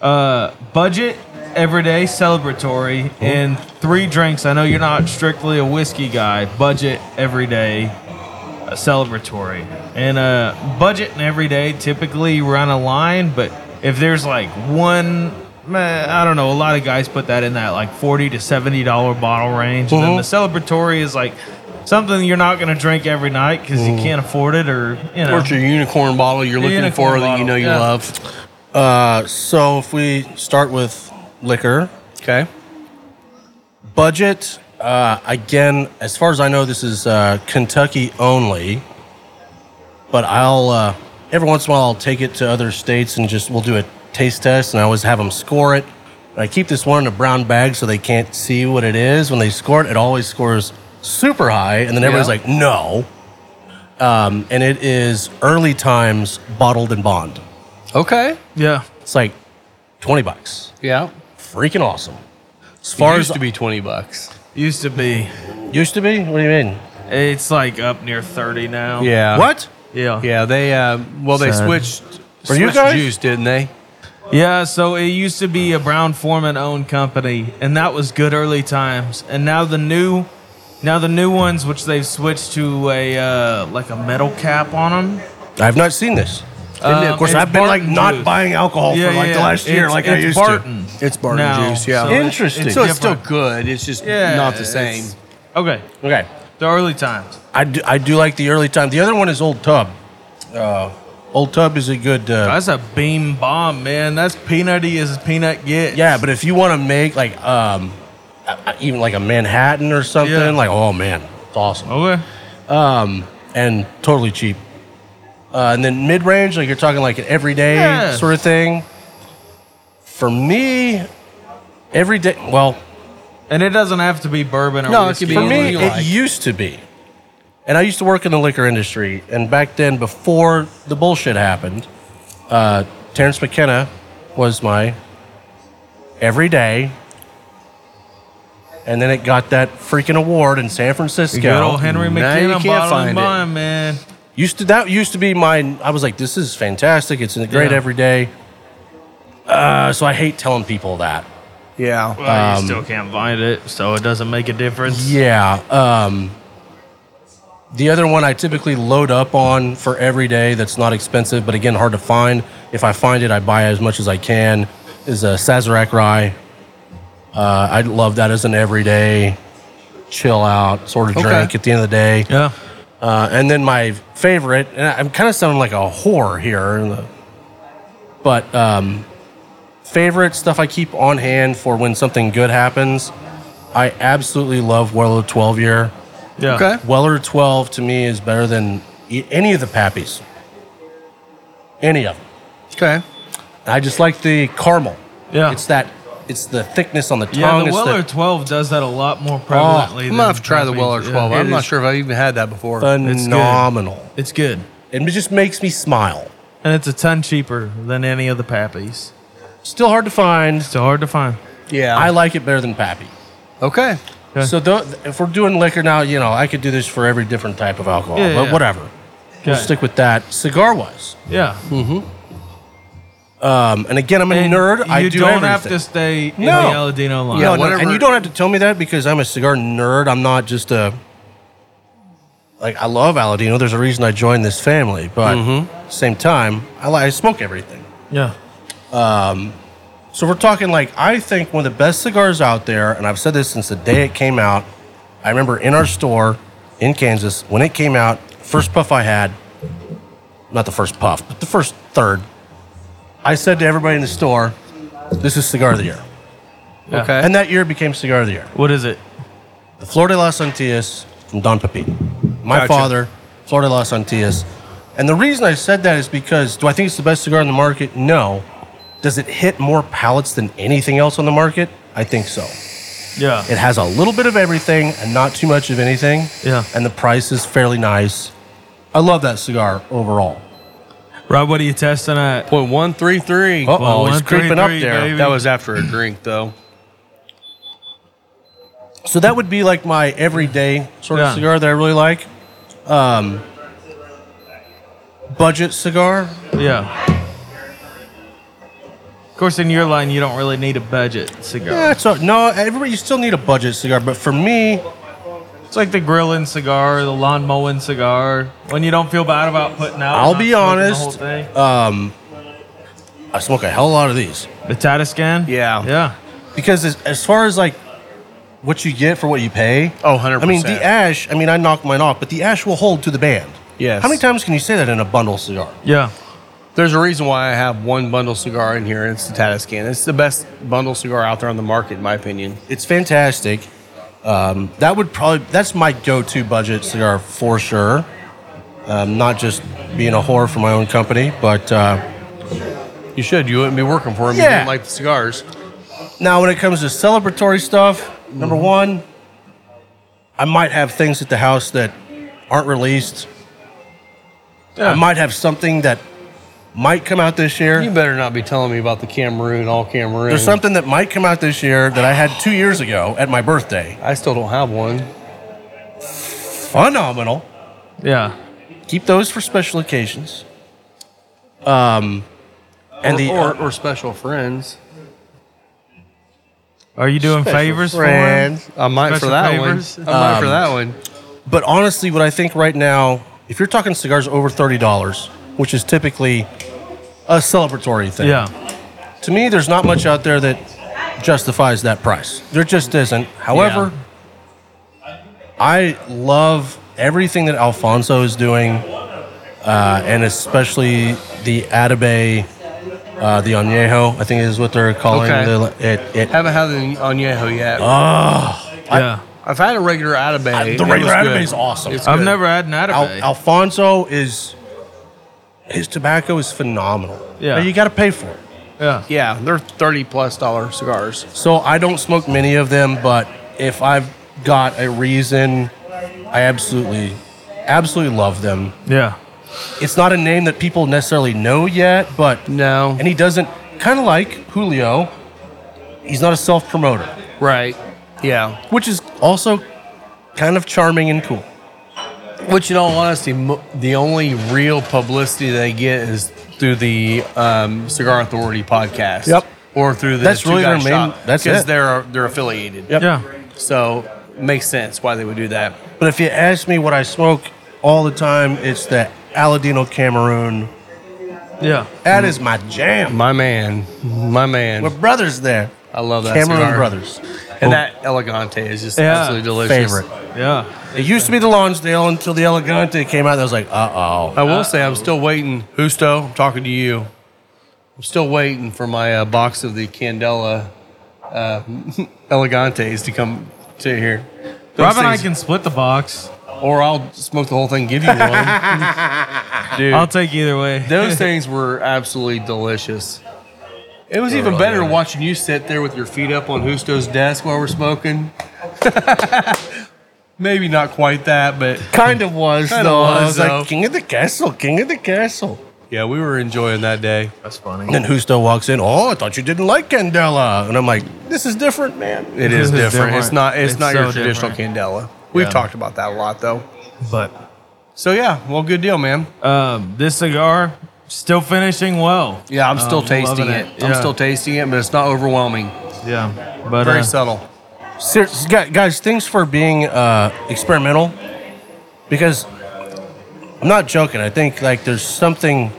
Speaker 3: Uh, budget, everyday, celebratory, and three drinks. I know you're not strictly a whiskey guy. Budget, everyday, uh, celebratory, and uh, budget and everyday typically run a line. But if there's like one, meh, I don't know, a lot of guys put that in that like forty to seventy dollar bottle range, and then the celebratory is like. Something you're not going to drink every night because you can't afford it, or you know,
Speaker 2: Or it's your unicorn bottle you're looking
Speaker 3: unicorn
Speaker 2: for that you
Speaker 3: bottle,
Speaker 2: know you
Speaker 3: yeah.
Speaker 2: love.
Speaker 4: Uh, so if we start with liquor,
Speaker 2: Okay.
Speaker 4: budget uh, again as far as i know this is uh, kentucky only but i'll uh, every once in a while i'll take it to other states and just we'll do a taste test and i always have them score it and i keep this one in a brown bag so they can't see what it is when they score it it always scores super high and then everybody's
Speaker 2: Yeah.
Speaker 4: like no um, and it is early times bottled and bond
Speaker 2: Okay.
Speaker 3: yeah,
Speaker 4: it's like 20 bucks
Speaker 2: Yeah.
Speaker 4: freaking awesome as
Speaker 2: It
Speaker 4: far
Speaker 2: used
Speaker 4: as
Speaker 2: to be 20 bucks.
Speaker 3: used to be.
Speaker 4: used to be what do you mean
Speaker 3: It's like up near 30 now.
Speaker 2: Yeah.
Speaker 4: What?
Speaker 3: Yeah.
Speaker 2: Yeah, they uh, well they
Speaker 3: Sad.
Speaker 2: switched
Speaker 4: Are you
Speaker 2: switched
Speaker 4: guys-
Speaker 2: juice, didn't they?
Speaker 3: Yeah, so it used to be a Brown Foreman owned company, and that was good early times. And now the new, now the new ones, which they've switched to a uh, like a metal cap on them.
Speaker 4: I've not seen this.
Speaker 3: Um,
Speaker 4: of course,
Speaker 3: it's
Speaker 4: I've been
Speaker 3: Barton
Speaker 4: like not
Speaker 3: juice.
Speaker 4: buying alcohol
Speaker 3: Yeah,
Speaker 4: for like
Speaker 3: yeah,
Speaker 4: the last year,
Speaker 3: it's-
Speaker 4: like I
Speaker 3: it's
Speaker 4: used
Speaker 3: Barton.
Speaker 4: to.
Speaker 2: It's Barton
Speaker 3: No,
Speaker 2: juice, yeah.
Speaker 3: so it-
Speaker 4: Interesting.
Speaker 2: so it's still
Speaker 3: different.
Speaker 2: good. It's just
Speaker 3: Yeah,
Speaker 2: not the
Speaker 3: it's-
Speaker 2: same.
Speaker 3: Okay,
Speaker 4: Okay,
Speaker 3: the early times.
Speaker 4: I do, I do like the early time. The other one is Old Tub. Uh, Old Tub is a good. Uh,
Speaker 3: That's a beam bomb, man. That's peanutty as peanut gets.
Speaker 4: Yeah, but if you want to make like um, uh, even like a Manhattan or something,
Speaker 3: Yeah. Oh.
Speaker 4: like oh man, it's awesome Um,
Speaker 3: Okay.
Speaker 4: and totally cheap. Uh, and then mid range, like you're talking like an everyday
Speaker 3: Yeah.
Speaker 4: sort of thing. For me, every day. Well,
Speaker 3: And it doesn't have to be bourbon or
Speaker 2: No, it
Speaker 3: whiskey.
Speaker 2: could be
Speaker 4: for
Speaker 2: Yeah,
Speaker 4: me,
Speaker 2: you
Speaker 4: it
Speaker 2: like.
Speaker 4: used to be. And I used to work in the liquor industry, and back then, before the bullshit happened, uh, Terrence McKenna was my every day. And then it got that freaking award in San Francisco.
Speaker 3: Good old Henry
Speaker 2: Now you
Speaker 3: McKenna
Speaker 2: can't
Speaker 3: bottle
Speaker 2: find
Speaker 3: and
Speaker 2: it.
Speaker 3: bond, man.
Speaker 4: Used to that used to be my. I was like, this is fantastic. It's a great
Speaker 3: Yeah.
Speaker 4: every day. Uh, so I hate telling people that.
Speaker 2: Yeah.
Speaker 3: Well, you still can't find it, so it doesn't make a difference.
Speaker 4: Yeah. Um, the other one I typically load up on for every day. That's not expensive, but again, hard to find. If I find it, I buy as much as I can. Is a Sazerac rye. Uh, I love that as an everyday chill out sort of
Speaker 2: Okay.
Speaker 4: drink at the end of the day.
Speaker 3: Yeah.
Speaker 4: Uh, and then my favorite, and I'm kind of sounding like a whore here, but um, favorite stuff I keep on hand for when something good happens. I absolutely love Weller 12 year.
Speaker 3: Yeah.
Speaker 2: Okay.
Speaker 4: Weller 12 to me is better than e- any of the Pappies. Any of them.
Speaker 2: Okay.
Speaker 4: I just like the caramel.
Speaker 3: Yeah.
Speaker 4: It's that, it's the thickness on the tongue.
Speaker 3: Yeah, the
Speaker 4: it's
Speaker 3: Weller 12 does that a lot more prevalently. than
Speaker 2: I'm gonna have to try the
Speaker 3: Pappy's.
Speaker 2: Weller
Speaker 3: Yeah.
Speaker 2: twelve. I'm
Speaker 4: It
Speaker 2: not
Speaker 4: is-
Speaker 2: sure if I even had that before.
Speaker 3: It's good.
Speaker 4: phenomenal.
Speaker 3: It's good.
Speaker 4: And it just makes me smile.
Speaker 3: And it's a ton cheaper than any of the Pappies.
Speaker 4: Still hard to find.
Speaker 3: So hard to find.
Speaker 2: yeah.
Speaker 4: I like it better than Pappy.
Speaker 2: okay.
Speaker 3: Okay.
Speaker 4: So tho- if we're doing liquor now, you know, I could do this for every different type of alcohol,
Speaker 3: Yeah, yeah,
Speaker 4: but
Speaker 3: yeah.
Speaker 4: whatever. We'll
Speaker 3: Okay.
Speaker 4: stick with that. Cigar wise.
Speaker 3: Yeah.
Speaker 2: Hmm.
Speaker 4: Um, and again, I'm a
Speaker 3: And
Speaker 4: nerd. I
Speaker 3: you
Speaker 4: do
Speaker 3: not
Speaker 4: everything.
Speaker 3: have to stay in
Speaker 4: No.
Speaker 3: the Aladino line.
Speaker 4: No,
Speaker 2: Yeah,
Speaker 4: no, and
Speaker 2: whatever-
Speaker 4: you don't have to tell me that because I'm a cigar nerd. I'm not just a like I love Aladino. There's a reason I joined this family, but same time, I like I smoke everything.
Speaker 3: Yeah.
Speaker 4: So we're talking like I think one of the best cigars out there, and I've said this since the day it came out. I remember in our store in Kansas when it came out, first puff I had, not the first puff, but the first third. I said to everybody in the store, "This is cigar of the year,"
Speaker 3: Yeah.
Speaker 2: Okay.
Speaker 4: and that year became cigar of the year.
Speaker 3: What is it?
Speaker 4: The Flor de las Antillas from Don Pepin. My
Speaker 2: Gotcha.
Speaker 4: father, Flor de las Antillas. And the reason I said that is because do I think it's the best cigar on the market? No. Does it hit more palates than anything else on the market? I think so.
Speaker 3: Yeah.
Speaker 4: It has a little bit of everything and not too much of anything.
Speaker 3: Yeah.
Speaker 4: And the price is fairly nice. I love that cigar overall.
Speaker 3: Rob, what are you testing at?
Speaker 2: Point one three three.
Speaker 4: Uh oh, it's
Speaker 3: one, three,
Speaker 4: creeping up
Speaker 3: three,
Speaker 4: there.
Speaker 3: baby.
Speaker 2: That was after a drink though.
Speaker 4: So that would be like my everyday sort
Speaker 3: Yeah.
Speaker 4: of cigar that I really like. Um, budget cigar.
Speaker 3: Yeah. Of course, in your line, you don't really need a budget cigar.
Speaker 4: Yeah, so no, everybody you still need a budget cigar, but for me,
Speaker 3: It's like the grilling cigar, the lawn mowing cigar. When you don't feel bad about putting out.
Speaker 4: I'll
Speaker 3: not
Speaker 4: be
Speaker 3: smoking
Speaker 4: honest.
Speaker 3: The, whole thing.
Speaker 2: uh,
Speaker 4: um, I smoke a hell of a lot of these
Speaker 3: the Tatiscan?
Speaker 2: Yeah.
Speaker 3: Yeah.
Speaker 4: because as, as far as like what you get for what you pay,
Speaker 2: Oh, 100%.
Speaker 4: I mean the ash. I mean I knock mine off, but the ash will hold to the band.
Speaker 2: Yes.
Speaker 4: How many times can you say that in a bundle cigar?
Speaker 3: Yeah.
Speaker 2: There's a reason why I have one bundle cigar in here. and It's the Tatiscan. It's the best bundle cigar out there on the market, in my opinion.
Speaker 4: It's fantastic. Um, that would probably that's my go-to budget cigar for sure. Um, not just being a whore for my own company, but. Uh,
Speaker 2: You should. You wouldn't be working for him. if You
Speaker 4: Yeah.
Speaker 2: didn't like the cigars.
Speaker 4: Now, when it comes to celebratory stuff, number
Speaker 2: Mm-hmm.
Speaker 4: one, I might have things at the house that aren't released. I might have something that might come out this
Speaker 2: You
Speaker 4: year.
Speaker 2: better not be telling me about the Cameroon, all Cameroon.
Speaker 4: There's something that might come out this year that I had two years ago at my birthday.
Speaker 2: I still don't have one.
Speaker 4: phenomenal.
Speaker 3: Yeah.
Speaker 4: Keep those for special occasions. Um, and
Speaker 2: or,
Speaker 4: the
Speaker 2: or, or special friends.
Speaker 3: Are you doing
Speaker 4: Special
Speaker 3: favors
Speaker 4: friends.
Speaker 3: for him?
Speaker 2: I might
Speaker 3: Special
Speaker 2: for that
Speaker 3: favors?
Speaker 2: one. I might
Speaker 4: Um,
Speaker 2: for that one.
Speaker 4: But honestly, what I think right now, if you're talking cigars over thirty dollars, which is typically a celebratory thing,
Speaker 3: Yeah.
Speaker 4: to me, there's not much out there that justifies that price. There just isn't. However, I love everything that Alfonso is doing, uh, and especially the Atabe, uh, the Añejo. I think is what they're calling
Speaker 2: Okay.
Speaker 4: the, it. it
Speaker 2: Haven't had the añejo yet.
Speaker 3: Yeah.
Speaker 2: I've had a regular
Speaker 4: Uh, the
Speaker 2: Atabay.
Speaker 4: regular Atabe is awesome.
Speaker 3: I've never had an
Speaker 4: Al-
Speaker 3: Atabey.
Speaker 4: Alfonso is his tobacco is phenomenal.
Speaker 3: Yeah.
Speaker 4: But you got to pay for it.
Speaker 3: yeah.
Speaker 2: Yeah, they're thirty plus dollar cigars.
Speaker 4: So I don't smoke many of them, but if I've got a reason, I absolutely, absolutely love them.
Speaker 3: Yeah.
Speaker 4: It's not a name that people necessarily know yet, but
Speaker 2: No,
Speaker 4: and he doesn't kind of like Julio. He's not a self promoter,
Speaker 2: right? Yeah.
Speaker 4: which is also kind of charming and cool.
Speaker 2: Which, in all honesty, mo- the only real publicity they get is through the um, Cigar Authority podcast.
Speaker 4: Yep.
Speaker 2: Or through the
Speaker 4: That's really
Speaker 2: Two
Speaker 4: their
Speaker 2: Guys
Speaker 4: main-
Speaker 2: Shop,
Speaker 4: that's
Speaker 2: 'cause
Speaker 4: it.
Speaker 2: they're they're affiliated.
Speaker 4: Yep.
Speaker 3: Yeah.
Speaker 2: So makes sense why they would do that.
Speaker 4: But if you ask me what I smoke all the time, it's the Aladino Cameroon.
Speaker 3: Yeah.
Speaker 4: That is my jam.
Speaker 2: My man, my man.
Speaker 4: We're brothers there.
Speaker 2: I love that
Speaker 4: Cameron
Speaker 2: cigar.
Speaker 4: Brothers.
Speaker 2: Oh,
Speaker 4: Oh.
Speaker 2: And that Elegante is just
Speaker 3: Yeah.
Speaker 2: absolutely delicious.
Speaker 4: Favorite.
Speaker 3: Yeah.
Speaker 4: It used to be the Lonsdale until the Elegante came out. And I was like, uh oh.
Speaker 2: I will say I'm still waiting. Husto, I'm talking to you. I'm still waiting for my uh, box of the Candela uh, *laughs* Elegantes to come to here. Those
Speaker 3: Rob and I
Speaker 2: things-
Speaker 3: can split the box.
Speaker 2: or I'll smoke the whole thing, give
Speaker 3: *laughs*
Speaker 2: you one. Dude,
Speaker 3: I'll take either way.
Speaker 2: those things were absolutely delicious. It was
Speaker 3: Oh,
Speaker 2: even better watching you sit there with your feet up on Husto's desk while we're smoking. *laughs* Maybe not quite that, but
Speaker 4: Kind of was,
Speaker 2: Kinda
Speaker 4: though. I
Speaker 2: was,
Speaker 4: was
Speaker 2: though.
Speaker 4: like, King of the Castle, King of the Castle.
Speaker 2: yeah, we were enjoying that day.
Speaker 3: *laughs* That's funny.
Speaker 4: And then Husto walks in. Oh, I thought you didn't like Candela. And I'm like, this is different, man.
Speaker 2: *laughs* It is
Speaker 3: This is
Speaker 2: different. It's
Speaker 3: different.
Speaker 2: not. It's,
Speaker 3: It's
Speaker 2: not
Speaker 3: so
Speaker 2: your traditional candela. We've
Speaker 3: Yeah.
Speaker 2: talked about that a lot, though.
Speaker 3: But
Speaker 2: So yeah, well, good deal, man.
Speaker 3: um, this cigar still finishing well.
Speaker 2: Yeah, I'm still
Speaker 3: Um,
Speaker 2: tasting
Speaker 3: loving
Speaker 2: it. I'm
Speaker 3: Yeah.
Speaker 2: still tasting it, but it's not overwhelming.
Speaker 3: Yeah. But
Speaker 2: Very
Speaker 3: uh,
Speaker 2: subtle.
Speaker 4: Ser- gu- guys, thanks for being uh, experimental because I'm not joking. I think like there's something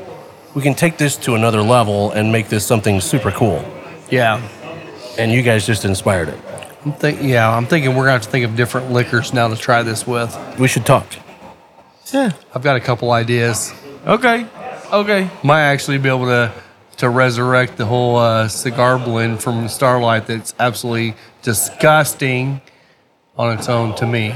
Speaker 4: we can take this to another level and make this something super cool.
Speaker 2: Yeah.
Speaker 4: And you guys just inspired it.
Speaker 2: I'm think. Yeah, I'm thinking we're gonna have to think of different liquors now to try this with.
Speaker 4: We should talk.
Speaker 3: yeah.
Speaker 2: I've got a couple ideas.
Speaker 3: Okay. Okay.
Speaker 2: Might actually be able to to resurrect the whole uh, cigar blend from Starlight. That's absolutely disgusting on its own to me.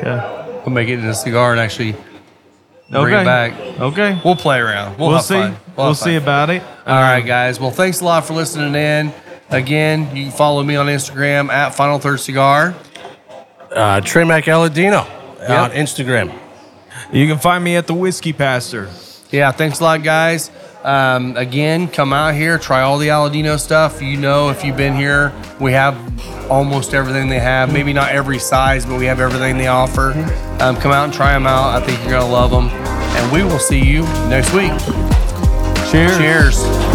Speaker 3: Yeah.
Speaker 2: We'll make it into a cigar and actually
Speaker 3: Okay.
Speaker 2: bring it back.
Speaker 3: Okay.
Speaker 2: We'll play around. We'll,
Speaker 3: We'll,
Speaker 2: have
Speaker 3: see.
Speaker 2: fun.
Speaker 3: We'll,
Speaker 2: have
Speaker 3: see
Speaker 2: fun.
Speaker 3: about it.
Speaker 2: All right, guys. Well, thanks a lot for listening in. Again, you can follow me on Instagram at Final Third Cigar.
Speaker 4: Uh, Trey Mac Aladino
Speaker 2: Yep.
Speaker 4: on Instagram.
Speaker 3: You can find me at the Whiskey Pastor.
Speaker 2: Yeah, thanks a lot, guys. Um, again, come out here, try all the Aladino stuff. You know, if you've been here, we have almost everything they have. Maybe not every size, but we have everything they offer. Um, come out and try them out. I think you're going to love them. And we will see you next week.
Speaker 3: Cheers.
Speaker 2: Cheers.